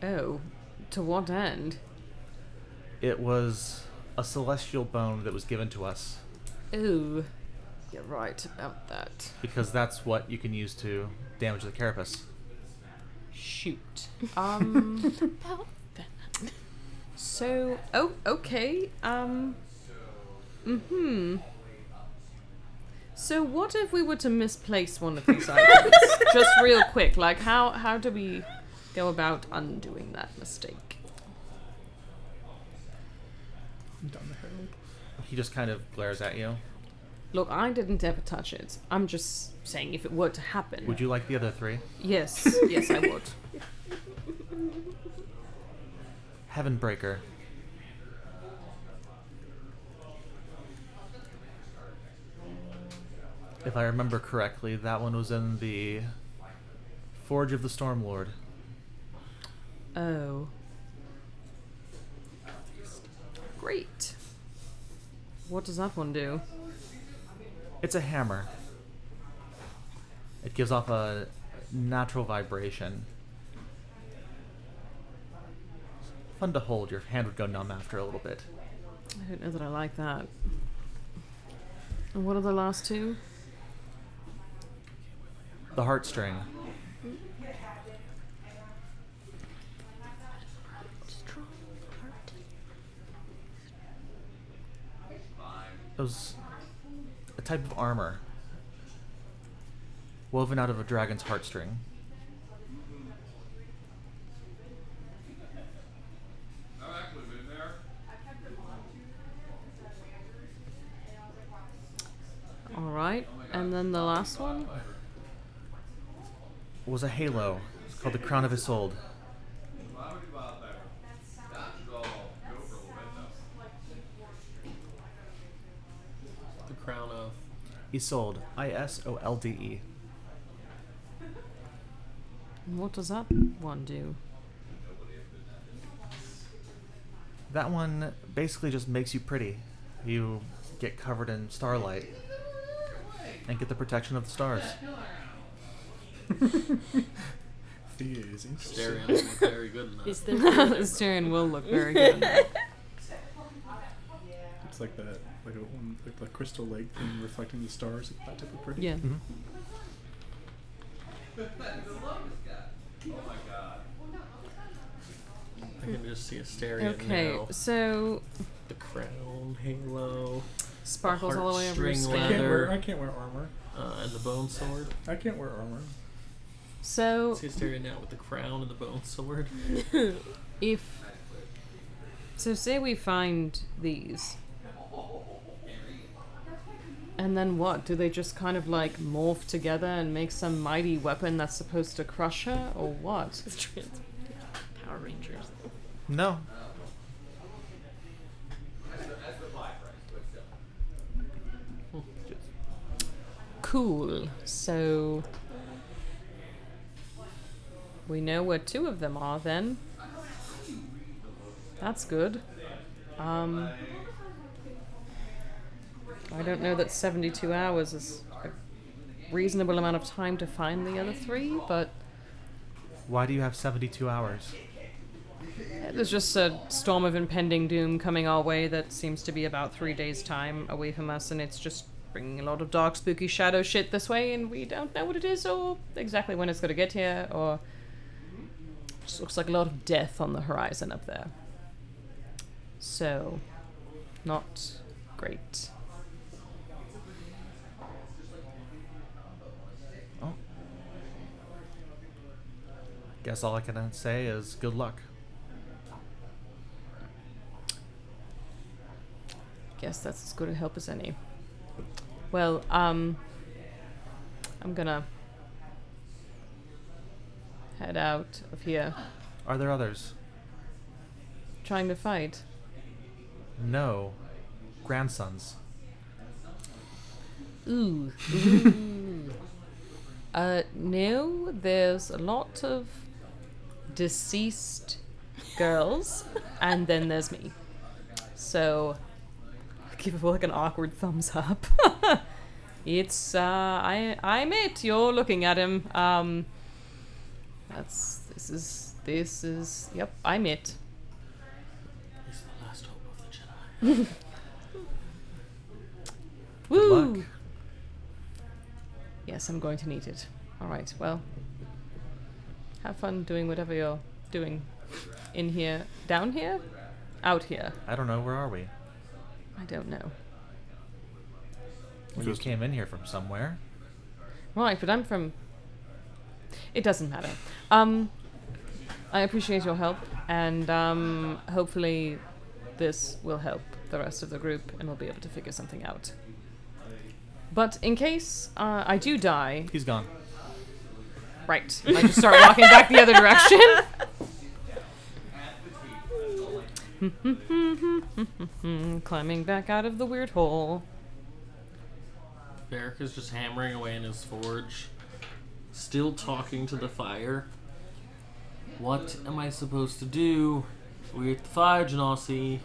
[SPEAKER 1] Oh, to what end?
[SPEAKER 2] It was a celestial bone that was given to us
[SPEAKER 1] Ooh, you're right about that.
[SPEAKER 2] because that's what you can use to damage the carapace.
[SPEAKER 1] Shoot. Um. so, oh, okay. Um. Hmm. So, what if we were to misplace one of these items? Just real quick, like how how do we go about undoing that mistake?
[SPEAKER 4] I'm done the herald.
[SPEAKER 2] He just kind of glares at you.
[SPEAKER 1] Look, I didn't ever touch it. I'm just saying, if it were to happen,
[SPEAKER 2] Would you like the other three?
[SPEAKER 1] Yes, yes, I would.
[SPEAKER 2] Heavenbreaker. If I remember correctly, that one was in the Forge of the Stormlord.
[SPEAKER 1] Oh. Great. What does that one do?
[SPEAKER 2] It's a hammer. It gives off a natural vibration. Fun to hold. Your hand would go numb after a little bit.
[SPEAKER 1] I don't know that I like that. And what are the last two?
[SPEAKER 2] The heartstring.
[SPEAKER 5] Strong heart.
[SPEAKER 2] It was a type of armor woven out of a dragon's heartstring.
[SPEAKER 1] All right. And then the last one?
[SPEAKER 2] was a halo. It's called the Crown of Isolde.
[SPEAKER 3] The crown of.
[SPEAKER 2] Isolde. I S O L D E.
[SPEAKER 1] And What does that one do?
[SPEAKER 2] That one basically just makes you pretty. You get covered in starlight and get the protection of the stars.
[SPEAKER 4] Thea is
[SPEAKER 3] Stereo
[SPEAKER 4] interested.
[SPEAKER 3] look very good in that.
[SPEAKER 5] Is there
[SPEAKER 1] Asterion will look very good.
[SPEAKER 4] It's like that, like a, one, like the crystal lake thing reflecting the stars. That type of pretty.
[SPEAKER 1] Yeah.
[SPEAKER 3] I can just see a stereo
[SPEAKER 1] Okay,
[SPEAKER 3] now.
[SPEAKER 1] so
[SPEAKER 3] The crown, halo,
[SPEAKER 1] sparkles all the way over your
[SPEAKER 3] Heartstring
[SPEAKER 4] I
[SPEAKER 1] skin.
[SPEAKER 3] lab.
[SPEAKER 4] can't wear.
[SPEAKER 3] Leather.
[SPEAKER 4] I can't wear armor.
[SPEAKER 3] uh, and the bone sword.
[SPEAKER 4] I can't wear armor.
[SPEAKER 3] I
[SPEAKER 1] So
[SPEAKER 3] see a stereo now with the crown and the bone sword.
[SPEAKER 1] if so say we find these and then what do they just kind of like morph together and make some mighty weapon that's supposed to crush her or what
[SPEAKER 5] trans- Power Rangers?
[SPEAKER 2] No.
[SPEAKER 1] cool so we know where two of them are then that's good um i don't know that 72 hours is a reasonable amount of time to find the other three but
[SPEAKER 2] Why do you have 72 hours?
[SPEAKER 1] There's just a storm of impending doom coming our way that seems to be about three days' time away from us, and it's just bringing a lot of dark, spooky shadow shit this way, and we don't know what it is or exactly when it's going to get here, or. Just looks like a lot of death on the horizon up there. So, not great.
[SPEAKER 2] Oh. Guess all I can say is good luck.
[SPEAKER 1] Guess that's as good a help as any. Well, um, I'm gonna head out of here,
[SPEAKER 2] Are there others?
[SPEAKER 1] trying to fight.
[SPEAKER 2] No. Grandsons.
[SPEAKER 1] Ooh. uh, no, there's a lot of deceased girls, and then there's me. So, I'll give her like an awkward thumbs up. it's uh, I I'm it. You're looking at him. Um, that's this is this is yep. I'm it.
[SPEAKER 3] He's the last hope of the Jedi.
[SPEAKER 2] Good
[SPEAKER 1] Woo!
[SPEAKER 2] luck.
[SPEAKER 1] Yes, I'm going to need it. All right, well, have fun doing whatever you're doing in here, down here, out here.
[SPEAKER 2] I don't know. Where are we?
[SPEAKER 1] I don't know.
[SPEAKER 2] Well, you
[SPEAKER 4] Just-
[SPEAKER 2] came in here from somewhere.
[SPEAKER 1] Right, but I'm from. It doesn't matter. Um, I appreciate your help, and um, hopefully, this will help the rest of the group, and we'll be able to figure something out. But in case uh, I do die,
[SPEAKER 2] He's gone.
[SPEAKER 1] Right. I just start walking back the other direction. Climbing back out of the weird hole.
[SPEAKER 3] Varric is just hammering away in his forge, still talking to the fire. What am I supposed to do? We're at the fire, Genasi.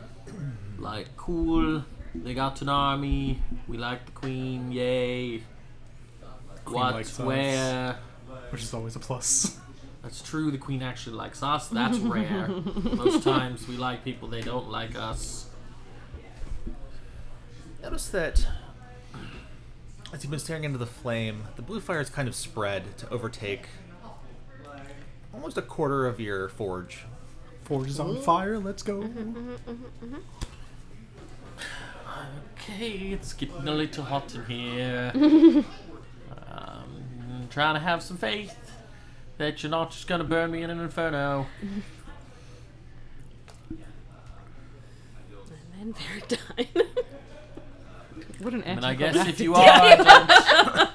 [SPEAKER 3] Like, cool. They got Tanami. We like the queen. Yay. What's
[SPEAKER 4] likes us.
[SPEAKER 3] where?
[SPEAKER 4] which is always a plus.
[SPEAKER 3] That's true. The queen actually likes us. That's rare. Most times we like people they don't like us.
[SPEAKER 2] Notice that as you've been staring into the flame, the blue fire has kind of spread to overtake almost a quarter of your forge.
[SPEAKER 4] Forge is on fire. Let's go.
[SPEAKER 1] Mm-hmm.
[SPEAKER 3] Okay, it's getting a little hot in here. um, trying to have some faith that you're not just gonna burn me in an inferno.
[SPEAKER 5] And then Varric died.
[SPEAKER 1] What an
[SPEAKER 3] I mean,
[SPEAKER 1] anti.
[SPEAKER 3] I guess if you are, I don't- I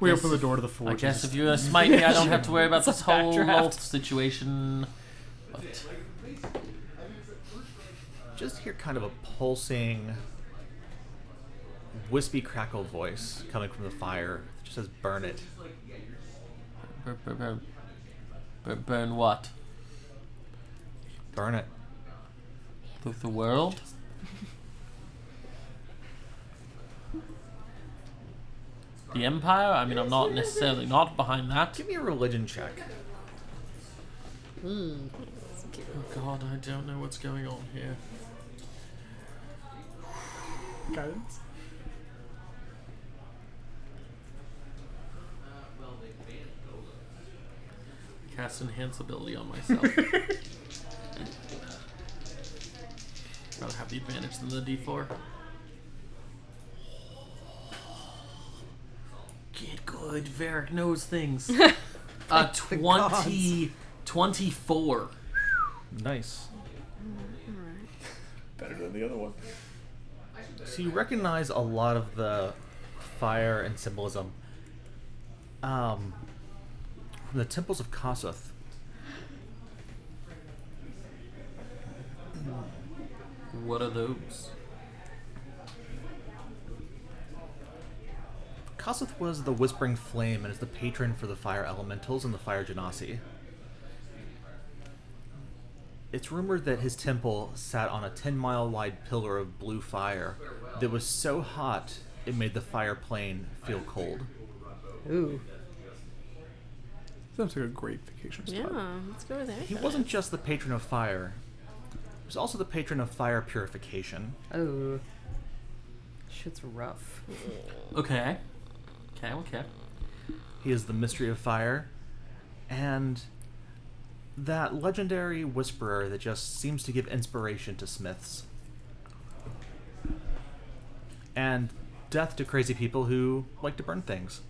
[SPEAKER 4] We
[SPEAKER 3] guess
[SPEAKER 4] open the
[SPEAKER 3] if-
[SPEAKER 4] door to the
[SPEAKER 3] I
[SPEAKER 4] forge.
[SPEAKER 3] guess if you uh, smite me, I don't have to worry about this
[SPEAKER 1] a
[SPEAKER 3] whole
[SPEAKER 1] backdraft.
[SPEAKER 3] wolf situation. But
[SPEAKER 2] Just hear kind of a pulsing, wispy crackle voice coming from the fire that just says, Burn it.
[SPEAKER 3] burn, burn, burn, burn, burn what?
[SPEAKER 2] Burn it.
[SPEAKER 3] The, the world? The Empire? I mean, I'm not necessarily not behind that.
[SPEAKER 2] Give me a religion check.
[SPEAKER 3] Oh god, I don't know what's going on here.
[SPEAKER 4] guidance.
[SPEAKER 3] Cast Enhance ability on myself. Rather have the advantage than the d4. Get good, Varric knows things. uh, 20, 24.
[SPEAKER 2] Nice.
[SPEAKER 4] Better than the other one.
[SPEAKER 2] So you recognize a lot of the fire and symbolism um, from the temples of Kossuth.
[SPEAKER 3] What are those?
[SPEAKER 2] Kossuth was the Whispering Flame and is the patron for the fire elementals and the fire genasi. It's rumored that his temple sat on a 10 mile wide pillar of blue fire that was so hot it made the fire plane feel cold.
[SPEAKER 1] Ooh.
[SPEAKER 4] Sounds like a great vacation spot.
[SPEAKER 5] yeah, let's go with
[SPEAKER 2] He
[SPEAKER 5] Eric.
[SPEAKER 2] wasn't just the patron of fire, he was also the patron of fire purification.
[SPEAKER 1] Oh. Shit's rough.
[SPEAKER 3] Okay. Okay, okay.
[SPEAKER 2] He is the mystery of fire. And that legendary whisperer that just seems to give inspiration to smiths. And death to crazy people who like to burn things.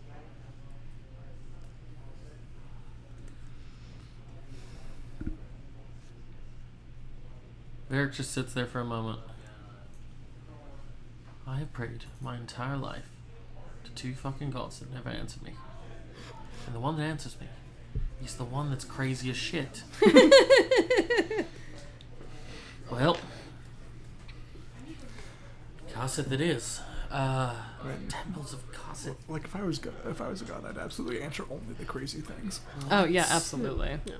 [SPEAKER 3] Varric just sits there for a moment. I have prayed my entire life to two fucking gods that never answered me. And the one that answers me is the one that's crazy as shit. well, Kassith it is. Uh, temples of Kassith.
[SPEAKER 4] Like if I was go- if I was a god, I'd absolutely answer only the crazy things.
[SPEAKER 1] Oh yeah, absolutely.
[SPEAKER 5] Yeah.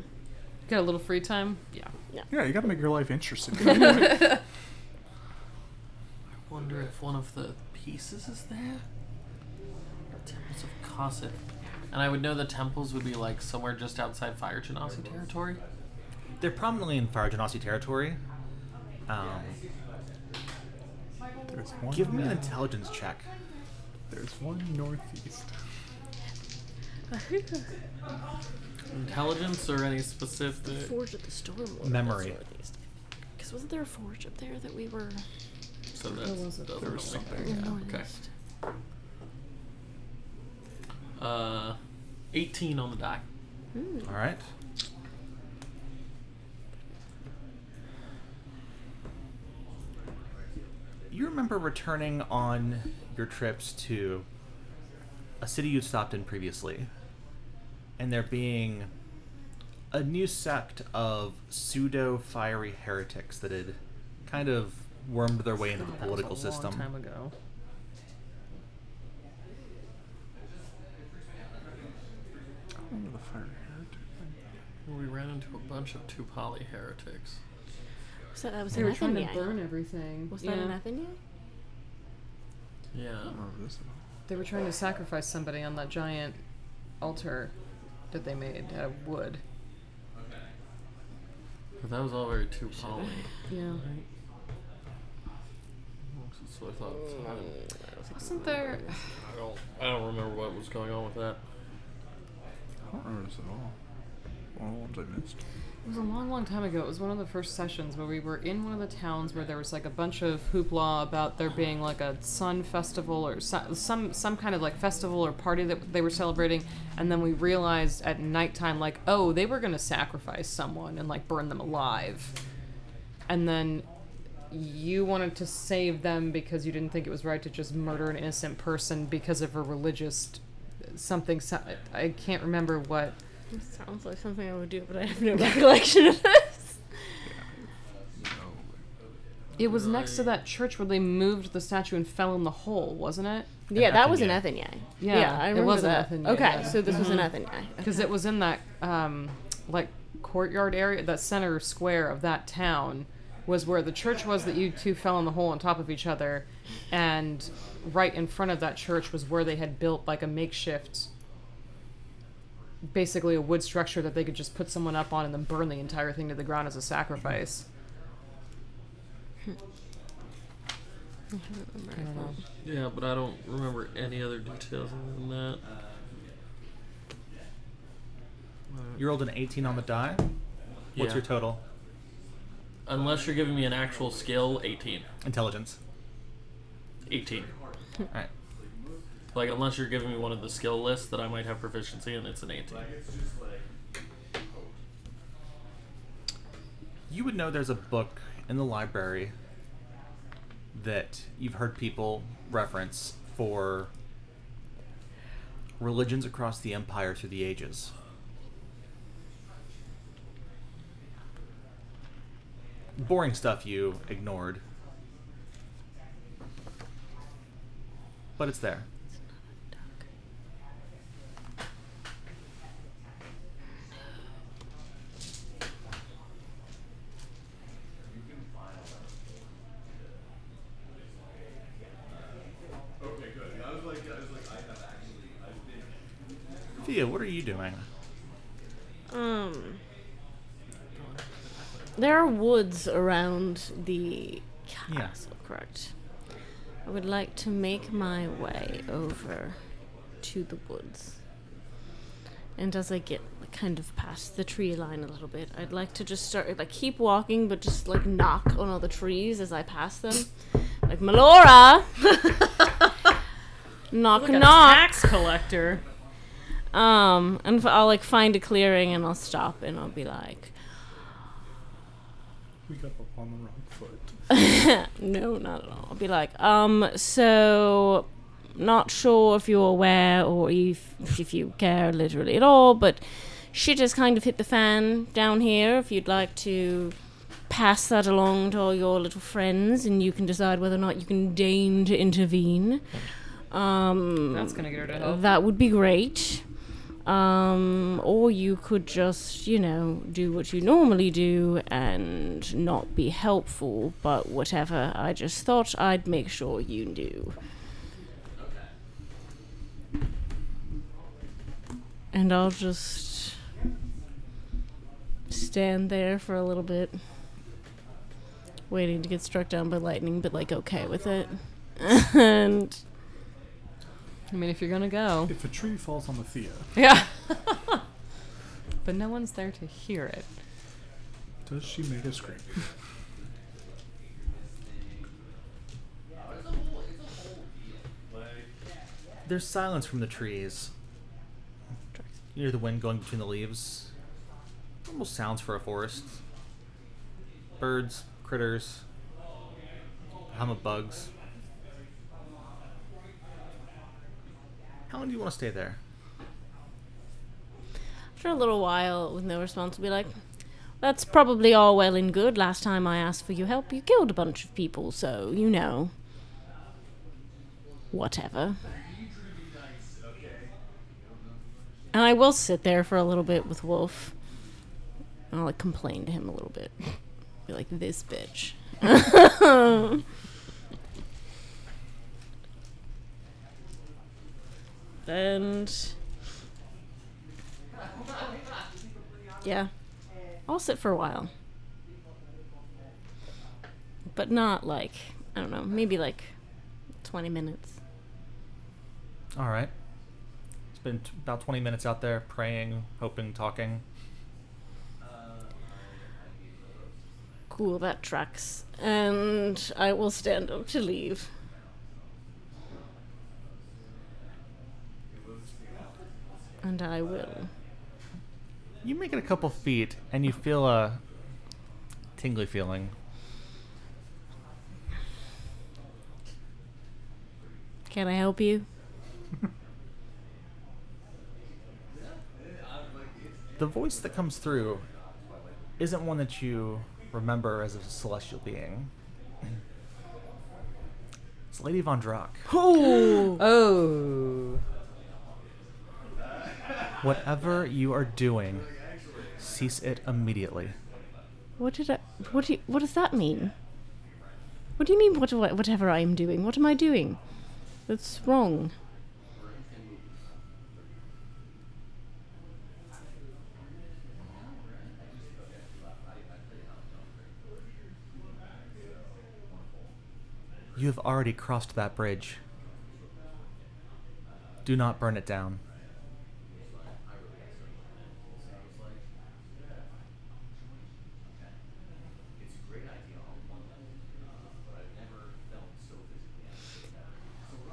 [SPEAKER 1] Got a little free time? Yeah.
[SPEAKER 4] Yeah, you gotta make your life interesting. Gotta make-
[SPEAKER 3] Wonder if one of the pieces is there? Temples of Cosset. And I would know the temples would be like somewhere just outside Fire Genasi territory.
[SPEAKER 2] They're prominently in Fire Genasi territory. Um,
[SPEAKER 4] There's one.
[SPEAKER 2] give me an intelligence check.
[SPEAKER 4] There's one northeast.
[SPEAKER 3] Intelligence or any specific.
[SPEAKER 5] Forge at the Stormlord.
[SPEAKER 2] Memory.
[SPEAKER 5] Because wasn't there a forge up there that we were?
[SPEAKER 3] So that's doesn't
[SPEAKER 4] There was
[SPEAKER 3] really-
[SPEAKER 4] something.
[SPEAKER 3] Yeah, okay. Uh, 18 on the die.
[SPEAKER 2] All right. You remember returning on your trips to a city you'd stopped in previously, and there being a new sect of pseudo fiery heretics that had kind of wormed their way into the political system.
[SPEAKER 1] Long time ago.
[SPEAKER 4] I don't remember the fire heritage.
[SPEAKER 3] We ran into a bunch of Tupali heretics.
[SPEAKER 5] So that was
[SPEAKER 1] They
[SPEAKER 5] in
[SPEAKER 1] were trying to
[SPEAKER 5] Athenia.
[SPEAKER 1] burn everything.
[SPEAKER 5] Was
[SPEAKER 1] yeah.
[SPEAKER 5] that in Athenia?
[SPEAKER 3] Yeah.
[SPEAKER 4] I don't remember this.
[SPEAKER 1] They were trying to sacrifice somebody on that giant altar that they made out of wood.
[SPEAKER 3] But that was all very too poly.
[SPEAKER 1] Yeah.
[SPEAKER 3] So I thought at the time.
[SPEAKER 1] Wasn't there?
[SPEAKER 3] I don't, I don't remember what was going on with that.
[SPEAKER 4] I don't remember this at all. One of the ones I missed.
[SPEAKER 1] It was a long, long time ago. It was one of the first sessions where we were in one of the towns where there was like a bunch of hoopla about there being like a sun festival or so- some some kind of like festival or party that they were celebrating, and then we realized at nighttime like oh they were gonna sacrifice someone and like burn them alive, and then you wanted to save them because you didn't think it was right to just murder an innocent person because of a religious something. so- I can't remember what.
[SPEAKER 5] This sounds like something I would do, but I have no recollection of this.
[SPEAKER 1] It was next to that church where they moved the statue and fell in the hole, wasn't it?
[SPEAKER 5] Yeah, that was in
[SPEAKER 1] Yeah,
[SPEAKER 2] Atheniae.
[SPEAKER 5] Athenai.
[SPEAKER 1] Mm-hmm.
[SPEAKER 5] yeah, I
[SPEAKER 1] it
[SPEAKER 5] remember
[SPEAKER 1] was in
[SPEAKER 5] that.
[SPEAKER 1] Athenai,
[SPEAKER 5] okay,
[SPEAKER 1] yeah.
[SPEAKER 5] so this was in Athenai.
[SPEAKER 1] Because it was in that um, like courtyard area, that center square of that town was where the church was that you two fell in the hole on top of each other, and right in front of that church was where they had built like a makeshift, basically a wood structure that they could just put someone up on and then burn the entire thing to the ground as a sacrifice. I don't know.
[SPEAKER 3] Yeah, but I don't remember any other details other than that.
[SPEAKER 2] You rolled an 18 on the die. What's
[SPEAKER 3] Yeah.
[SPEAKER 2] your total?
[SPEAKER 3] Unless you're giving me an actual skill, 18.
[SPEAKER 2] Intelligence.
[SPEAKER 3] 18.
[SPEAKER 2] All right.
[SPEAKER 3] Like, unless you're giving me one of the skill lists that I might have proficiency in, it's an 18.
[SPEAKER 2] You would know there's a book in the library that you've heard people reference for religions across the empire through the ages. Boring stuff you ignored. But it's there. Thea, what are you doing?
[SPEAKER 5] Um, there are woods around the
[SPEAKER 2] Yeah.
[SPEAKER 5] castle, correct? I would like to make my way over to the woods. And as I get like, kind of past the tree line a little bit, I'd like to just start like keep walking, but just like knock on all the trees as I pass them, like Melora. knock,
[SPEAKER 1] Look at us,
[SPEAKER 5] knock.
[SPEAKER 1] tax collector.
[SPEAKER 5] Um, and f- I'll like find a clearing and I'll stop and I'll be like,
[SPEAKER 4] We got up on the wrong foot.
[SPEAKER 5] no, not at all. I'll be like, um, so not sure if you're aware or if if you care literally at all, but shit has kind of hit the fan down here. If you'd like to pass that along to all your little friends, and you can decide whether or not you can deign to intervene. Um,
[SPEAKER 1] That's gonna get her to help.
[SPEAKER 5] That would be great. Um, or you could just, you know, do what you normally do and not be helpful, but whatever. I just thought I'd make sure you knew. And I'll just stand there for a little bit, waiting to get struck down by lightning, but like okay with it. and
[SPEAKER 1] I mean, if you're gonna go,
[SPEAKER 4] If a tree falls on the Thea,
[SPEAKER 1] yeah. but no one's there to hear it.
[SPEAKER 4] does she make a scream?
[SPEAKER 2] There's silence from the trees. You hear the wind going between the leaves. Almost sounds for a forest. Birds, critters, hum of bugs. How long do you want to stay there?
[SPEAKER 5] After a little while, with no response, we'll be like, that's probably all well and good. Last time I asked for your help, you killed a bunch of people, so, you know. Whatever. And I will sit there for a little bit with Wolf. And I'll like, complain to him a little bit. Be like, this bitch. and yeah, I'll sit for a while, but not like I don't know, maybe like twenty minutes.
[SPEAKER 2] All right. It's been t- about 20 minutes out there praying, hoping, talking.
[SPEAKER 5] Cool, that tracks. And I will stand up to leave. And I will.
[SPEAKER 2] You make it a couple feet and you feel a tingly feeling.
[SPEAKER 5] Can I help you?
[SPEAKER 2] The voice that comes through isn't one that you remember as a celestial being. It's Lady Von Drak.
[SPEAKER 5] Oh!
[SPEAKER 1] Oh.
[SPEAKER 2] Whatever you are doing, cease it immediately.
[SPEAKER 5] What did I. What, do you, what does that mean? What do you mean, what do I, whatever I am doing? What am I doing? That's wrong.
[SPEAKER 2] You have already crossed that bridge. Do not burn it down.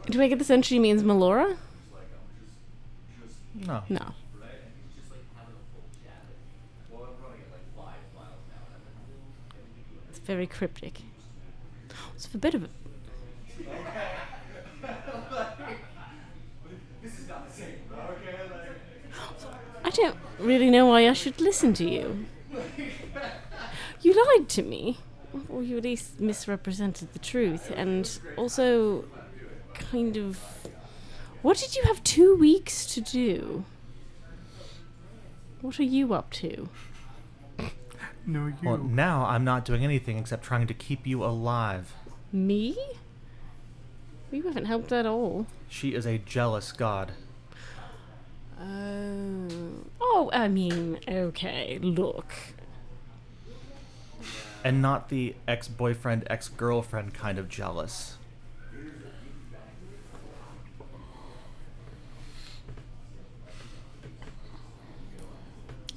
[SPEAKER 5] Do I get the sense she means Melora?
[SPEAKER 2] No.
[SPEAKER 5] No. It's very cryptic. It's a bit of a. I don't really know why I should listen to you. You lied to me. Or you at least misrepresented the truth, and also kind of. What did you have two weeks to do? What are you up to?
[SPEAKER 4] No, you.
[SPEAKER 2] Well, now I'm not doing anything except trying to keep you alive.
[SPEAKER 5] Me? You haven't helped at all.
[SPEAKER 2] She is a jealous god.
[SPEAKER 5] Oh. Oh, I mean, okay, look.
[SPEAKER 2] And not the ex boyfriend, ex girlfriend kind of jealous.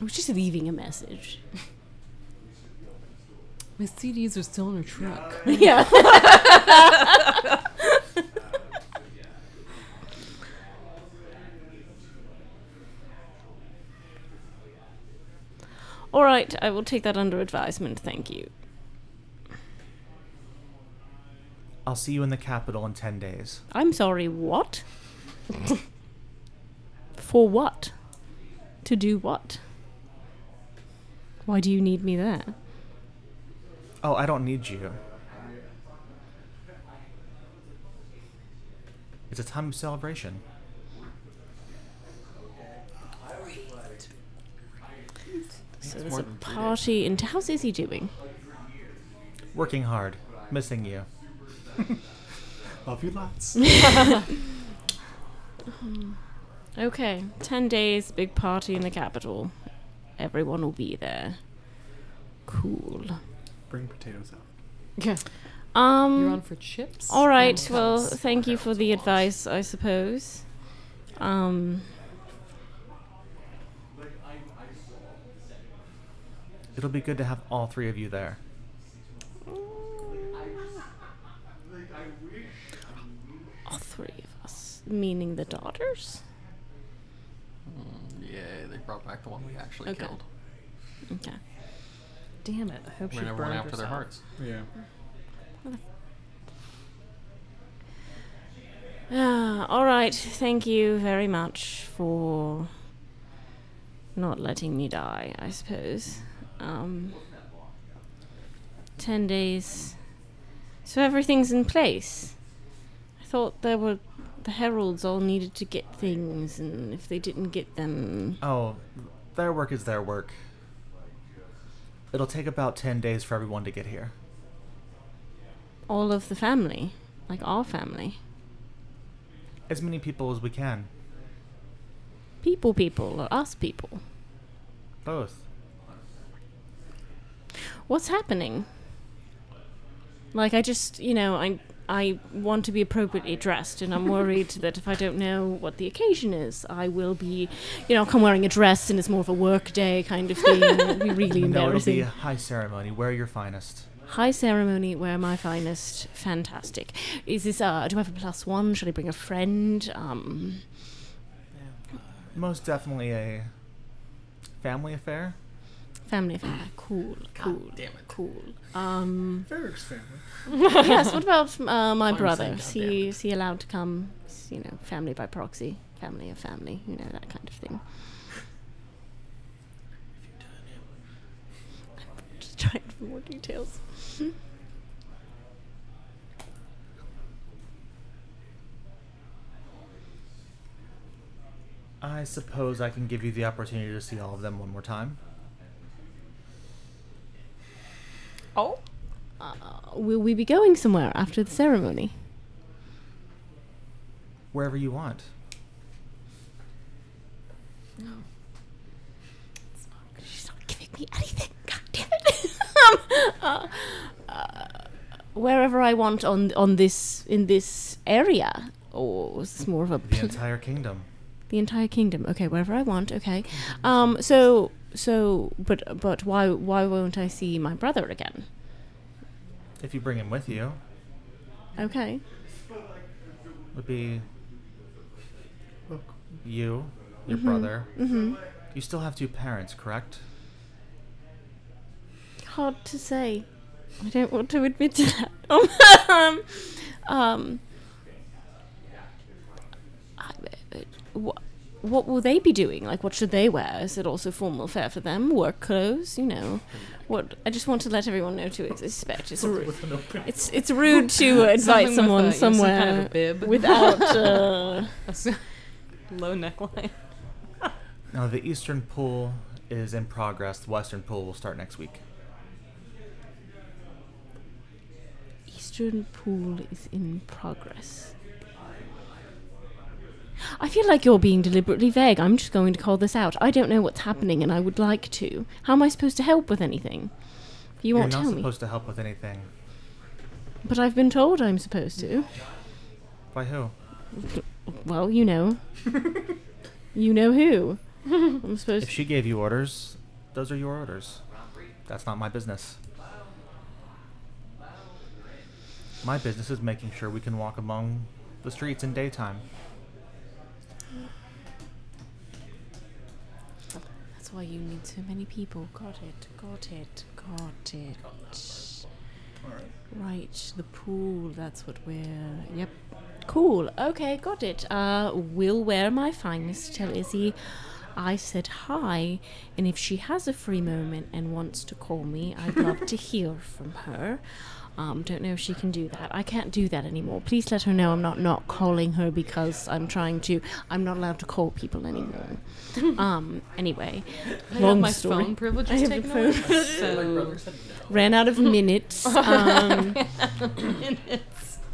[SPEAKER 5] I was just leaving a message.
[SPEAKER 1] My CDs are still in her truck.
[SPEAKER 5] yeah. all right, I will take that under advisement, thank you.
[SPEAKER 2] I'll see you in the capital in 10 days.
[SPEAKER 5] I'm sorry, what? For what? To do what? Why do you need me there?
[SPEAKER 2] Oh, I don't need you. It's a time of celebration.
[SPEAKER 5] So there's a party in t- how's Izzy doing?
[SPEAKER 2] Working hard. Missing you.
[SPEAKER 4] Love you lots.
[SPEAKER 5] Okay, ten days, big party in the capital. Everyone will be there. Cool.
[SPEAKER 4] Bring potatoes out.
[SPEAKER 1] Yeah.
[SPEAKER 5] Um
[SPEAKER 1] You're on for chips?
[SPEAKER 5] All right.
[SPEAKER 1] Oh,
[SPEAKER 5] Well,
[SPEAKER 1] cups.
[SPEAKER 5] thank you for the advice, I suppose. Um,
[SPEAKER 2] It'll be good to have all three of you there.
[SPEAKER 5] all three of us, meaning the daughters.
[SPEAKER 3] Yeah, they brought back the one we actually
[SPEAKER 5] Okay.
[SPEAKER 3] killed.
[SPEAKER 5] Okay.
[SPEAKER 1] Damn it. I hope she
[SPEAKER 3] Ran everyone
[SPEAKER 1] burned
[SPEAKER 3] after their
[SPEAKER 1] herself.
[SPEAKER 3] hearts.
[SPEAKER 4] Yeah.
[SPEAKER 5] Ah, all right. Thank you very much for not letting me die. I suppose. Um, ten days. So everything's in place. I thought there were the heralds all needed to get things, and if they didn't get them,
[SPEAKER 2] Oh, their work is their work. It'll take about 10 days for everyone to get here.
[SPEAKER 5] all of the family, like our family.
[SPEAKER 2] As many people as we can.
[SPEAKER 5] people people or us people?
[SPEAKER 2] Both.
[SPEAKER 5] What's happening? Like I just, you know, I I want to be appropriately dressed and I'm worried that if I don't know what the occasion is, I will be, you know, come wearing a dress and it's more of a work day kind of thing. It'd be really
[SPEAKER 2] No, it'll
[SPEAKER 5] embarrassing.
[SPEAKER 2] be uh, a high ceremony. Wear your finest.
[SPEAKER 5] High ceremony, wear my finest. Fantastic. Is this? Uh, do I have a plus one? Should I bring a friend? Um,
[SPEAKER 2] Most definitely a family affair.
[SPEAKER 5] family affair. Cool. Cool.
[SPEAKER 3] damn it.
[SPEAKER 5] Cool. Um,
[SPEAKER 4] Ferrix family.
[SPEAKER 5] yes. What about uh, my
[SPEAKER 3] I'm
[SPEAKER 5] brother?
[SPEAKER 3] saying,
[SPEAKER 5] Is
[SPEAKER 3] God damn
[SPEAKER 5] he
[SPEAKER 3] it.
[SPEAKER 5] is he allowed to come? Is, You know, family by proxy, family of family. You know that kind of thing. Just trying for more details.
[SPEAKER 2] I suppose I can give you the opportunity to see all of them one more time.
[SPEAKER 1] Oh,
[SPEAKER 5] Uh, Will we be going somewhere after the ceremony?
[SPEAKER 2] Wherever you want.
[SPEAKER 5] She's not giving me anything. God damn it! um, uh, uh, wherever I want on on this in this area, or is this more of a
[SPEAKER 2] The
[SPEAKER 5] pl-
[SPEAKER 2] entire kingdom.
[SPEAKER 5] the entire kingdom? Okay, wherever I want. Okay, um, so so but but why why won't I see my brother again?
[SPEAKER 2] If you bring him with you,
[SPEAKER 5] Okay,
[SPEAKER 2] would be you, your brother. Mm-hmm. You still have two parents, correct?
[SPEAKER 5] hard to say. I don't want to admit to that. um, um, I, what, what will they be doing? Like, what should they wear? Is it also formal fare for them? Work clothes? You know, what? I just want to let everyone know to expect. It's rude. It's it's rude to
[SPEAKER 1] Something
[SPEAKER 5] invite
[SPEAKER 1] with
[SPEAKER 5] someone
[SPEAKER 1] a- yeah, some
[SPEAKER 5] somewhere
[SPEAKER 1] kind of a bib.
[SPEAKER 5] without. Uh,
[SPEAKER 1] That's- low neckline.
[SPEAKER 2] Now, the eastern pool is in progress. The western pool will start next week.
[SPEAKER 5] Eastern Pool is in progress. I feel like you're being deliberately vague. I'm just going to call this out. I don't know what's happening and I would like to. How am I supposed to help with anything? You
[SPEAKER 2] You're
[SPEAKER 5] won't
[SPEAKER 2] not
[SPEAKER 5] tell me.
[SPEAKER 2] supposed to help with anything.
[SPEAKER 5] But I've been told I'm supposed to.
[SPEAKER 2] By who?
[SPEAKER 5] Well, you know. you know who. I'm supposed
[SPEAKER 2] If she gave you orders, those are your orders. That's not my business. My business is making sure we can walk among the streets in daytime.
[SPEAKER 5] That's why you need so many people. Got it. Got it. Got it. Right, the pool. That's what we're. Yep. Cool. Okay, got it. Uh, will wear my finest. Tell Izzy, I said hi, and if she has a free moment and wants to call me, I'd love to hear from her. Um, don't know if she can do that. I can't do that anymore. Please let her know I'm not not calling her because I'm trying to. I'm not allowed to call people anymore. um. Anyway,
[SPEAKER 1] I
[SPEAKER 5] long
[SPEAKER 1] have my
[SPEAKER 5] story.
[SPEAKER 1] phone privileges
[SPEAKER 5] I have
[SPEAKER 1] taken
[SPEAKER 5] the
[SPEAKER 1] away.
[SPEAKER 5] phone.
[SPEAKER 3] My
[SPEAKER 1] So
[SPEAKER 3] brother said no.
[SPEAKER 5] Ran out of minutes. Um,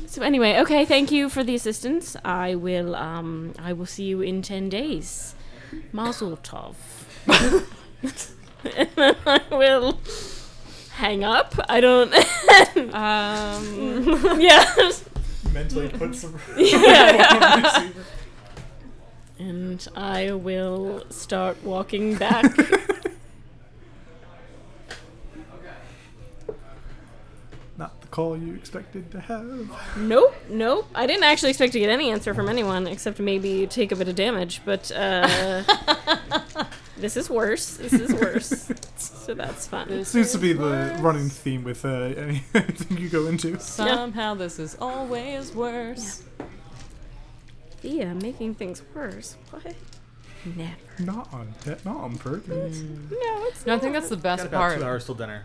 [SPEAKER 5] So anyway, okay, thank you for the assistance. I will um I will see you in 10 days. Mazel tov. I will hang up. I don't
[SPEAKER 1] um,
[SPEAKER 5] yeah.
[SPEAKER 4] Mentally puts the
[SPEAKER 5] And I will start walking back.
[SPEAKER 4] Not the call you expected to have.
[SPEAKER 5] nope, nope. I didn't actually expect to get any answer from anyone except maybe take a bit of damage, but uh this is worse. This is worse. so that's fun.
[SPEAKER 4] Seems to be the
[SPEAKER 1] worse.
[SPEAKER 4] running theme with uh, anything you go into.
[SPEAKER 1] somehow this is always worse.
[SPEAKER 5] Thea making things worse. What? Never.
[SPEAKER 4] Not on, de- not on purpose.
[SPEAKER 5] No, it's
[SPEAKER 1] No, I think that's the best
[SPEAKER 2] about two
[SPEAKER 1] part.
[SPEAKER 2] hours till dinner.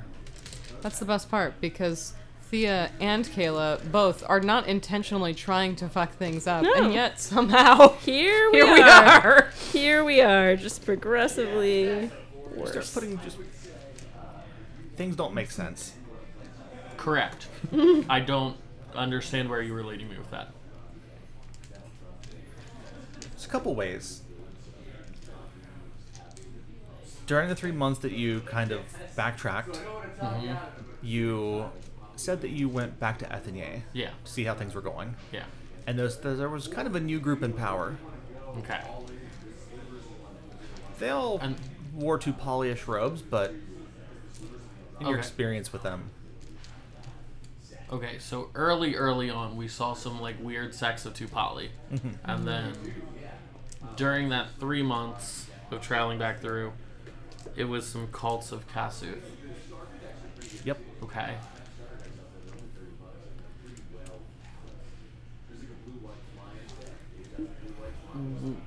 [SPEAKER 1] That's the best part because Thea and Kayla both are not intentionally trying to fuck things up,
[SPEAKER 5] No.
[SPEAKER 1] and yet somehow
[SPEAKER 5] Here we,
[SPEAKER 1] here
[SPEAKER 5] are.
[SPEAKER 1] we are.
[SPEAKER 5] Here we are, just progressively
[SPEAKER 2] Start
[SPEAKER 5] worse.
[SPEAKER 2] putting just things don't make sense.
[SPEAKER 3] Correct. I don't understand where you were leading me with that.
[SPEAKER 2] There's a couple ways. during the three months that you kind of backtracked,
[SPEAKER 1] Mm-hmm.
[SPEAKER 2] you said that you went back to Athenier
[SPEAKER 3] Yeah.
[SPEAKER 2] to see how things were going,
[SPEAKER 3] Yeah.
[SPEAKER 2] and there's, there was kind of a new group in power.
[SPEAKER 3] Okay.
[SPEAKER 2] They all
[SPEAKER 3] And-
[SPEAKER 2] wore two polyish robes, but in your
[SPEAKER 3] Okay.
[SPEAKER 2] experience with them,
[SPEAKER 3] Okay, so early, early on, we saw some like weird sex of Tupali, and then during that three months of traveling back through, it was some cults of Kasuth.
[SPEAKER 2] yep,
[SPEAKER 3] Okay. W-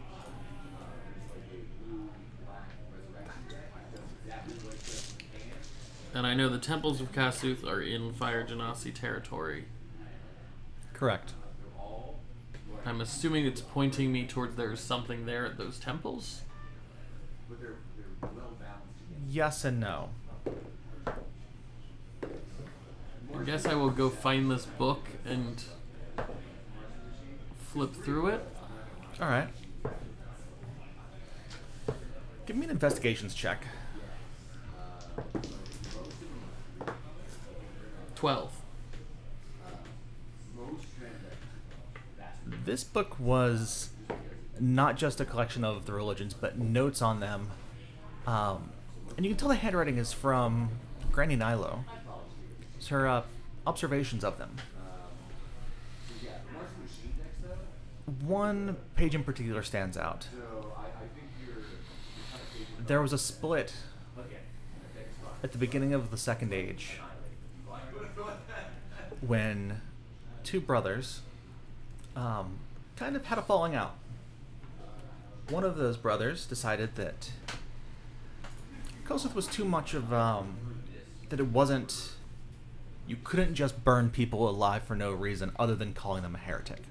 [SPEAKER 3] And I know the temples of Kasuth are in Fire Genasi territory.
[SPEAKER 2] correct.
[SPEAKER 3] I'm assuming it's pointing me towards there's something there at those temples.
[SPEAKER 2] Yes and no.
[SPEAKER 3] I guess I will go find this book and flip through it.
[SPEAKER 2] All right. Give me an investigations check.
[SPEAKER 3] 12.
[SPEAKER 2] This book was not just a collection of the religions, but notes on them. Um, and you can tell the handwriting is from Granny Nilo. It's her uh, observations of them. One page in particular stands out. There was a split at the beginning of the Second Age when two brothers um, kind of had a falling out. One of those brothers decided that Koseth was too much of um, that it wasn't. You couldn't just burn people alive for no reason other than calling them a heretic.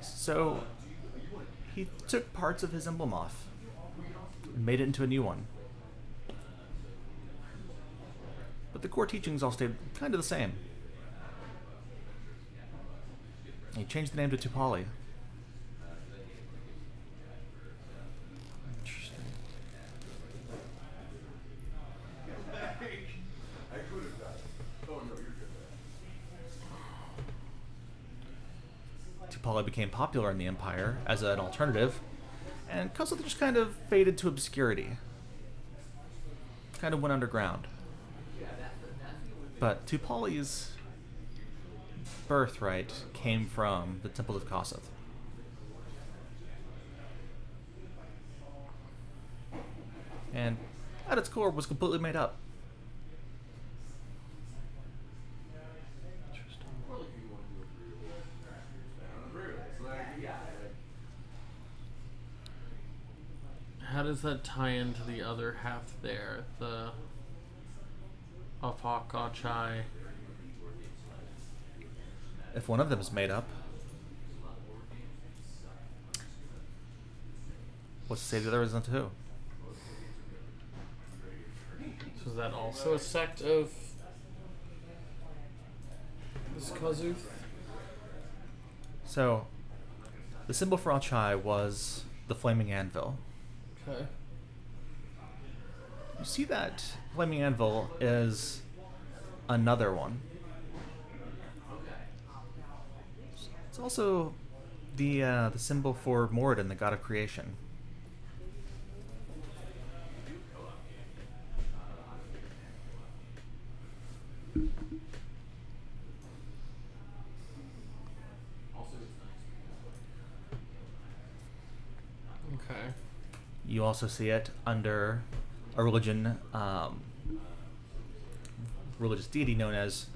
[SPEAKER 2] So he took parts of his emblem off and made it into a new one. But the core teachings all stayed kind of the same. He changed the name to Tupali. Interesting. Tupali became popular in the Empire as an alternative, and Kossuth just kind of faded to obscurity. Kind of went underground. But Tupali's birthright came from the Temple of Kossuth. And at its core was completely made up.
[SPEAKER 3] How does that tie into the other half there? The Apakachai.
[SPEAKER 2] If one of them is made up, what's to say the other isn't too?
[SPEAKER 3] So is that also a sect of this Kazuth?
[SPEAKER 2] So, the symbol for Achai was the flaming anvil.
[SPEAKER 3] Okay.
[SPEAKER 2] You see that flaming anvil is another one. It's also the uh, the symbol for Moradin, the god of creation.
[SPEAKER 3] Okay.
[SPEAKER 2] You also see it under a religion, um, religious deity known as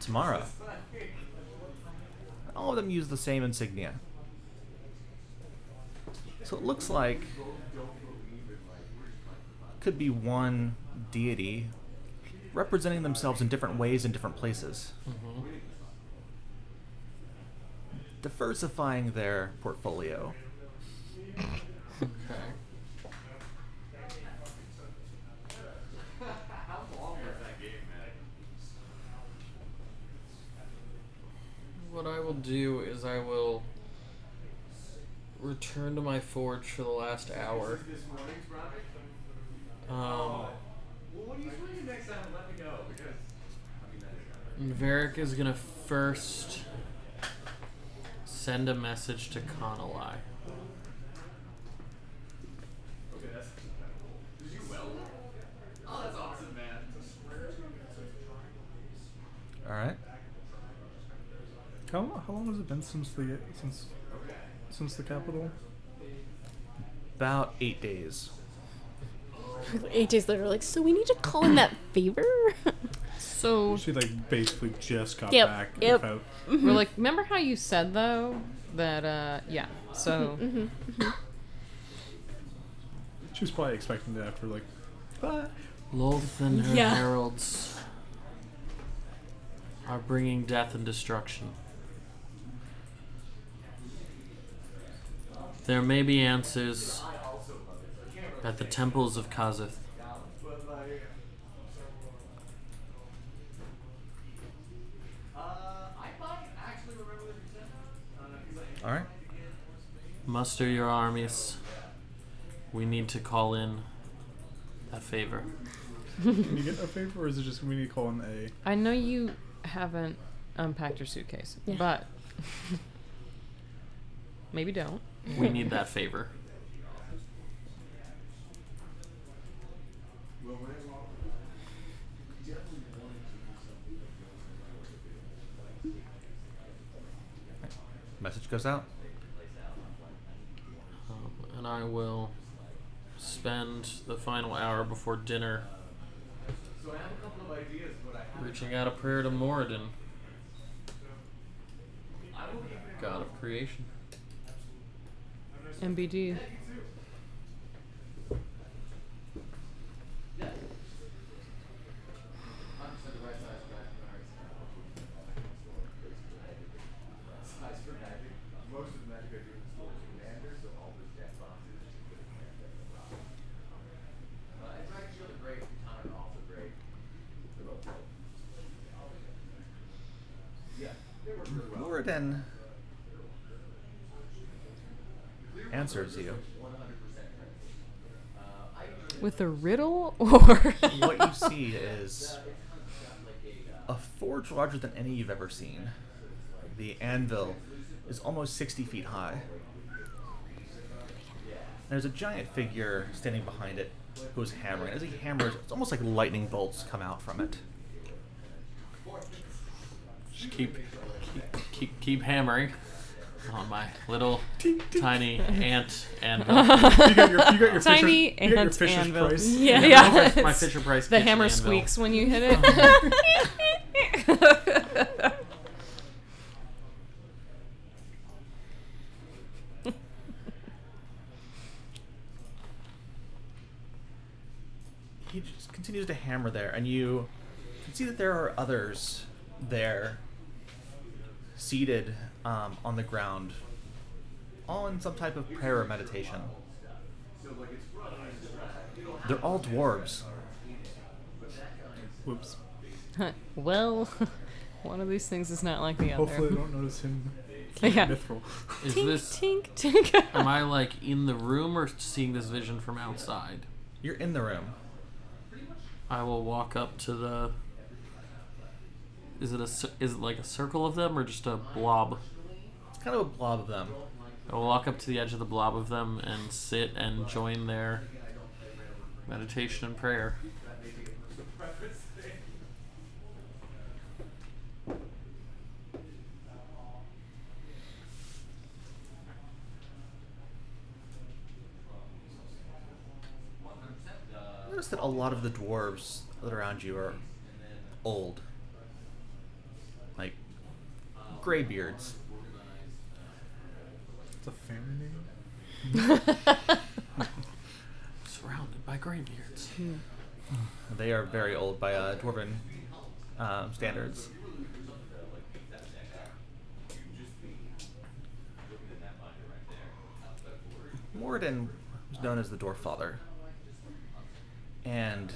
[SPEAKER 2] Tamara. All of them use the same insignia. So it looks like could be one deity representing themselves in different ways in different places,
[SPEAKER 3] Mm-hmm.
[SPEAKER 2] diversifying their portfolio.
[SPEAKER 3] Okay. What I will do is I will return to my forge for the last hour. Um, Varric is gonna first send a message to Conalai.
[SPEAKER 2] All right.
[SPEAKER 4] How, how long has it been since the since since the capital?
[SPEAKER 2] About eight days.
[SPEAKER 5] Eight days later, like, so we need to call in that favor?
[SPEAKER 1] So
[SPEAKER 4] She like basically just got
[SPEAKER 5] Yep,
[SPEAKER 4] back.
[SPEAKER 5] yep.
[SPEAKER 4] without-
[SPEAKER 1] we're like, remember how you said though that uh yeah. So
[SPEAKER 4] She was probably expecting that after like. "Ah."
[SPEAKER 3] Lolth and her
[SPEAKER 5] Yeah.
[SPEAKER 3] heralds are bringing death and destruction. There may be answers at the temples of Kazith.
[SPEAKER 2] All right.
[SPEAKER 3] Muster your armies. We need to call in that favor.
[SPEAKER 4] Can you get a favor, or is it just we need to call an A?
[SPEAKER 1] I know you haven't unpacked your suitcase,
[SPEAKER 5] Yeah.
[SPEAKER 1] but maybe don't.
[SPEAKER 3] We need that favor.
[SPEAKER 2] Message goes out.
[SPEAKER 3] Um, and I will spend the final hour before dinner reaching out a prayer to Moradin, God of creation.
[SPEAKER 1] MBD.
[SPEAKER 2] Moradin answers you.
[SPEAKER 1] With a riddle or
[SPEAKER 2] What you see is a forge larger than any you've ever seen. The anvil is almost 60 feet high. There's a giant figure standing behind it who is hammering. As he hammers, it's almost like lightning bolts come out from it.
[SPEAKER 3] Just keep, keep, keep, keep hammering on my little tiny ant anvil.
[SPEAKER 4] You got your, you got your
[SPEAKER 1] Tiny
[SPEAKER 4] Fisher, you got your
[SPEAKER 1] ant
[SPEAKER 4] Fisher's
[SPEAKER 1] anvil.
[SPEAKER 4] price.
[SPEAKER 5] yeah.
[SPEAKER 1] yeah.
[SPEAKER 3] My Fisher Price.
[SPEAKER 1] The
[SPEAKER 3] kitchen
[SPEAKER 1] hammer
[SPEAKER 3] anvil.
[SPEAKER 1] squeaks when you hit it.
[SPEAKER 2] he just continues to hammer there, and you can see that there are others there, seated um, on the ground, all in some type of prayer or meditation. They're all dwarves.
[SPEAKER 4] Whoops.
[SPEAKER 1] well, one of these things is not like the other.
[SPEAKER 4] Hopefully, I don't notice him.
[SPEAKER 1] yeah.
[SPEAKER 4] Mithril.
[SPEAKER 3] Is
[SPEAKER 1] Tink,
[SPEAKER 3] this?
[SPEAKER 1] tink, tink.
[SPEAKER 3] Am I like in the room or seeing this vision from outside?
[SPEAKER 2] You're in the room.
[SPEAKER 3] I will walk up to the. Is it a cir- is it like a circle of them or just a blob?
[SPEAKER 2] It's kind of a blob of them.
[SPEAKER 3] I will walk up to the edge of the blob of them and sit and join their meditation and prayer.
[SPEAKER 2] Notice that a lot of the dwarves that are around you are old, like graybeards.
[SPEAKER 4] It's a family name.
[SPEAKER 3] Surrounded by graybeards.
[SPEAKER 2] They are very old by uh, dwarven um, standards. Moradin was known as the Dwarf Father, and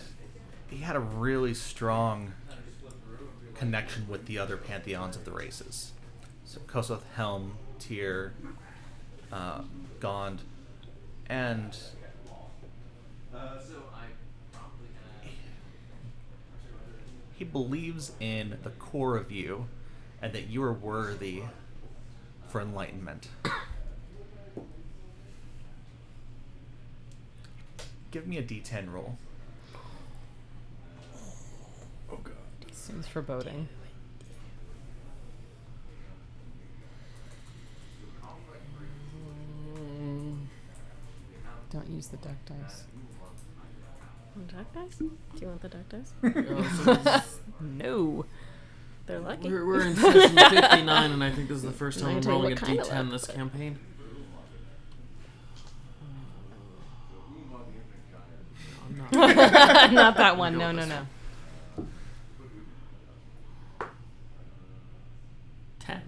[SPEAKER 2] he had a really strong connection with the other pantheons of the races. So Kosoth, Helm, Tyr, uh, Gond, and he believes in the core of you, and that you are worthy for enlightenment. Give me a D10 roll.
[SPEAKER 4] Oh god.
[SPEAKER 1] Seems foreboding. Mm. Don't use the duck dice.
[SPEAKER 5] Want Duck dice? Do you want the duck dice?
[SPEAKER 3] Uh, so it's-
[SPEAKER 1] No.
[SPEAKER 5] They're lucky.
[SPEAKER 3] We're, we're in session 59, and I think this is the first time
[SPEAKER 5] Let me
[SPEAKER 3] I'm
[SPEAKER 5] tell you
[SPEAKER 3] rolling a
[SPEAKER 5] what kind of
[SPEAKER 3] d10
[SPEAKER 5] luck.
[SPEAKER 3] this campaign.
[SPEAKER 1] Not that one. No, no, no.
[SPEAKER 3] 10.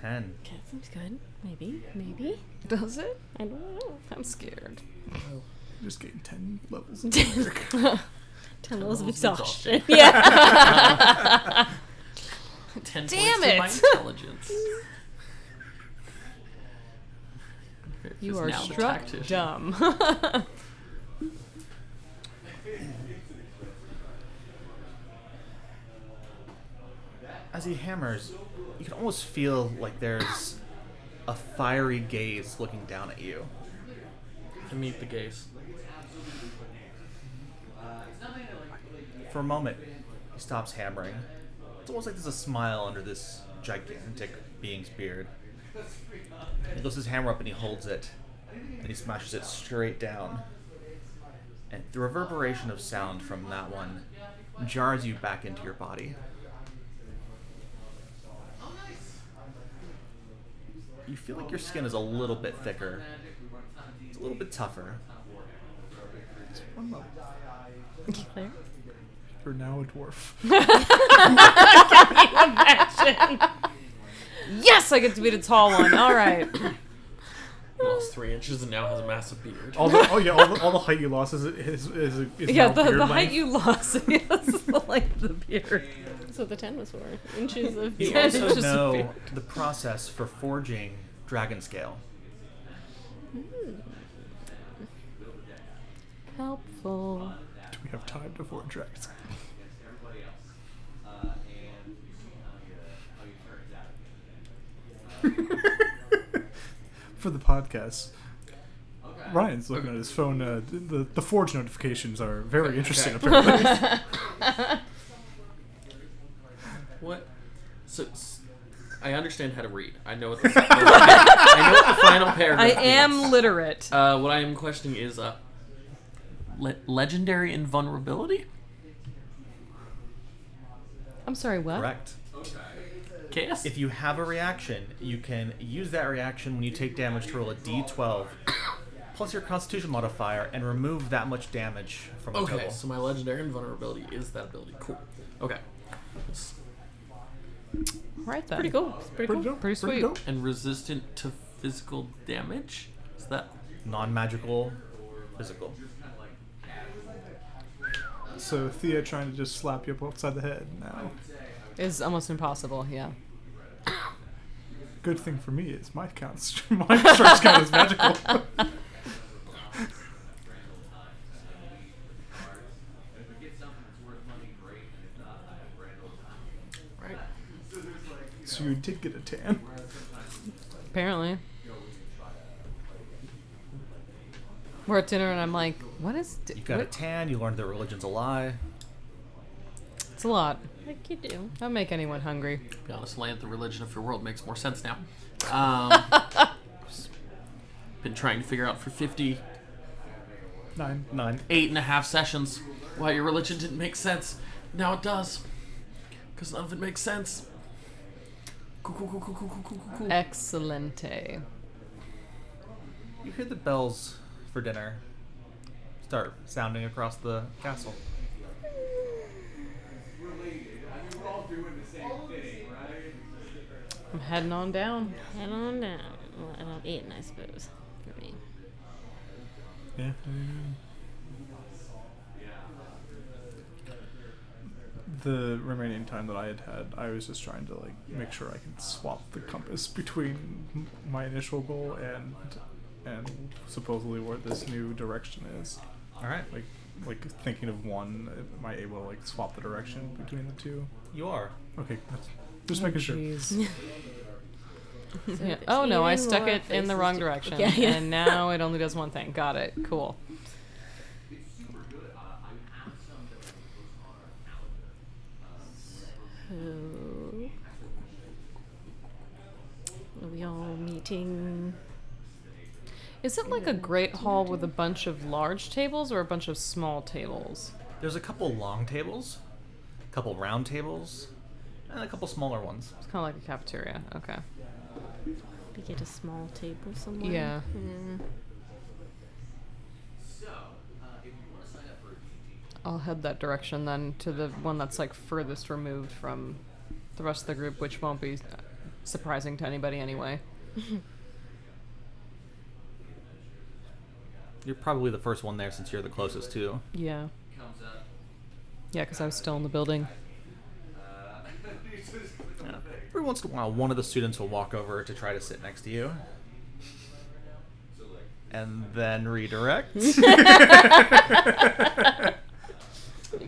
[SPEAKER 2] 10.
[SPEAKER 5] okay, that seems good. Maybe. Maybe.
[SPEAKER 1] Does it?
[SPEAKER 5] I don't know.
[SPEAKER 1] I'm scared.
[SPEAKER 4] Just gained 10 levels.
[SPEAKER 5] Ten levels of
[SPEAKER 3] levels of
[SPEAKER 5] exhaustion. yeah.
[SPEAKER 3] 10
[SPEAKER 1] Damn
[SPEAKER 3] points to my
[SPEAKER 1] it.
[SPEAKER 3] intelligence.
[SPEAKER 1] You
[SPEAKER 3] Is
[SPEAKER 1] are
[SPEAKER 3] now the
[SPEAKER 1] struck
[SPEAKER 3] tactician.
[SPEAKER 1] dumb.
[SPEAKER 2] as he hammers, you can almost feel like there's a fiery gaze looking down at you.
[SPEAKER 3] I meet the gaze.
[SPEAKER 2] For a moment, he stops hammering. It's almost like there's a smile under this gigantic being's beard. He lifts his hammer up and he holds it, and he smashes it straight down. And the reverberation of sound from that one jars you back into your body. You feel like your skin is a little bit thicker, it's a little bit tougher.
[SPEAKER 4] One level.
[SPEAKER 5] Claire?
[SPEAKER 4] You're now a dwarf.
[SPEAKER 1] yes, I get to be the tall one. All right.
[SPEAKER 3] Lost 3 inches and now has a massive beard.
[SPEAKER 4] All the, oh yeah, all the, all the height you lost is is, is, is
[SPEAKER 1] Yeah,
[SPEAKER 4] now
[SPEAKER 1] the,
[SPEAKER 4] beard
[SPEAKER 1] the height
[SPEAKER 4] length.
[SPEAKER 1] you lost is like the beard.
[SPEAKER 5] So the ten was for inches of
[SPEAKER 2] You
[SPEAKER 1] Yeah,
[SPEAKER 2] also
[SPEAKER 1] it's just
[SPEAKER 2] know
[SPEAKER 1] weird.
[SPEAKER 2] the process for forging dragon scale.
[SPEAKER 5] Hmm.
[SPEAKER 1] Helpful.
[SPEAKER 4] Do we have time to forge dragons? For the podcast, Ryan's looking at his phone. Uh, the the forge notifications are very interesting. Apparently,
[SPEAKER 3] What? So, s- I understand how to read. I know what the, I know what the final
[SPEAKER 1] I
[SPEAKER 3] paragraph means.
[SPEAKER 1] am literate.
[SPEAKER 3] Uh, what I am questioning is uh, le- legendary invulnerability.
[SPEAKER 1] I'm sorry, what?
[SPEAKER 2] Correct.
[SPEAKER 3] Chaos.
[SPEAKER 2] If you have a reaction, you can use that reaction when you take damage to roll a d12 plus your constitution modifier and remove that much damage from a
[SPEAKER 3] okay,
[SPEAKER 2] total.
[SPEAKER 3] so my legendary invulnerability is that ability. Cool. Okay. S-
[SPEAKER 1] Right then.
[SPEAKER 5] Pretty cool. It's pretty,
[SPEAKER 4] pretty
[SPEAKER 5] cool.
[SPEAKER 4] dope.
[SPEAKER 1] Pretty
[SPEAKER 4] pretty
[SPEAKER 1] sweet.
[SPEAKER 4] dope.
[SPEAKER 3] And resistant to physical damage. Is that
[SPEAKER 2] Non magical, physical.
[SPEAKER 4] So Thea trying to just slap you up upside the head. Now,
[SPEAKER 1] Is almost impossible, yeah.
[SPEAKER 4] good thing for me is my count. My first count is magical.
[SPEAKER 3] right?
[SPEAKER 4] so you did get a tan.
[SPEAKER 1] Apparently. We're at dinner and I'm like, what is. Di-
[SPEAKER 2] You got a
[SPEAKER 1] what-
[SPEAKER 2] tan, you learned that religion's a lie.
[SPEAKER 1] It's a lot.
[SPEAKER 5] Like you do.
[SPEAKER 1] That'd make anyone hungry.
[SPEAKER 3] To be honest, land the religion of your world makes more sense now. Um, been trying to figure out for 50
[SPEAKER 4] Nine.
[SPEAKER 2] None.
[SPEAKER 3] eight and a half sessions why your religion didn't make sense. Now it does. Because none of it makes sense. Cool, cool, cool, cool, cool, cool, cool, cool, cool.
[SPEAKER 1] Excelente.
[SPEAKER 2] You hear the bells for dinner start sounding across the castle.
[SPEAKER 1] I'm heading on down.
[SPEAKER 5] I don't know. Well, I don't eat, I suppose. For me.
[SPEAKER 4] Yeah. the remaining time that I had had, I was just trying to like make sure I can swap the compass between m- my initial goal and and supposedly where this new direction is.
[SPEAKER 2] All right,
[SPEAKER 4] Like like thinking of one, am I able to like swap the direction between the two?
[SPEAKER 2] you are.
[SPEAKER 4] Okay, that's, just making sure.
[SPEAKER 1] Jeez. Yeah. Oh no, I stuck it in the wrong direction,
[SPEAKER 5] Yeah, yeah.
[SPEAKER 1] and now it only does one thing. Got it. Cool.
[SPEAKER 5] So, are we all meeting?
[SPEAKER 1] Is it like a great hall with a bunch of large tables or a bunch of small tables?
[SPEAKER 2] There's a couple long tables, a couple round tables, and a couple smaller ones.
[SPEAKER 1] It's kind of like a cafeteria. Okay.
[SPEAKER 5] We get a small table somewhere.
[SPEAKER 1] Yeah. I'll head that direction then to the one that's like furthest removed from the rest of the group, which won't be surprising to anybody anyway.
[SPEAKER 2] You're probably the first one there since you're the closest too.
[SPEAKER 1] Yeah. Yeah, because I was still in the building.
[SPEAKER 2] Yeah. Every once in a while, one of the students will walk over to try to sit next to you, and then redirect.
[SPEAKER 1] Didn't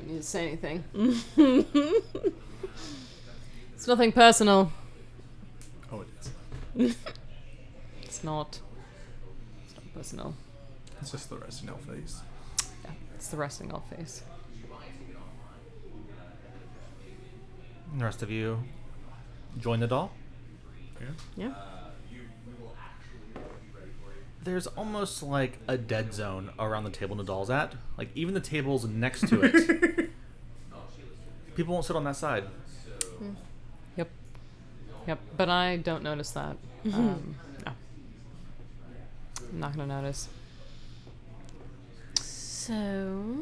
[SPEAKER 1] need to say anything. it's nothing personal.
[SPEAKER 4] Oh, it is.
[SPEAKER 1] It's not. It's not personal.
[SPEAKER 4] It's just the resting elf face.
[SPEAKER 1] Yeah, it's the resting all face.
[SPEAKER 2] the rest of you join the doll.
[SPEAKER 4] Yeah.
[SPEAKER 5] Yeah.
[SPEAKER 2] There's almost like a dead zone around the table Nadal's at. Like even the tables next to it. People won't sit on that side.
[SPEAKER 5] Hmm.
[SPEAKER 1] Yep. Yep. But I don't notice that. Um, no. I'm not gonna notice.
[SPEAKER 5] So,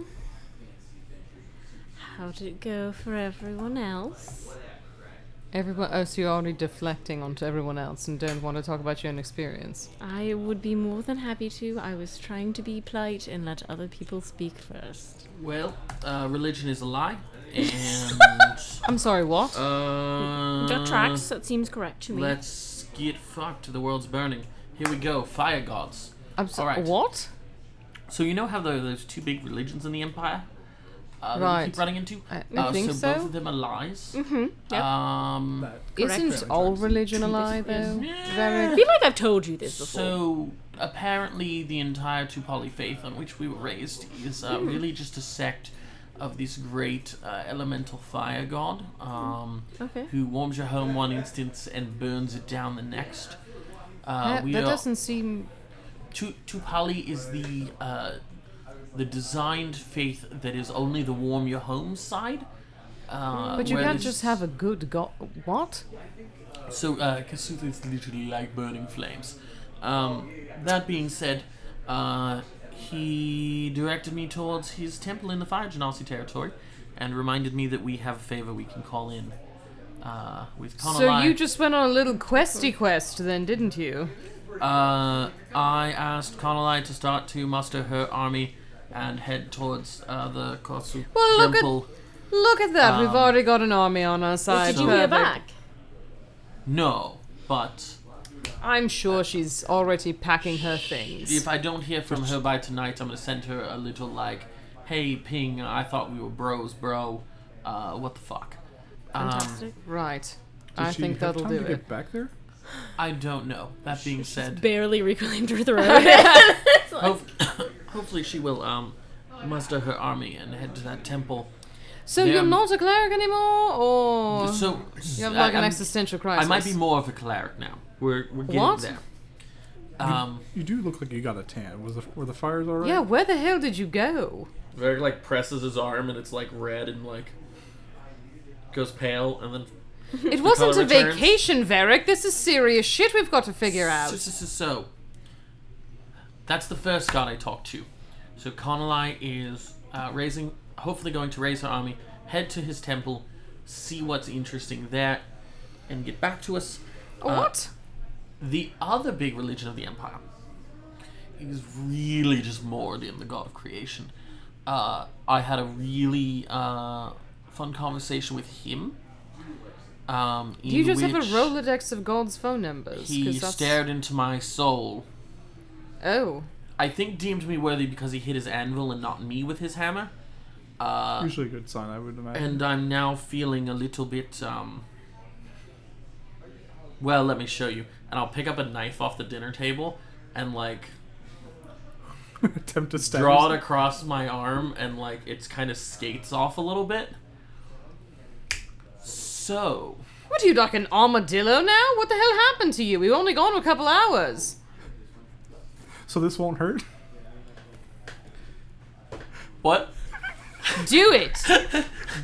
[SPEAKER 5] how did it go for everyone else?
[SPEAKER 1] Everyone. Oh, so you're already deflecting onto everyone else and don't want to talk about your own experience.
[SPEAKER 5] I would be more than happy to. I was trying to be polite and let other people speak first.
[SPEAKER 3] Well, uh, religion is a lie, and
[SPEAKER 1] I'm sorry. What?
[SPEAKER 3] uh,
[SPEAKER 5] That tracks. That seems correct to me.
[SPEAKER 3] Let's get fucked. The world's burning. Here we go. Fire gods.
[SPEAKER 1] I'm sorry.
[SPEAKER 3] all right.
[SPEAKER 1] What?
[SPEAKER 3] So you know how there, there's two big religions in the empire? Uh, That we
[SPEAKER 1] Right.
[SPEAKER 3] keep running into.
[SPEAKER 1] I- I
[SPEAKER 3] uh,
[SPEAKER 1] think
[SPEAKER 3] so,
[SPEAKER 1] so. Mm-hmm.
[SPEAKER 3] both of them are lies.
[SPEAKER 5] yep.
[SPEAKER 3] Um,
[SPEAKER 4] That
[SPEAKER 1] Isn't all religion a lie though?
[SPEAKER 5] I
[SPEAKER 1] Very.
[SPEAKER 5] feel like I've told you this before.
[SPEAKER 3] So apparently, the entire Tupali faith on which we were raised is uh,
[SPEAKER 1] Hmm.
[SPEAKER 3] really just a sect of this great uh, elemental fire god, um,
[SPEAKER 5] Okay.
[SPEAKER 3] who warms your home one instance and burns it down the next. Uh,
[SPEAKER 1] That,
[SPEAKER 3] we
[SPEAKER 1] that
[SPEAKER 3] are-
[SPEAKER 1] doesn't seem.
[SPEAKER 3] Tu- Tupali is the uh, the designed faith that is only the warm your home side. Uh,
[SPEAKER 1] But you
[SPEAKER 3] where
[SPEAKER 1] can't
[SPEAKER 3] this-
[SPEAKER 1] just have a good god. What?
[SPEAKER 3] So, uh, Kasuth is literally like burning flames. Um, that being said, uh, he directed me towards his temple in the Fire Genasi territory and reminded me that we have a favor we can call in uh, with Conalai.
[SPEAKER 1] So you just went on a little questy quest then, didn't you?
[SPEAKER 3] Uh, I asked Conalai to start to muster her army and head towards uh, the Kosu
[SPEAKER 1] Well, look at-
[SPEAKER 3] temple.
[SPEAKER 1] Look at that. We've
[SPEAKER 3] Um,
[SPEAKER 1] already got an army on our side.
[SPEAKER 5] did you
[SPEAKER 3] uh,
[SPEAKER 5] hear
[SPEAKER 1] Perfect.
[SPEAKER 5] back?
[SPEAKER 3] No, but
[SPEAKER 1] I'm sure she's already packing her things.
[SPEAKER 3] if I don't hear from her by tonight, I'm gonna send her a little like, "Hey, Ping, I thought we were bros, bro. Uh, what the fuck?" Um,
[SPEAKER 5] Fantastic.
[SPEAKER 1] right. I
[SPEAKER 4] she
[SPEAKER 1] think
[SPEAKER 4] have
[SPEAKER 1] that'll
[SPEAKER 4] time
[SPEAKER 1] do
[SPEAKER 4] to
[SPEAKER 1] it.
[SPEAKER 4] Get back there.
[SPEAKER 3] I don't know. That being said,
[SPEAKER 5] Barely reclaimed her throne.
[SPEAKER 3] hof- hopefully she will um muster her army and head to that temple.
[SPEAKER 1] So
[SPEAKER 3] Yeah.
[SPEAKER 1] you're not a cleric anymore, or
[SPEAKER 3] So
[SPEAKER 1] you have
[SPEAKER 3] I-
[SPEAKER 1] like an
[SPEAKER 3] I'm-
[SPEAKER 1] existential crisis?
[SPEAKER 3] I might be more of a cleric now. We're we're getting
[SPEAKER 1] What?
[SPEAKER 3] there. Um,
[SPEAKER 4] You do look like you got a tan. Was the were the fires all right?
[SPEAKER 1] Yeah. Where the hell did you go?
[SPEAKER 3] Varric like presses his arm and it's like red and like goes pale and then
[SPEAKER 1] It wasn't
[SPEAKER 3] color
[SPEAKER 1] a
[SPEAKER 3] returns.
[SPEAKER 1] vacation, Varric. This is serious shit. We've got to figure
[SPEAKER 3] So,
[SPEAKER 1] out.
[SPEAKER 3] so, so, so. that's the first god I talked to. So Conalai is uh, raising, hopefully going to raise her army, head to his temple, see what's interesting there, and get back to us.
[SPEAKER 1] what?
[SPEAKER 3] The other big religion of the empire is really just moored in the god of creation. Uh, I had a really uh, fun conversation with him. Um,
[SPEAKER 1] Do you
[SPEAKER 3] in
[SPEAKER 1] just have a
[SPEAKER 3] which
[SPEAKER 1] Rolodex of Gold's phone numbers? 'Cause
[SPEAKER 3] He
[SPEAKER 1] that's-
[SPEAKER 3] stared into my soul.
[SPEAKER 1] Oh,
[SPEAKER 3] I think deemed me worthy because he hit his anvil and not me with his hammer. Uh,
[SPEAKER 4] Usually a good sign, I would imagine.
[SPEAKER 3] And I'm now feeling a little bit, um. Well, let me show you. And I'll pick up a knife off the dinner table and, like,
[SPEAKER 4] Attempt to stab
[SPEAKER 3] draw it
[SPEAKER 4] yourself.
[SPEAKER 3] across my arm and, like, it's kind of skates off a little bit. So.
[SPEAKER 1] what are you like an armadillo now? What the hell happened to you? We've only gone a couple hours.
[SPEAKER 4] So this won't hurt.
[SPEAKER 3] What?
[SPEAKER 1] Do it.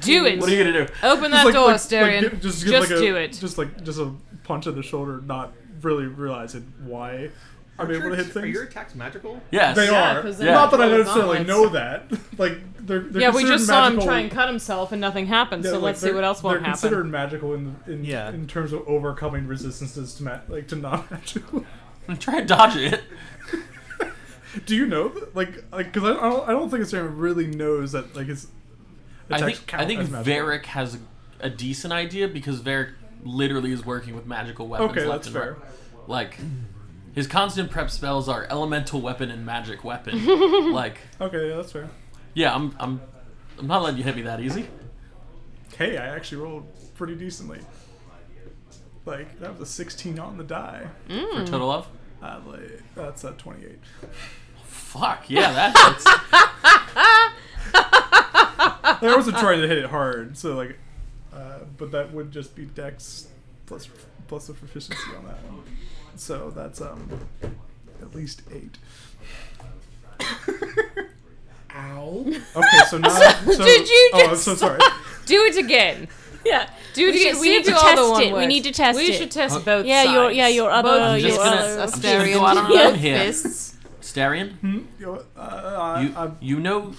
[SPEAKER 1] Do it.
[SPEAKER 3] What are you gonna do?
[SPEAKER 1] Open that door, Asterion.
[SPEAKER 4] give-
[SPEAKER 1] just
[SPEAKER 4] give, like, a-
[SPEAKER 1] do it.
[SPEAKER 4] Just like just a punch in the shoulder, not really realizing why I'm able to hit
[SPEAKER 2] Are
[SPEAKER 4] things.
[SPEAKER 2] your attacks magical?
[SPEAKER 3] Yes.
[SPEAKER 4] They
[SPEAKER 1] Yeah,
[SPEAKER 4] are.
[SPEAKER 1] 'cause
[SPEAKER 3] they're
[SPEAKER 4] Not that I
[SPEAKER 1] not
[SPEAKER 4] necessarily
[SPEAKER 1] gauntlets.
[SPEAKER 4] know that. Like they're, they're
[SPEAKER 1] yeah, we
[SPEAKER 4] considered
[SPEAKER 1] just saw him
[SPEAKER 4] magical-
[SPEAKER 1] try and cut himself and nothing happened,
[SPEAKER 4] yeah,
[SPEAKER 1] so
[SPEAKER 4] like,
[SPEAKER 1] let's see
[SPEAKER 4] they're-
[SPEAKER 1] what else won't
[SPEAKER 4] They're considered
[SPEAKER 1] happen.
[SPEAKER 4] magical in in,
[SPEAKER 2] Yeah.
[SPEAKER 4] in terms of overcoming resistances to ma- like to non magical.
[SPEAKER 3] Try and dodge it.
[SPEAKER 4] Do you know that? like like because I, I don't I don't think Asterion really knows that like his
[SPEAKER 3] I
[SPEAKER 4] attacks
[SPEAKER 3] think
[SPEAKER 4] count
[SPEAKER 3] I think
[SPEAKER 4] as magical.
[SPEAKER 3] Varric has a, a decent idea because Varric literally is working with magical weapons
[SPEAKER 4] Okay,
[SPEAKER 3] left
[SPEAKER 4] that's
[SPEAKER 3] and
[SPEAKER 4] fair.
[SPEAKER 3] right. Like his constant prep spells are elemental weapon and magic weapon. like
[SPEAKER 4] Okay, yeah, that's fair.
[SPEAKER 3] yeah, I'm I'm I'm not letting you hit me that easy.
[SPEAKER 4] Hey, I actually rolled pretty decently. Like that was a 16 on the die.
[SPEAKER 1] Hmm.
[SPEAKER 3] For total of
[SPEAKER 4] Uh, like, that's a 28.
[SPEAKER 3] fuck yeah, that hits.
[SPEAKER 4] I wasn't trying to hit it hard, so like, uh, but that would just be Dex plus plus the proficiency on that one. So that's um, at least eight.
[SPEAKER 5] Ow.
[SPEAKER 4] Okay, so now so,
[SPEAKER 1] Did you
[SPEAKER 4] Oh, I'm
[SPEAKER 1] just-
[SPEAKER 4] so sorry.
[SPEAKER 1] Do it again.
[SPEAKER 5] yeah.
[SPEAKER 1] Do it
[SPEAKER 5] We
[SPEAKER 1] again.
[SPEAKER 5] should-
[SPEAKER 1] see
[SPEAKER 5] we
[SPEAKER 1] if
[SPEAKER 5] need
[SPEAKER 1] your
[SPEAKER 5] to
[SPEAKER 1] other
[SPEAKER 5] test
[SPEAKER 1] one
[SPEAKER 5] it. We
[SPEAKER 1] works.
[SPEAKER 5] need to test
[SPEAKER 1] We
[SPEAKER 5] it.
[SPEAKER 1] should test
[SPEAKER 3] Huh?
[SPEAKER 1] both
[SPEAKER 5] Yeah, your-
[SPEAKER 1] sides.
[SPEAKER 5] yeah, your other-
[SPEAKER 1] Both
[SPEAKER 5] I'm
[SPEAKER 3] just
[SPEAKER 1] fists,
[SPEAKER 3] gonna-
[SPEAKER 1] a
[SPEAKER 3] I'm just
[SPEAKER 1] stereo
[SPEAKER 3] gonna go out on
[SPEAKER 1] and
[SPEAKER 3] a limb
[SPEAKER 1] both
[SPEAKER 3] here.
[SPEAKER 1] fists.
[SPEAKER 3] Starion,
[SPEAKER 4] You know, uh, I-
[SPEAKER 3] you
[SPEAKER 4] I'm-
[SPEAKER 3] you know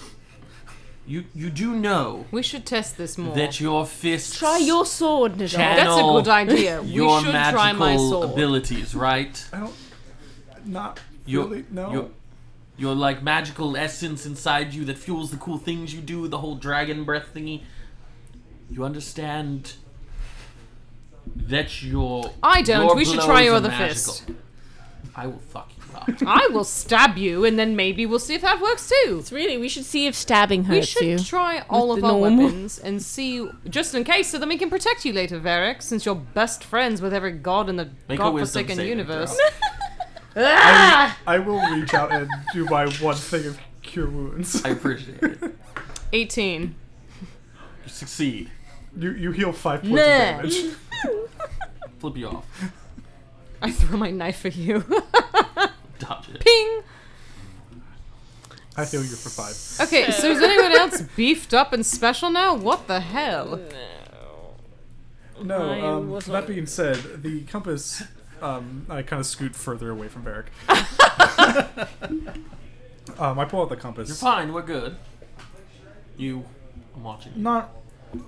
[SPEAKER 3] you you do know
[SPEAKER 1] We should test this more.
[SPEAKER 3] that your fists
[SPEAKER 5] Try your sword, Najal.
[SPEAKER 3] Channel
[SPEAKER 1] That's a good idea. We
[SPEAKER 3] your
[SPEAKER 1] should
[SPEAKER 3] magical
[SPEAKER 1] try my sword.
[SPEAKER 3] abilities, right?
[SPEAKER 4] I don't not
[SPEAKER 3] Your-
[SPEAKER 4] really no.
[SPEAKER 3] your- Your like magical essence inside you that fuels the cool things you do, the whole dragon breath thingy. You understand that your
[SPEAKER 1] I don't.
[SPEAKER 3] your
[SPEAKER 1] We should
[SPEAKER 3] blows
[SPEAKER 1] try your
[SPEAKER 3] are
[SPEAKER 1] other
[SPEAKER 3] magical.
[SPEAKER 1] fist.
[SPEAKER 3] I will fuck you up.
[SPEAKER 1] I will stab you, and then maybe we'll see if that works too.
[SPEAKER 5] Really, we should see if stabbing
[SPEAKER 1] We
[SPEAKER 5] hurts
[SPEAKER 1] should
[SPEAKER 5] you.
[SPEAKER 1] try all
[SPEAKER 5] With
[SPEAKER 1] of
[SPEAKER 5] the
[SPEAKER 1] our
[SPEAKER 5] normal.
[SPEAKER 1] weapons and see, just in case, so then we can protect you later, Varric, since you're best friends with every god in the
[SPEAKER 3] Make a wisdom
[SPEAKER 1] godforsaken
[SPEAKER 3] saving
[SPEAKER 1] universe.
[SPEAKER 4] I, I will reach out and do my one thing of cure wounds.
[SPEAKER 3] I appreciate it.
[SPEAKER 1] 18.
[SPEAKER 3] You succeed.
[SPEAKER 4] You you heal five points
[SPEAKER 1] Nah.
[SPEAKER 4] of damage.
[SPEAKER 3] Flip you off.
[SPEAKER 1] I throw my knife at you.
[SPEAKER 3] Dodge it.
[SPEAKER 1] Ping!
[SPEAKER 4] I heal you for five.
[SPEAKER 1] Okay, so is anyone else beefed up and special now? What the hell?
[SPEAKER 4] No,
[SPEAKER 5] I
[SPEAKER 4] um,
[SPEAKER 5] was
[SPEAKER 4] that
[SPEAKER 5] on-
[SPEAKER 4] being said, the compass. Um, I kind of scoot further away from Varric. um, I pull out the compass.
[SPEAKER 3] You're fine. We're good. You. I'm watching. you.
[SPEAKER 4] Not.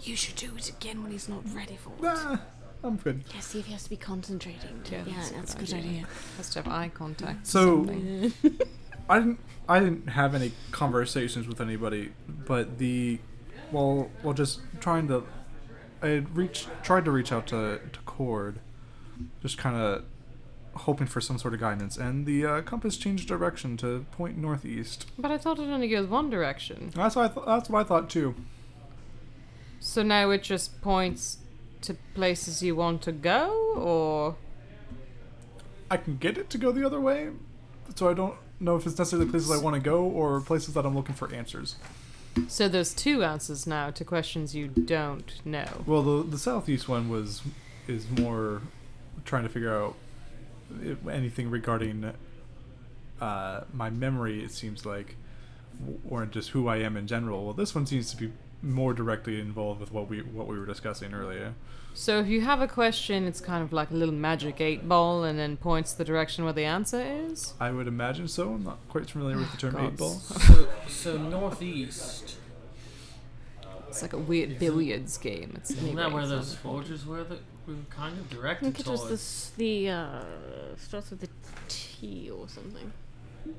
[SPEAKER 5] You should do it again when he's not ready for it.
[SPEAKER 4] ah, I'm good.
[SPEAKER 5] Yeah, see if he has to be concentrating.
[SPEAKER 1] Yeah, that's a good idea. Has to have eye contact.
[SPEAKER 4] So, I didn't. I didn't have any conversations with anybody, but the, well, well, just trying to, I had reached, tried to reach out to to Cord, just kind of hoping for some sort of guidance, and the uh, compass changed direction to point northeast.
[SPEAKER 1] But I thought it only goes one direction.
[SPEAKER 4] That's what I th- that's what I thought too.
[SPEAKER 1] So now it just points to places you want to go, or
[SPEAKER 4] I can get it to go the other way, so I don't know if it's necessarily places I want to go or places that I'm looking for answers.
[SPEAKER 1] so there's two answers now to questions you don't know.
[SPEAKER 4] Well, the the southeast one was is more trying to figure out if anything regarding uh, my memory. It seems like, w- or just who I am in general. Well, this one seems to be more directly involved with what we what we were discussing earlier.
[SPEAKER 1] So if you have a question, it's kind of like a little magic eight ball, and then points the direction where the answer is.
[SPEAKER 4] I would imagine so. I'm not quite familiar with the term
[SPEAKER 1] God.
[SPEAKER 4] eight ball.
[SPEAKER 3] So, so northeast.
[SPEAKER 1] It's like a weird billiards game. It's
[SPEAKER 3] Isn't that where
[SPEAKER 1] anyways.
[SPEAKER 3] those forges were that we were kind of
[SPEAKER 5] I
[SPEAKER 3] directed
[SPEAKER 5] think it was
[SPEAKER 3] towards?
[SPEAKER 5] the s- the uh, starts with the T or something.
[SPEAKER 1] Uh,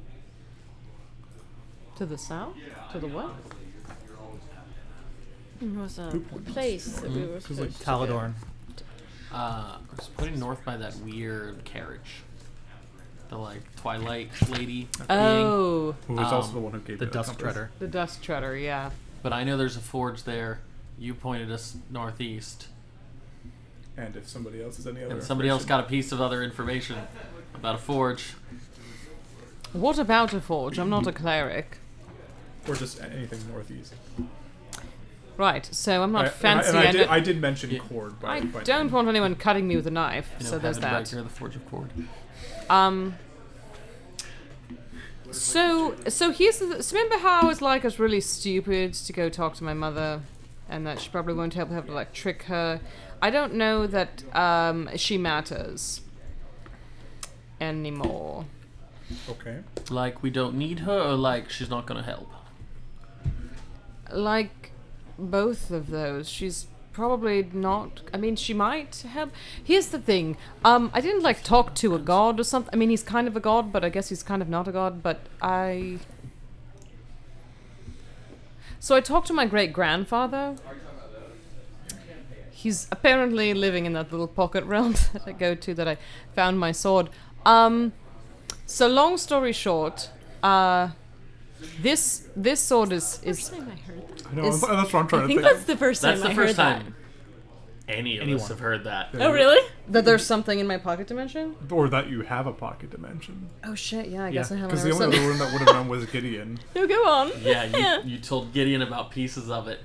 [SPEAKER 1] to the south, to the what?
[SPEAKER 5] It was a
[SPEAKER 4] Good point.
[SPEAKER 5] place that
[SPEAKER 3] Mm-hmm.
[SPEAKER 5] we were supposed to go.
[SPEAKER 2] Taladorn.
[SPEAKER 3] Uh, it's putting north by that weird carriage. The like Twilight lady. being.
[SPEAKER 1] Oh,
[SPEAKER 4] Who was also
[SPEAKER 3] Um,
[SPEAKER 4] the one who gave
[SPEAKER 2] The
[SPEAKER 4] you that
[SPEAKER 2] Dust
[SPEAKER 4] compass.
[SPEAKER 2] Treader.
[SPEAKER 1] the dust treader. Yeah.
[SPEAKER 3] But I know there's a forge there. You pointed us northeast,
[SPEAKER 4] And if somebody else is any other,
[SPEAKER 3] and somebody else got a piece of other information about a forge.
[SPEAKER 1] What about a forge? I'm not a cleric.
[SPEAKER 4] or just a- anything northeast.
[SPEAKER 1] Right. So I'm not
[SPEAKER 4] I- Uh, and I-
[SPEAKER 1] fancy.
[SPEAKER 4] And I,
[SPEAKER 1] I
[SPEAKER 4] did,
[SPEAKER 1] don't-
[SPEAKER 4] I did mention
[SPEAKER 3] Yeah.
[SPEAKER 4] cord. By,
[SPEAKER 1] I
[SPEAKER 4] by
[SPEAKER 1] don't want anyone cutting me with a knife.
[SPEAKER 3] You know,
[SPEAKER 1] so there's
[SPEAKER 3] having Right
[SPEAKER 1] that.
[SPEAKER 3] here, the forge of Cord.
[SPEAKER 1] Um. So, so here's the. Th- so remember how I was like, I was really stupid to go talk to my mother, and that she probably won't help have to like trick her. I don't know that um, she matters anymore.
[SPEAKER 4] Okay.
[SPEAKER 3] Like we don't need her, or like she's not gonna help.
[SPEAKER 1] Like both of those, she's probably not. I mean, she might help. Here's the thing. Um, I didn't like talk to a god or something. I mean, he's kind of a god, but I guess he's kind of not a god. But I. So I talked to my great grandfather. He's apparently living in that little pocket realm that I go to that I found my sword. Um, so long story short, uh, this this sword is
[SPEAKER 5] First
[SPEAKER 1] is
[SPEAKER 5] time I heard that.
[SPEAKER 4] I know.
[SPEAKER 1] Is-
[SPEAKER 4] that's what I'm trying
[SPEAKER 5] I
[SPEAKER 4] to
[SPEAKER 5] think
[SPEAKER 4] think.
[SPEAKER 5] that's the first time
[SPEAKER 3] That's the
[SPEAKER 5] I
[SPEAKER 3] first
[SPEAKER 5] heard that.
[SPEAKER 3] time any of
[SPEAKER 2] Anyone.
[SPEAKER 3] us have heard that.
[SPEAKER 5] Oh, really?
[SPEAKER 1] that there's something in my pocket dimension.
[SPEAKER 4] Or that you have a pocket dimension.
[SPEAKER 1] Oh shit! Yeah, I guess
[SPEAKER 2] Yeah.
[SPEAKER 1] I have.
[SPEAKER 4] Because the only
[SPEAKER 1] another
[SPEAKER 4] other one that would have known was Gideon.
[SPEAKER 5] No, go on.
[SPEAKER 3] Yeah, you, you told Gideon about pieces of it.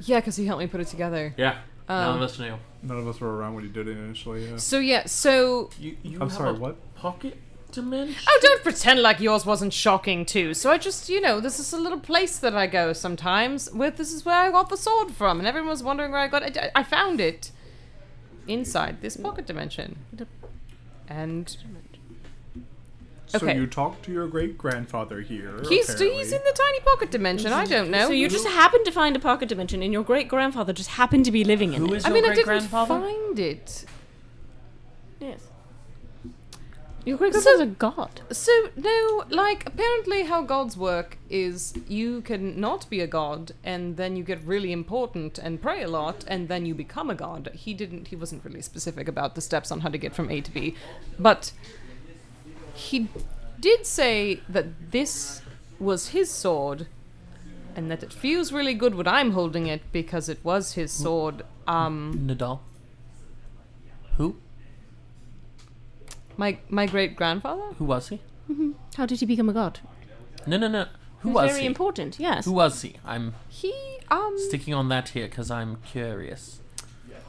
[SPEAKER 1] Yeah, because he helped me put it together.
[SPEAKER 3] Yeah, none
[SPEAKER 1] Um,
[SPEAKER 3] of us knew.
[SPEAKER 4] None of us were around when he did it initially. uh, Yeah.
[SPEAKER 1] So yeah, so
[SPEAKER 3] You, you
[SPEAKER 4] I'm
[SPEAKER 3] have
[SPEAKER 4] sorry,
[SPEAKER 3] a
[SPEAKER 4] what?
[SPEAKER 3] Pocket dimension?
[SPEAKER 1] Oh, don't pretend like yours wasn't shocking too. So I just, you know, this is a little place that I go sometimes. With this is where I got the sword from, and everyone was wondering where I got it. I- I found it inside this pocket dimension, and
[SPEAKER 4] So
[SPEAKER 1] okay.
[SPEAKER 4] you talked to your great grandfather here.
[SPEAKER 1] he's
[SPEAKER 4] apparently.
[SPEAKER 1] he's in the tiny pocket dimension. I don't know.
[SPEAKER 5] So you just happened to find a pocket dimension, and your great grandfather just happened to be living in
[SPEAKER 3] Who
[SPEAKER 5] it.
[SPEAKER 3] is
[SPEAKER 1] I
[SPEAKER 3] your
[SPEAKER 1] mean, I
[SPEAKER 3] great
[SPEAKER 1] didn't
[SPEAKER 3] grandfather?
[SPEAKER 1] find it.
[SPEAKER 5] Yes. Your great grandfather's a god.
[SPEAKER 1] So no, like apparently how gods work is you can not be a god and then you get really important and pray a lot and then you become a god. He didn't he wasn't really specific about the steps on how to get from A to B. But he did say that this was his sword and that it feels really good when I'm holding it because it was his sword. Um
[SPEAKER 3] Nadal. Who?
[SPEAKER 1] my my great grandfather?
[SPEAKER 3] Who was he?
[SPEAKER 5] How did he become a god?
[SPEAKER 3] No, no, no. Who
[SPEAKER 5] It's
[SPEAKER 3] was
[SPEAKER 5] very
[SPEAKER 3] he?
[SPEAKER 5] important. Yes.
[SPEAKER 3] Who was he? I'm
[SPEAKER 1] He um
[SPEAKER 3] sticking on that here because I'm curious.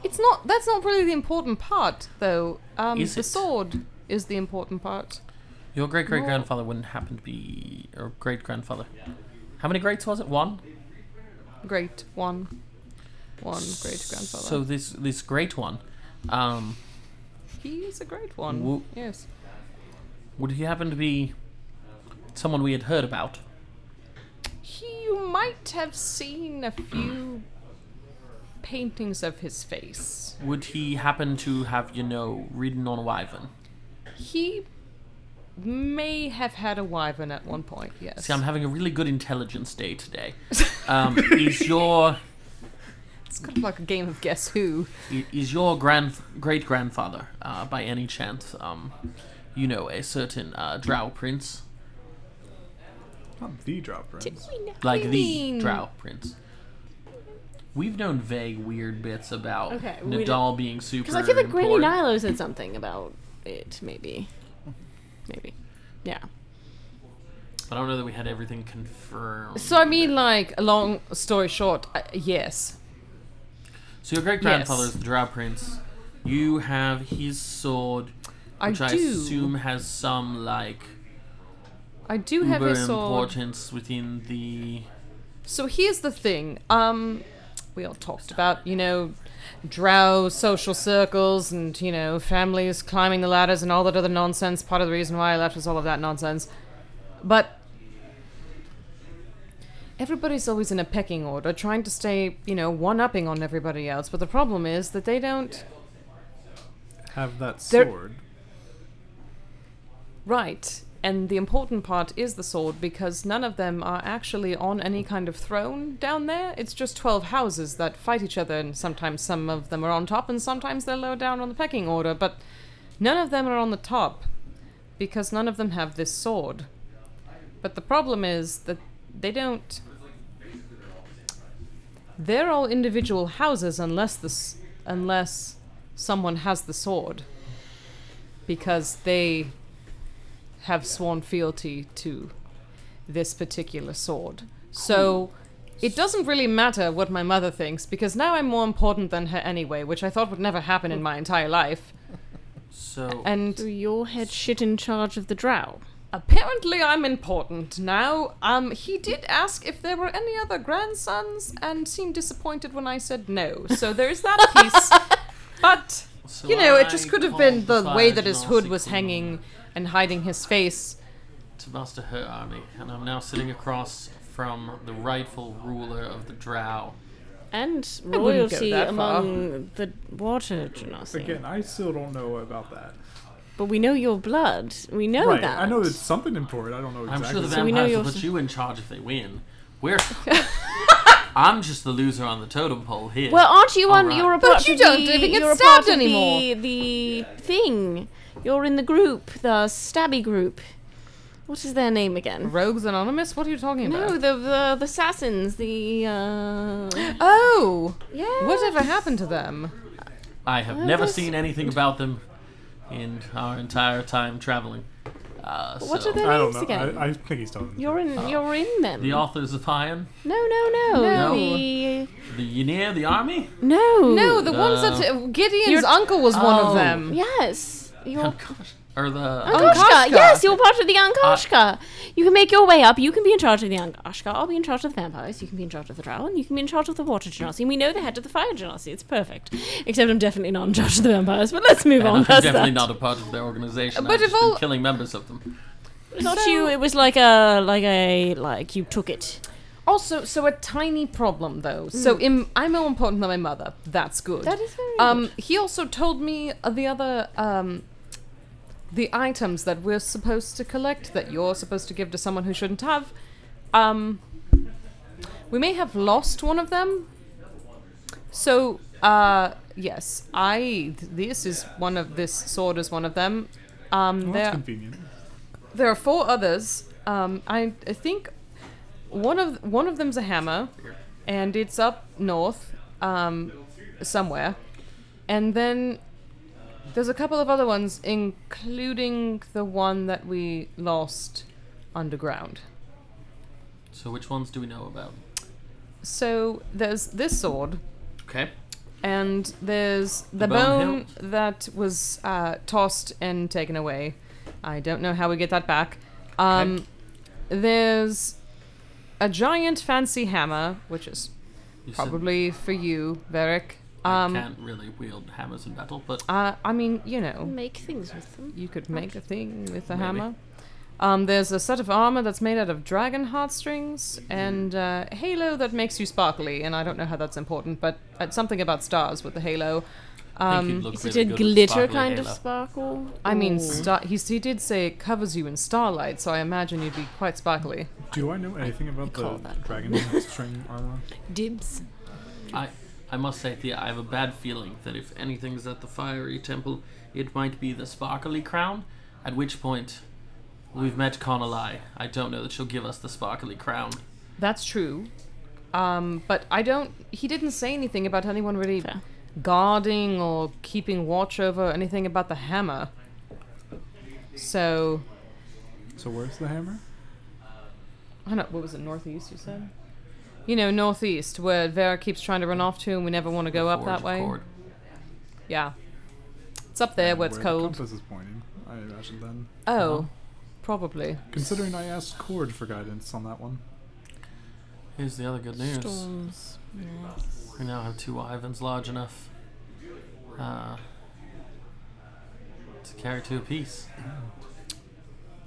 [SPEAKER 1] It's not. That's not really the important part, though. Um,
[SPEAKER 3] Is
[SPEAKER 1] the
[SPEAKER 3] it?
[SPEAKER 1] sword is the important part.
[SPEAKER 3] Your great great grandfather wouldn't happen to be or great grandfather. How many greats was it? One.
[SPEAKER 1] Great one, one great grandfather.
[SPEAKER 3] So this this great one, um,
[SPEAKER 1] he is a great one.
[SPEAKER 3] Wo-
[SPEAKER 1] yes.
[SPEAKER 3] would he happen to be someone we had heard about?
[SPEAKER 1] He, you might have seen a few paintings of his face.
[SPEAKER 3] Would he happen to have you know ridden on a wyvern?
[SPEAKER 1] He may have had a wyvern at one point. Yes.
[SPEAKER 3] See, I'm having a really good intelligence day today. Um, is your
[SPEAKER 1] it's kind of like a game of guess who.
[SPEAKER 3] I- Is your grand great grandfather, uh, by any chance, um, you know, a certain uh, Drow prince,
[SPEAKER 4] Not the drop, right?
[SPEAKER 3] like
[SPEAKER 1] I
[SPEAKER 3] the
[SPEAKER 1] mean-
[SPEAKER 3] Drow prince? We've known vague, weird bits about
[SPEAKER 5] Okay, we
[SPEAKER 3] Nadal being super.
[SPEAKER 5] Because I feel like Granny
[SPEAKER 3] important.
[SPEAKER 5] Nilo said something about it, maybe. Maybe. Yeah.
[SPEAKER 3] I don't know that we had everything confirmed.
[SPEAKER 1] So I mean, like, long story short, uh, yes.
[SPEAKER 3] So your great grandfather is the Drow prince. You have his sword,
[SPEAKER 1] I
[SPEAKER 3] which I,
[SPEAKER 1] do.
[SPEAKER 3] assume has some like
[SPEAKER 1] I do have
[SPEAKER 3] uber
[SPEAKER 1] his sword.
[SPEAKER 3] importance within the.
[SPEAKER 1] So here's the thing. Um, we all talked about, you know, drow social circles and, you know, families climbing the ladders and all that other nonsense. Part of the reason why I left was all of that nonsense. But everybody's always in a pecking order, trying to stay, you know, one upping on everybody else. But the problem is that they don't.
[SPEAKER 4] Have that
[SPEAKER 1] There-
[SPEAKER 4] sword.
[SPEAKER 1] Right. And the important part is the sword because none of them are actually on any kind of throne down there. It's just 12 houses that fight each other, and sometimes some of them are on top and sometimes they're lower down on the pecking order, but none of them are on the top because none of them have this sword. But the problem is that they don't. They're all individual houses unless this unless someone has the sword because they have sworn fealty to this particular sword. So it doesn't really matter what my mother thinks because now I'm more important than her anyway, which I thought would never happen in my entire life.
[SPEAKER 3] So
[SPEAKER 5] So
[SPEAKER 1] And
[SPEAKER 5] your head shit in charge of the drow.
[SPEAKER 1] apparently I'm important now. Um he did ask if there were any other grandsons and seemed disappointed when I said no. So there is that piece. but
[SPEAKER 3] So
[SPEAKER 1] you know, it
[SPEAKER 3] I
[SPEAKER 1] just could have been the
[SPEAKER 3] called
[SPEAKER 1] way
[SPEAKER 3] Fire
[SPEAKER 1] that his
[SPEAKER 3] Genasi
[SPEAKER 1] hood was
[SPEAKER 3] Kumo
[SPEAKER 1] hanging and hiding his face.
[SPEAKER 3] To master her army, and I'm now sitting across from the rightful ruler of the Drow.
[SPEAKER 5] And
[SPEAKER 1] wouldn't go
[SPEAKER 5] royalty
[SPEAKER 1] that far.
[SPEAKER 5] among the water genasi.
[SPEAKER 4] Again, I still don't know about that.
[SPEAKER 5] But we know your blood. We know
[SPEAKER 4] right.
[SPEAKER 5] that.
[SPEAKER 4] I know it's something important. I don't know
[SPEAKER 3] I'm
[SPEAKER 4] exactly.
[SPEAKER 3] sure the
[SPEAKER 5] we
[SPEAKER 3] vampires
[SPEAKER 5] know
[SPEAKER 3] will
[SPEAKER 5] you're-
[SPEAKER 3] put you in charge if they win. We're. I'm just the loser on the totem pole here.
[SPEAKER 5] Well, aren't you on?
[SPEAKER 3] Alright.
[SPEAKER 5] You're a
[SPEAKER 1] But
[SPEAKER 5] part
[SPEAKER 1] you
[SPEAKER 5] of
[SPEAKER 1] don't
[SPEAKER 5] the,
[SPEAKER 1] even get
[SPEAKER 5] you're a
[SPEAKER 1] stabbed
[SPEAKER 5] part of
[SPEAKER 1] anymore.
[SPEAKER 5] The, the thing. You're in the group, the stabby group. What is their name again?
[SPEAKER 1] Rogues Anonymous? What are you talking about?
[SPEAKER 5] No, the the, the assassins. The uh,
[SPEAKER 1] Oh,
[SPEAKER 5] yeah.
[SPEAKER 1] whatever happened to them?
[SPEAKER 3] I have never
[SPEAKER 5] that's-
[SPEAKER 3] seen anything about them in our entire time traveling. Uh,
[SPEAKER 5] What
[SPEAKER 3] so-
[SPEAKER 5] are their
[SPEAKER 4] I don't
[SPEAKER 5] names
[SPEAKER 4] know.
[SPEAKER 5] again?
[SPEAKER 4] I, I think he's telling.
[SPEAKER 5] You're in.
[SPEAKER 1] Uh,
[SPEAKER 5] You're in them.
[SPEAKER 3] The authors of Iron,
[SPEAKER 5] no, no, no.
[SPEAKER 1] No.
[SPEAKER 5] The,
[SPEAKER 3] the Ynir, the army.
[SPEAKER 5] no.
[SPEAKER 1] No, the ones
[SPEAKER 3] Uh,
[SPEAKER 1] that Gideon's
[SPEAKER 5] You're-
[SPEAKER 1] uncle was one
[SPEAKER 3] Oh.
[SPEAKER 1] of them.
[SPEAKER 5] Yes. You're.
[SPEAKER 3] Gosh, or the
[SPEAKER 5] Ankoshka.
[SPEAKER 1] Ankoshka.
[SPEAKER 5] Yes, you're part of the
[SPEAKER 3] Uh,
[SPEAKER 5] Ankoshka. you can make your way up. You can be in charge of the Ankoshka. I'll be in charge of the vampires. You can be in charge of the drow. And you can be in charge of the water genasi. And we know the head of the fire genasi. It's perfect. Except I'm definitely not in charge of the vampires. But let's move
[SPEAKER 3] and
[SPEAKER 5] on.
[SPEAKER 3] I'm
[SPEAKER 5] past
[SPEAKER 3] definitely
[SPEAKER 5] that.
[SPEAKER 3] not a part of their organization.
[SPEAKER 1] But
[SPEAKER 3] I've
[SPEAKER 1] if
[SPEAKER 3] just been
[SPEAKER 1] all-
[SPEAKER 3] killing members of them.
[SPEAKER 5] Not
[SPEAKER 1] So-
[SPEAKER 5] you. It was like a like a like you took it.
[SPEAKER 1] Also, so a tiny problem though. So im- I'm more important than my mother. That's good.
[SPEAKER 5] Hmm. That is very
[SPEAKER 1] Um,
[SPEAKER 5] good.
[SPEAKER 1] he also told me uh, the other um, the items that we're supposed to collect that you're supposed to give to someone who shouldn't have. Um, we may have lost one of them. So uh, yes, I this is one of this sword is one of them. Um,
[SPEAKER 4] Well,
[SPEAKER 1] there-
[SPEAKER 4] that's convenient.
[SPEAKER 1] there are four others. Um, I, I think one of one of them's a hammer, and it's up north, um, somewhere, and then there's a couple of other ones, including the one that we lost underground.
[SPEAKER 3] So which ones do we know about?
[SPEAKER 1] So there's this sword,
[SPEAKER 3] Okay.
[SPEAKER 1] and there's the,
[SPEAKER 3] The bone
[SPEAKER 1] bone, that was uh, tossed and taken away. I don't know how we get that back. Um, there's a giant fancy hammer, which is
[SPEAKER 3] You said
[SPEAKER 1] probably for you, Varric.
[SPEAKER 3] I
[SPEAKER 1] Um,
[SPEAKER 3] can't really wield hammers in battle, but
[SPEAKER 1] uh, I mean, you know,
[SPEAKER 5] Make things with them.
[SPEAKER 1] you could make a thing with a
[SPEAKER 3] Maybe.
[SPEAKER 1] hammer. Um, there's a set of armor that's made out of dragon heartstrings and uh, halo that makes you sparkly. And I don't know how that's important, but uh, something about stars with the halo.
[SPEAKER 3] I
[SPEAKER 1] Um,
[SPEAKER 3] think you'd look
[SPEAKER 5] Is
[SPEAKER 3] really
[SPEAKER 5] it a
[SPEAKER 3] good with
[SPEAKER 5] glitter
[SPEAKER 3] sparkly
[SPEAKER 5] kind
[SPEAKER 3] halo.
[SPEAKER 5] of sparkle?
[SPEAKER 1] I mean,
[SPEAKER 5] Ooh.
[SPEAKER 1] star- he, he did say it covers you in starlight, so I imagine you'd be quite sparkly.
[SPEAKER 4] Do I know anything about
[SPEAKER 5] call
[SPEAKER 4] the
[SPEAKER 5] that.
[SPEAKER 4] dragon string armor?
[SPEAKER 5] dibs.
[SPEAKER 3] I, I must say, Thea, I have a bad feeling that if anything's at the fiery temple, it might be the sparkly crown. At which point, we've met Conalai. I don't know that she'll give us the sparkly crown.
[SPEAKER 1] That's true. Um, but I don't. He didn't say anything about anyone really
[SPEAKER 5] Fair.
[SPEAKER 1] guarding or keeping watch over anything about the hammer. So
[SPEAKER 4] So where's the hammer?
[SPEAKER 1] I don't. What was it? Northeast? You said. You know, northeast, where Vera keeps trying to run off to, and we never want to go up
[SPEAKER 3] Forge
[SPEAKER 1] that
[SPEAKER 3] of
[SPEAKER 1] way.
[SPEAKER 3] Kord.
[SPEAKER 1] Yeah, it's up there where it's
[SPEAKER 4] Where The
[SPEAKER 1] cold.
[SPEAKER 4] compass is pointing. I imagine then.
[SPEAKER 1] Oh, probably.
[SPEAKER 4] Considering I asked Cord for guidance on that one.
[SPEAKER 3] Here's the other good news.
[SPEAKER 5] Storms. Yes.
[SPEAKER 3] We now have two Ivans large enough uh, to carry two apiece.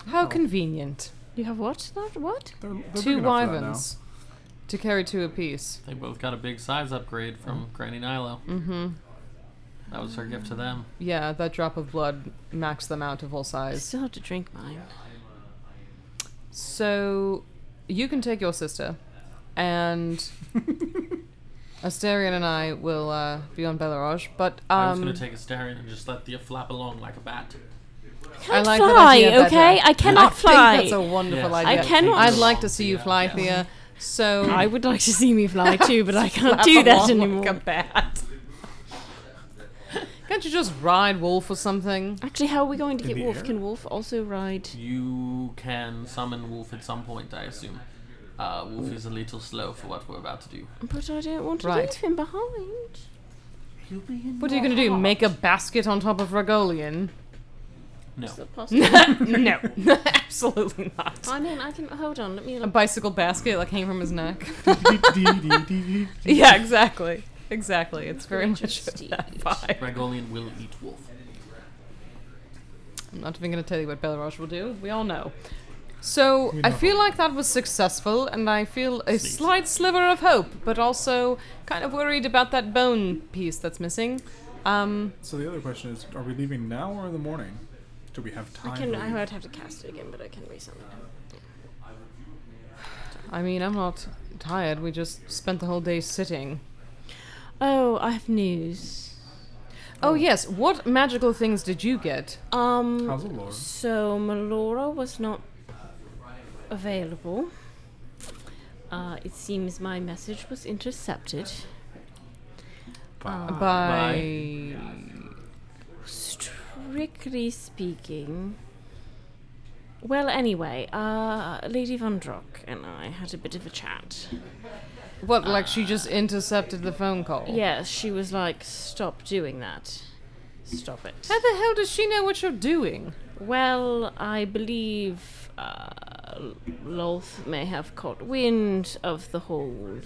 [SPEAKER 1] How convenient.
[SPEAKER 5] You have what? Not what?
[SPEAKER 4] They're, they're big
[SPEAKER 1] Two
[SPEAKER 4] enough for that now.
[SPEAKER 1] wyverns to carry two apiece.
[SPEAKER 3] They both got a big size upgrade from Granny Nilo. Mm-hmm. That was her gift to them.
[SPEAKER 1] Yeah, that drop of blood maxed them out to full
[SPEAKER 5] I
[SPEAKER 1] size.
[SPEAKER 5] still have to drink mine.
[SPEAKER 1] So you can take your sister, and Asterion and I will uh, be on Belarage. But um,
[SPEAKER 3] I was gonna take a staring and just let thea flap along like a bat.
[SPEAKER 1] I
[SPEAKER 5] Can't
[SPEAKER 1] like that
[SPEAKER 5] fly,
[SPEAKER 1] idea better.
[SPEAKER 5] okay? uh, I cannot
[SPEAKER 1] I
[SPEAKER 5] fly.
[SPEAKER 1] think that's a wonderful
[SPEAKER 3] Yes.
[SPEAKER 1] idea.
[SPEAKER 5] I cannot-
[SPEAKER 1] I'd like to see you
[SPEAKER 3] Yeah.
[SPEAKER 1] fly,
[SPEAKER 3] Yeah.
[SPEAKER 1] Thea. So
[SPEAKER 5] I would like to see me fly too, but I can't do that anymore.
[SPEAKER 1] Can't you just ride Wolf or something?
[SPEAKER 5] Actually, how are we going to
[SPEAKER 4] In
[SPEAKER 5] get
[SPEAKER 4] the
[SPEAKER 5] Wolf?
[SPEAKER 4] air?
[SPEAKER 5] Can Wolf also ride?
[SPEAKER 3] You can summon Wolf at some point, I assume. Uh, Wolf is a little slow for what we're about to do.
[SPEAKER 5] But I don't want to
[SPEAKER 1] Right.
[SPEAKER 5] leave him behind.
[SPEAKER 1] What are you going to do? Make a basket on top of Rogolian?
[SPEAKER 3] No.
[SPEAKER 5] Is that possible?
[SPEAKER 1] no, absolutely not.
[SPEAKER 5] I mean, I can hold on. Let me
[SPEAKER 1] A
[SPEAKER 5] look.
[SPEAKER 1] bicycle basket that came from his neck. yeah, exactly. Exactly. It's very much of that vibe.
[SPEAKER 3] Regolian will eat Wolf.
[SPEAKER 1] I'm not even going to tell you what Belarage will do. We all know. So
[SPEAKER 4] We
[SPEAKER 1] I
[SPEAKER 4] know.
[SPEAKER 1] feel like that was successful, and I feel a
[SPEAKER 3] Sneeze.
[SPEAKER 1] slight sliver of hope, but also kind of worried about that bone piece that's missing. Um,
[SPEAKER 4] So the other question is, are we leaving now or in the morning? Do we have time?
[SPEAKER 5] I can.
[SPEAKER 4] to
[SPEAKER 5] I
[SPEAKER 4] leave?
[SPEAKER 5] would have to cast it again, but I can resend it.
[SPEAKER 1] I mean, I'm not tired. We just spent the whole day sitting.
[SPEAKER 5] Oh, I have news.
[SPEAKER 1] Oh yes, what magical things did you get?
[SPEAKER 5] Um.
[SPEAKER 4] How's it, Laura?
[SPEAKER 5] So Melora was not available. Uh, it seems my message was intercepted.
[SPEAKER 1] Uh,
[SPEAKER 4] Bye.
[SPEAKER 1] By
[SPEAKER 5] Strictly speaking. Well, anyway, uh, Lady Von Drock and I had a bit of a chat.
[SPEAKER 1] what? Like she just intercepted the phone call.
[SPEAKER 5] Yes, she was like, stop doing that. Stop it.
[SPEAKER 1] How the hell does she know what you're doing?
[SPEAKER 5] Well, I believe uh, Lolth may have caught wind of the whole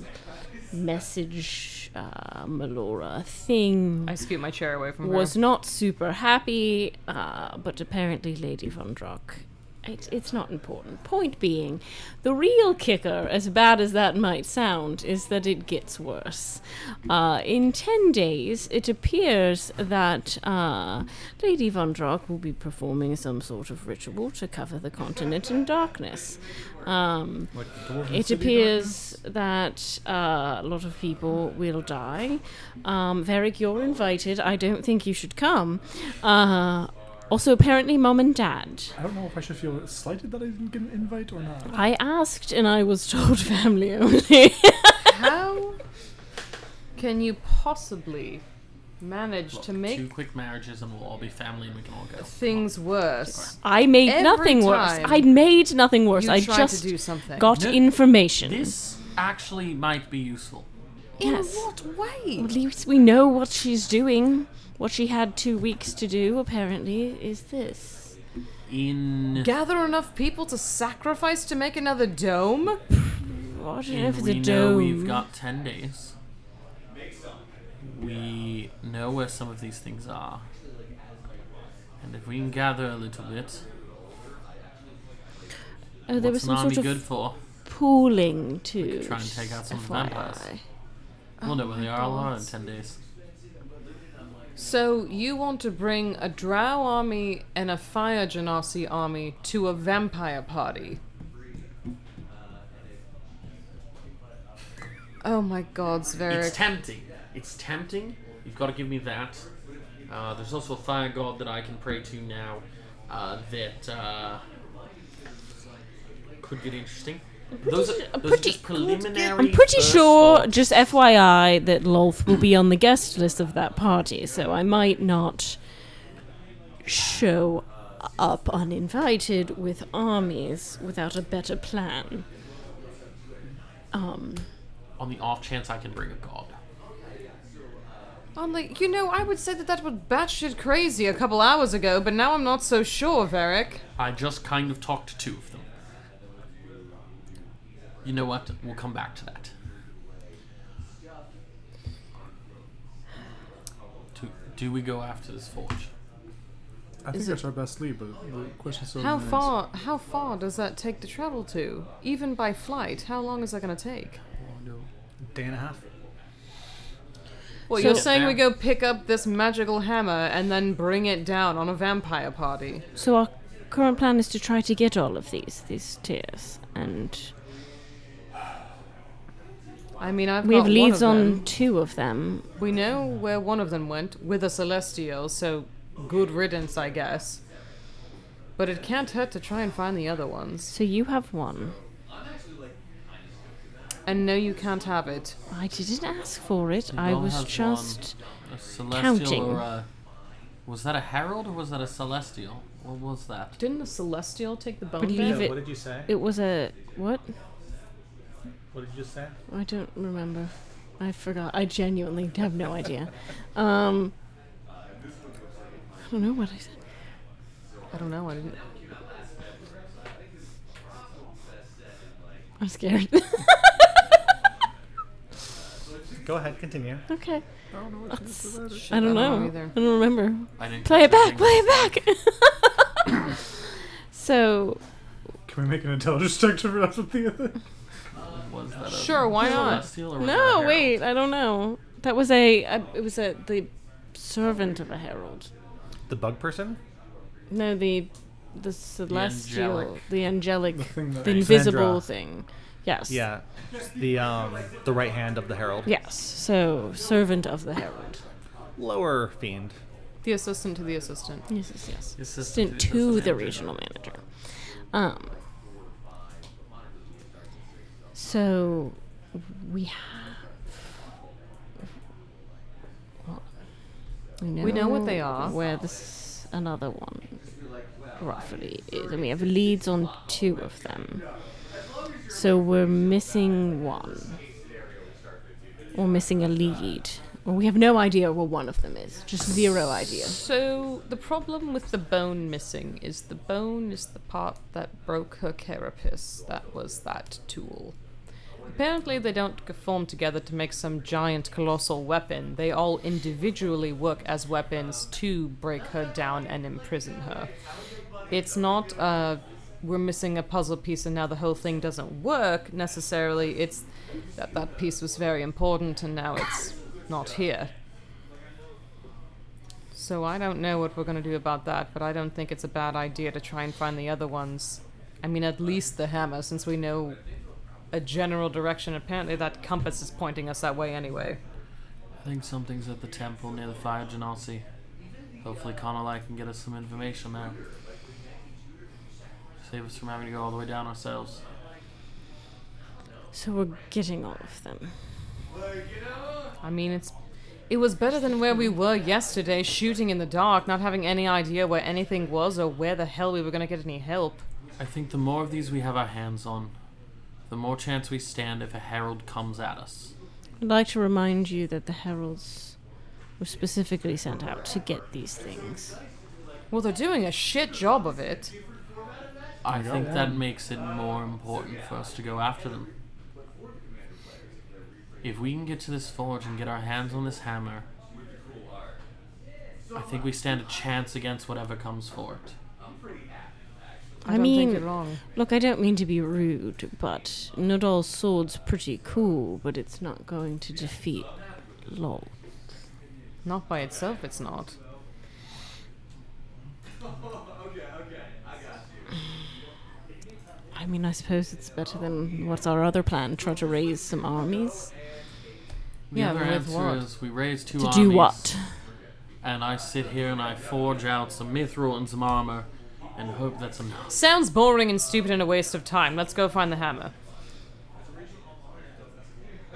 [SPEAKER 5] message uh, Melora thing.
[SPEAKER 1] I scoot my chair away from
[SPEAKER 5] was
[SPEAKER 1] her.
[SPEAKER 5] not super happy, uh, but apparently Lady Von Drock. It, it's not important. Point being, the real kicker, as bad as that might sound, is that it gets worse. Uh, in 10 days, it appears that uh, Lady Von Drock will be performing some sort of ritual to cover the continent in darkness. Um,
[SPEAKER 4] Like the dwarven
[SPEAKER 5] it
[SPEAKER 4] city
[SPEAKER 5] appears that uh, a lot of people will die. Um, Varric, you're invited. I don't think you should come. Uh, also, apparently, mom and dad.
[SPEAKER 4] darkness? I don't know if I should feel slighted that I didn't get an invite or not.
[SPEAKER 5] I asked, and I was told family only.
[SPEAKER 1] How can you possibly manage
[SPEAKER 3] Look,
[SPEAKER 1] to make
[SPEAKER 3] two quick marriages and we'll all be family and we can all go.
[SPEAKER 1] things worse?
[SPEAKER 5] I made
[SPEAKER 1] Every
[SPEAKER 5] nothing worse.
[SPEAKER 1] time
[SPEAKER 5] I made nothing worse.
[SPEAKER 1] You
[SPEAKER 5] I
[SPEAKER 1] try
[SPEAKER 5] just
[SPEAKER 1] to do something.
[SPEAKER 5] got
[SPEAKER 3] No-
[SPEAKER 5] information.
[SPEAKER 3] This actually might be useful.
[SPEAKER 1] In
[SPEAKER 5] Yes.
[SPEAKER 1] what way?
[SPEAKER 5] At least we know what she's doing. What she had two weeks to do, apparently, is this.
[SPEAKER 3] In
[SPEAKER 1] Gather enough people to sacrifice to make another dome?
[SPEAKER 5] Well, I don't know
[SPEAKER 3] And
[SPEAKER 5] if it's
[SPEAKER 3] we
[SPEAKER 5] a
[SPEAKER 3] know
[SPEAKER 5] dome.
[SPEAKER 3] we've got 10 days. We know where some of these things are. And if we can gather a little bit,
[SPEAKER 5] oh, there
[SPEAKER 3] what's
[SPEAKER 5] was some
[SPEAKER 3] an army
[SPEAKER 5] sort of
[SPEAKER 3] good for?
[SPEAKER 5] pooling too.
[SPEAKER 3] try and take out some
[SPEAKER 5] FYI.
[SPEAKER 3] vampires. we'll know where they are all in 10 days.
[SPEAKER 1] So you want to bring a drow army and a fire genasi army to a vampire party? Oh my god,
[SPEAKER 3] It's
[SPEAKER 1] Zverik.
[SPEAKER 3] tempting. It's tempting. You've got to give me that. Uh, there's also a fire god that I can pray to now uh, that uh, could get interesting. Those
[SPEAKER 5] su-
[SPEAKER 3] are,
[SPEAKER 5] I'm
[SPEAKER 3] those are
[SPEAKER 5] pretty-
[SPEAKER 3] just preliminary.
[SPEAKER 5] I'm pretty
[SPEAKER 3] first
[SPEAKER 5] sure,
[SPEAKER 3] thoughts.
[SPEAKER 5] just FYI, that Lolth will be on the guest list of that party, so I might not show up uninvited with armies without a better plan. Um,
[SPEAKER 3] On the off chance I can bring a god.
[SPEAKER 1] I'm like, you know, I would say that that was batshit crazy a couple hours ago, but now I'm not so sure, Varric.
[SPEAKER 3] I just kind of talked to two of them. You know what? We'll come back to that. Do, do we go after this forge?
[SPEAKER 4] I think
[SPEAKER 1] Is it-
[SPEAKER 4] that's our best lead, but the question so
[SPEAKER 1] How
[SPEAKER 4] remains.
[SPEAKER 1] far? How far does that take to travel to? Even by flight, how long is that going to take?
[SPEAKER 2] Day and a half.
[SPEAKER 1] Well,
[SPEAKER 5] So-
[SPEAKER 1] you're saying we
[SPEAKER 3] Yeah.
[SPEAKER 1] go pick up this magical hammer and then bring it down on a vampire party.
[SPEAKER 5] so our current plan is to try to get all of these these tiers, and
[SPEAKER 1] I mean, I've
[SPEAKER 5] we have
[SPEAKER 1] got one
[SPEAKER 5] leads
[SPEAKER 1] of them.
[SPEAKER 5] on two of them.
[SPEAKER 1] We know where one of them went with a celestial, so good riddance, I guess. But it can't hurt to try and find the other ones.
[SPEAKER 5] So you have one.
[SPEAKER 1] And no, you can't have it.
[SPEAKER 5] I didn't ask for it.
[SPEAKER 3] You
[SPEAKER 5] I
[SPEAKER 3] don't
[SPEAKER 5] was
[SPEAKER 3] have
[SPEAKER 5] just
[SPEAKER 3] A celestial
[SPEAKER 5] Counting.
[SPEAKER 3] or a. Was that a herald or was that a celestial? What was that?
[SPEAKER 1] Didn't the celestial take the bone
[SPEAKER 5] Believe
[SPEAKER 1] back?
[SPEAKER 5] it-
[SPEAKER 2] what did you say?
[SPEAKER 5] it was a what?
[SPEAKER 2] What did you say?
[SPEAKER 5] I don't remember. I forgot. I genuinely have no idea. Um, I don't know what I said.
[SPEAKER 1] I don't know. I didn't.
[SPEAKER 5] I'm scared.
[SPEAKER 2] Go ahead, continue.
[SPEAKER 5] okay.
[SPEAKER 4] I don't know what this is. about.
[SPEAKER 5] I don't
[SPEAKER 1] I don't
[SPEAKER 5] know.
[SPEAKER 1] know either.
[SPEAKER 5] I don't remember.
[SPEAKER 3] I didn't
[SPEAKER 5] Play
[SPEAKER 3] catch
[SPEAKER 5] it
[SPEAKER 3] a
[SPEAKER 5] back.
[SPEAKER 3] thing.
[SPEAKER 5] Play it back. so
[SPEAKER 4] Can we make an intelligence check to read out the other?
[SPEAKER 3] Was that a
[SPEAKER 1] Sure, why not?
[SPEAKER 3] celestial Or was that a
[SPEAKER 5] no,
[SPEAKER 3] herald?
[SPEAKER 5] wait. I don't know. That was a. I- It was a the servant of a herald.
[SPEAKER 2] The bug person?
[SPEAKER 5] No, the the celestial, the angelic,
[SPEAKER 3] angelic.
[SPEAKER 4] The
[SPEAKER 5] the,
[SPEAKER 4] thing that
[SPEAKER 5] invisible
[SPEAKER 2] Xandra.
[SPEAKER 5] thing. Yes.
[SPEAKER 2] Yeah. The um the right hand of the herald.
[SPEAKER 5] Yes. So servant of the herald.
[SPEAKER 2] Lower fiend.
[SPEAKER 1] The assistant to the assistant.
[SPEAKER 5] Yes. Yes. Yes.
[SPEAKER 3] Assistant
[SPEAKER 5] assistant to the regional manager. Um, so we have. Well,
[SPEAKER 1] We know what they are.
[SPEAKER 5] Where this another one roughly is, and we have leads on two of them. So we're missing one, or missing a lead, or we have no idea what one of them is. Just zero idea.
[SPEAKER 1] So the problem with the bone missing is the bone is the part that broke her carapace. That was that tool. Apparently, they don't g- form together to make some giant colossal weapon. They all individually work as weapons to break her down and imprison her. It's not uh, we're missing a puzzle piece and now the whole thing doesn't work necessarily. It's that that piece was very important and now it's not here. So I don't know what we're going to do about that, but I don't think it's a bad idea to try and find the other ones. I mean, at least the hammer, since we know a general direction. Apparently, that compass is pointing us that way anyway.
[SPEAKER 3] I think something's at the temple near the fire genasi. Hopefully, Conalai can get us some information now. Save us from having to go all the way down ourselves.
[SPEAKER 5] So we're getting all of them.
[SPEAKER 1] I mean, it's it was better than where we were yesterday, shooting in the dark, not having any idea where anything was or where the hell we were going to get any help.
[SPEAKER 3] I think the more of these we have our hands on, the more chance we stand if a herald comes at us.
[SPEAKER 5] I'd like to remind you that the heralds were specifically sent out to get these things.
[SPEAKER 1] Well, they're doing a shit job of it.
[SPEAKER 3] I think that makes it more important for us to go after them. If we can get to this forge and get our hands on this hammer, I think we stand a chance against whatever comes for it.
[SPEAKER 1] I,
[SPEAKER 5] I,
[SPEAKER 1] don't
[SPEAKER 5] mean,
[SPEAKER 1] think you're wrong.
[SPEAKER 5] look, I don't mean to be rude, but not all swords pretty cool, but it's not going to defeat lol.
[SPEAKER 1] Not by itself, it's not.
[SPEAKER 5] I mean, I suppose it's better than what's our other plan? Try to raise some armies
[SPEAKER 3] The
[SPEAKER 1] Yeah,
[SPEAKER 3] other
[SPEAKER 1] but with
[SPEAKER 3] answer
[SPEAKER 1] what?
[SPEAKER 3] is we raise two
[SPEAKER 5] to
[SPEAKER 3] armies.
[SPEAKER 5] do what?
[SPEAKER 3] And I sit here and I forge out some mithril and some armor and hope that's enough.
[SPEAKER 1] Sounds boring and stupid and a waste of time. Let's go find the hammer.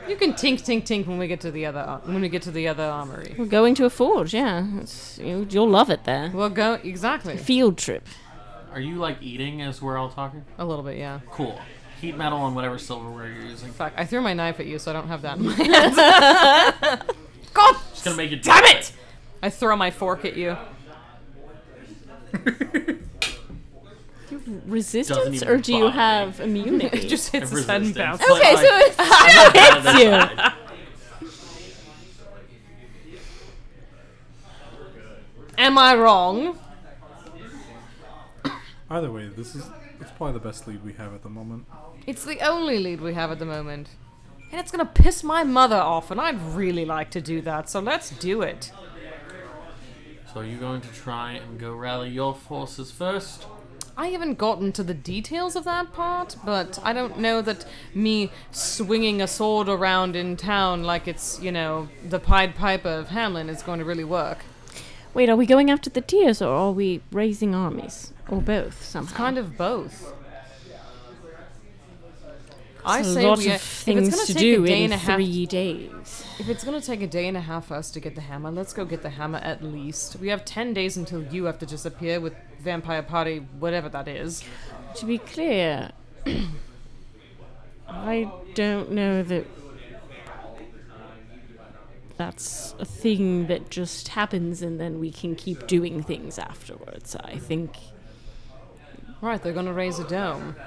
[SPEAKER 1] You can tink tink tink when we get to the other ar- when we get to the other armory.
[SPEAKER 5] We're going to a forge, yeah. It's, you, you'll love it there.
[SPEAKER 1] We'll go exactly
[SPEAKER 5] Field trip.
[SPEAKER 3] Are you like eating as we're all talking?
[SPEAKER 1] a little bit, yeah.
[SPEAKER 3] Cool. Heat metal on whatever silverware you're using.
[SPEAKER 1] Fuck, I threw my knife at you, so I don't have that in my hand. God,
[SPEAKER 3] It's gonna make it.
[SPEAKER 1] damn it! I throw my fork at you.
[SPEAKER 5] Resistance,
[SPEAKER 3] even
[SPEAKER 5] or do you
[SPEAKER 3] bother me.
[SPEAKER 5] have immunity?
[SPEAKER 1] It just hits his head
[SPEAKER 3] Resistance.
[SPEAKER 1] and bounces.
[SPEAKER 3] But,
[SPEAKER 5] okay,
[SPEAKER 3] like,
[SPEAKER 5] so it's
[SPEAKER 3] hits
[SPEAKER 5] you.
[SPEAKER 1] Am I wrong?
[SPEAKER 4] Either way, this is it's probably the best lead we have at the moment.
[SPEAKER 1] It's the only lead we have at the moment. And it's gonna piss my mother off, and I'd really like to do that, so let's do it.
[SPEAKER 3] So are you going to try and go rally your forces first?
[SPEAKER 1] I haven't gotten to the details of that part, but I don't know that me swinging a sword around in town like it's, you know, the Pied Piper of Hamlin is going to really work.
[SPEAKER 5] Wait, are we going after the tears or are we raising armies? Or both somehow?
[SPEAKER 1] Kind of both. I
[SPEAKER 5] There's
[SPEAKER 1] say
[SPEAKER 5] a lot
[SPEAKER 1] we,
[SPEAKER 5] of
[SPEAKER 1] if it's
[SPEAKER 5] things
[SPEAKER 1] gonna
[SPEAKER 5] to
[SPEAKER 1] take
[SPEAKER 5] do
[SPEAKER 1] a day
[SPEAKER 5] in
[SPEAKER 1] and a half
[SPEAKER 5] three days.
[SPEAKER 1] If it's gonna take a day and a half for us to get the hammer, let's go get the hammer at least. We have ten days until you have to disappear with Vampire Party, whatever that is.
[SPEAKER 5] To be clear, I don't know that that's a thing that just happens and then we can keep doing things afterwards. I think.
[SPEAKER 1] Right, they're gonna raise a dome.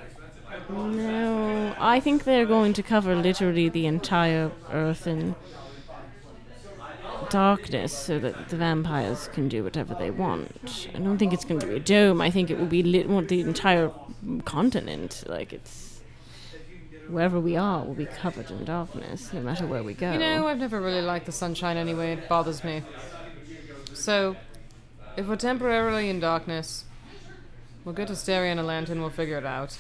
[SPEAKER 5] No, I think they're going to cover literally the entire earth in darkness so that the vampires can do whatever they want. I don't think it's going to be a dome. I think it will be lit want the entire continent. Like it's wherever we are will be covered in darkness, no matter where we go.
[SPEAKER 1] You know, I've never really liked the sunshine anyway, it bothers me. So, if we're temporarily in darkness, we'll get Asteria and a lantern, we'll figure it out.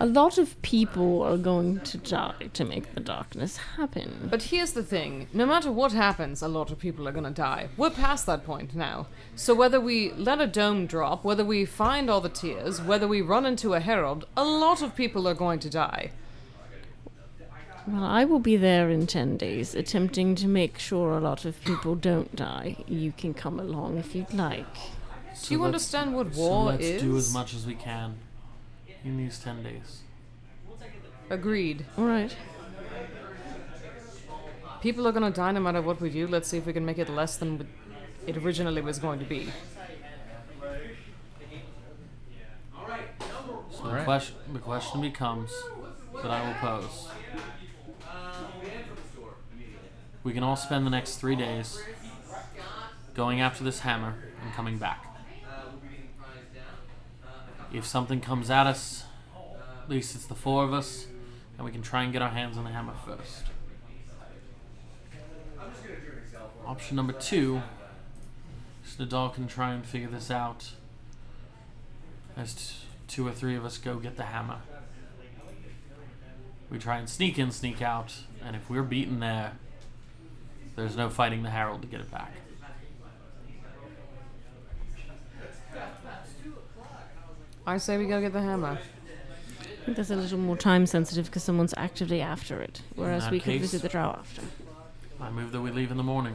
[SPEAKER 5] a lot of people are going to die to make the darkness happen.
[SPEAKER 1] But here's the thing no matter what happens, a lot of people are gonna die. We're past that point now. So whether we let a dome drop, whether we find all the tears, whether we run into a herald, a lot of people are going to die.
[SPEAKER 5] Well, I will be there in 10 days, attempting to make sure a lot of people don't die. You can come along if you'd like.
[SPEAKER 1] Do you
[SPEAKER 3] let's-
[SPEAKER 1] understand what
[SPEAKER 3] So
[SPEAKER 1] war
[SPEAKER 3] let's
[SPEAKER 1] is?
[SPEAKER 3] do as much as we can in these 10 days.
[SPEAKER 1] Agreed.
[SPEAKER 5] All right.
[SPEAKER 1] People are gonna die no matter what we do. Let's see if we can make it less than it originally was going to be.
[SPEAKER 3] So the,
[SPEAKER 2] Alright.
[SPEAKER 3] question, the question becomes that I will pose. We can all spend the next three days going after this hammer and coming back. If something comes at us, at least it's the four of us, and we can try and get our hands on the hammer first. Option number two is Nadal can try and figure this out as t- two or three of us go get the hammer. We try and sneak in, sneak out, and if we're beaten there, there's no fighting the Herald to get it back.
[SPEAKER 1] I say we go get the hammer.
[SPEAKER 5] I think that's a little more time sensitive because someone's actively after it, whereas
[SPEAKER 3] that
[SPEAKER 5] we could
[SPEAKER 3] case-
[SPEAKER 5] visit the drow after.
[SPEAKER 3] I move that we leave in the morning.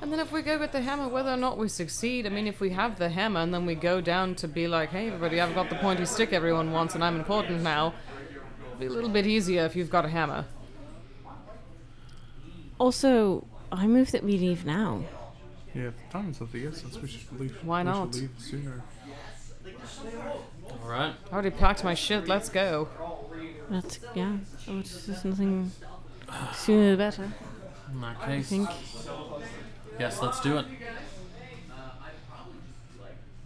[SPEAKER 1] And then if we go get the hammer, whether or not we succeed, I mean, if we have the hammer and then we go down to be like, hey, everybody, I've got the pointy stick everyone wants and I'm important now, it'll be a little bit easier if you've got a hammer.
[SPEAKER 5] Also, I move that we leave now.
[SPEAKER 4] Yeah, if the time is of the essence. We should leave.
[SPEAKER 1] Why
[SPEAKER 4] we should
[SPEAKER 1] not?
[SPEAKER 4] leave sooner.
[SPEAKER 3] All right.
[SPEAKER 1] I already packed my shit, let's go.
[SPEAKER 5] That's, yeah. Oh, it's just nothing sooner the better,
[SPEAKER 3] In that
[SPEAKER 5] I
[SPEAKER 3] case,
[SPEAKER 5] think.
[SPEAKER 3] yes, let's do it.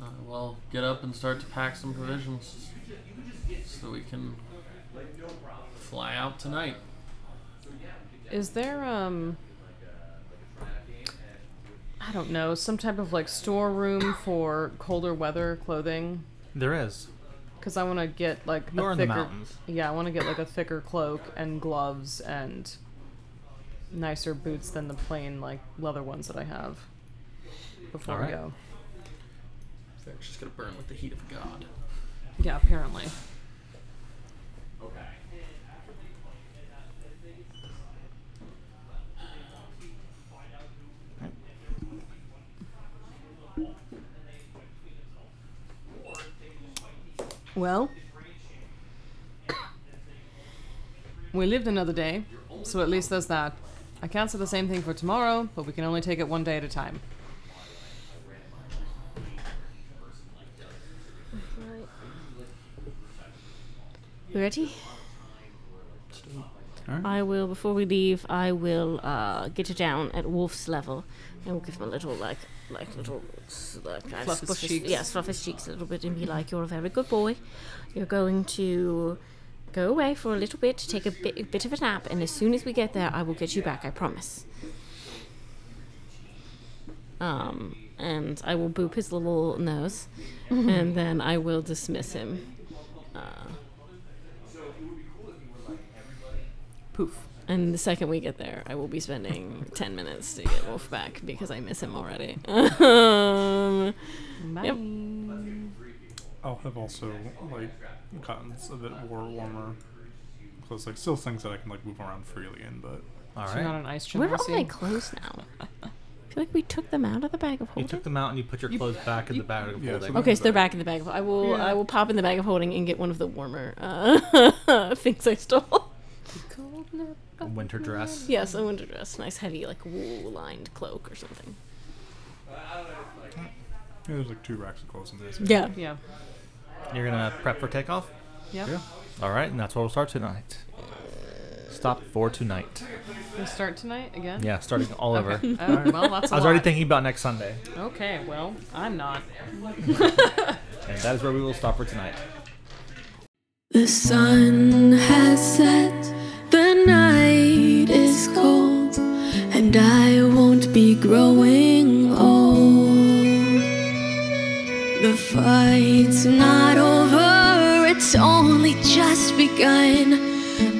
[SPEAKER 3] Uh, we'll get up and start to pack some provisions so we can fly out tonight.
[SPEAKER 1] Is there, um. I don't know, some type of like storeroom for colder weather clothing?
[SPEAKER 2] There is.
[SPEAKER 1] Because I want to get like
[SPEAKER 2] You're
[SPEAKER 1] a
[SPEAKER 2] in the
[SPEAKER 1] thicker.
[SPEAKER 2] mountains.
[SPEAKER 1] Yeah, I want to get like a thicker cloak and gloves and nicer boots than the plain like leather ones that I have. Before
[SPEAKER 2] Alright.
[SPEAKER 1] we go.
[SPEAKER 3] They're just gonna burn with the heat of God.
[SPEAKER 1] Yeah, apparently. Well, we lived another day, so at least there's that. I can't say the same thing for tomorrow, but we can only take it one day at a time.
[SPEAKER 5] You ready?
[SPEAKER 2] Alright.
[SPEAKER 5] I will, before we leave, I will uh, get you down at Wolf's level. I will give him a little, like, like little, s- like, I
[SPEAKER 1] Fluff his
[SPEAKER 5] squish his-
[SPEAKER 1] cheeks.
[SPEAKER 5] Yeah, fluff his cheeks a little bit and be like, you're a very good boy. You're going to go away for a little bit, take a bit, a bit of a nap, and as soon as we get there, I will get you back, I promise. Um, and I will boop his little nose, and then I will dismiss him. Uh,
[SPEAKER 1] Poof.
[SPEAKER 5] and the second we get there, I will be spending 10 minutes to get Wolf back because I miss him already. um,
[SPEAKER 1] Bye.
[SPEAKER 5] Yep.
[SPEAKER 4] I'll have also like gotten a bit war warmer. So it's like still things that I can like move around freely in, but
[SPEAKER 2] All
[SPEAKER 1] She's not
[SPEAKER 2] right.
[SPEAKER 1] an ice
[SPEAKER 5] where are all my
[SPEAKER 1] genasi.
[SPEAKER 5] clothes now? I feel like we took them out of the bag of
[SPEAKER 2] You
[SPEAKER 5] holding.
[SPEAKER 2] took them out and you put your clothes back in the bag of
[SPEAKER 4] yeah,
[SPEAKER 2] holding.
[SPEAKER 4] so-
[SPEAKER 5] Okay, so they're back in the bag. Of, I will.
[SPEAKER 4] Yeah.
[SPEAKER 5] I will pop in the bag of holding and get one of the warmer uh, things I stole.
[SPEAKER 2] A winter dress.
[SPEAKER 5] yes, a winter dress, nice heavy like wool-lined cloak or something.
[SPEAKER 4] yeah, there's like two racks of clothes in there. so-
[SPEAKER 5] Yeah.
[SPEAKER 1] Yeah.
[SPEAKER 2] You're gonna prep for takeoff.
[SPEAKER 1] Yep.
[SPEAKER 4] Yeah.
[SPEAKER 2] All right, and that's where we'll start tonight. Stop for tonight.
[SPEAKER 1] We start tonight again.
[SPEAKER 2] Yeah, starting all over.
[SPEAKER 1] Okay. Oh, well, that's. a
[SPEAKER 2] I was already
[SPEAKER 1] lot.
[SPEAKER 2] thinking about next Sunday,
[SPEAKER 1] Okay. Well, I'm not.
[SPEAKER 2] and that is where we will stop for tonight.
[SPEAKER 6] The sun has set, the night is cold, and I won't be growing old. The fight's not over, it's only just begun,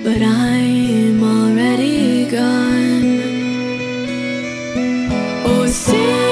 [SPEAKER 6] but I'm already gone. Oh, see.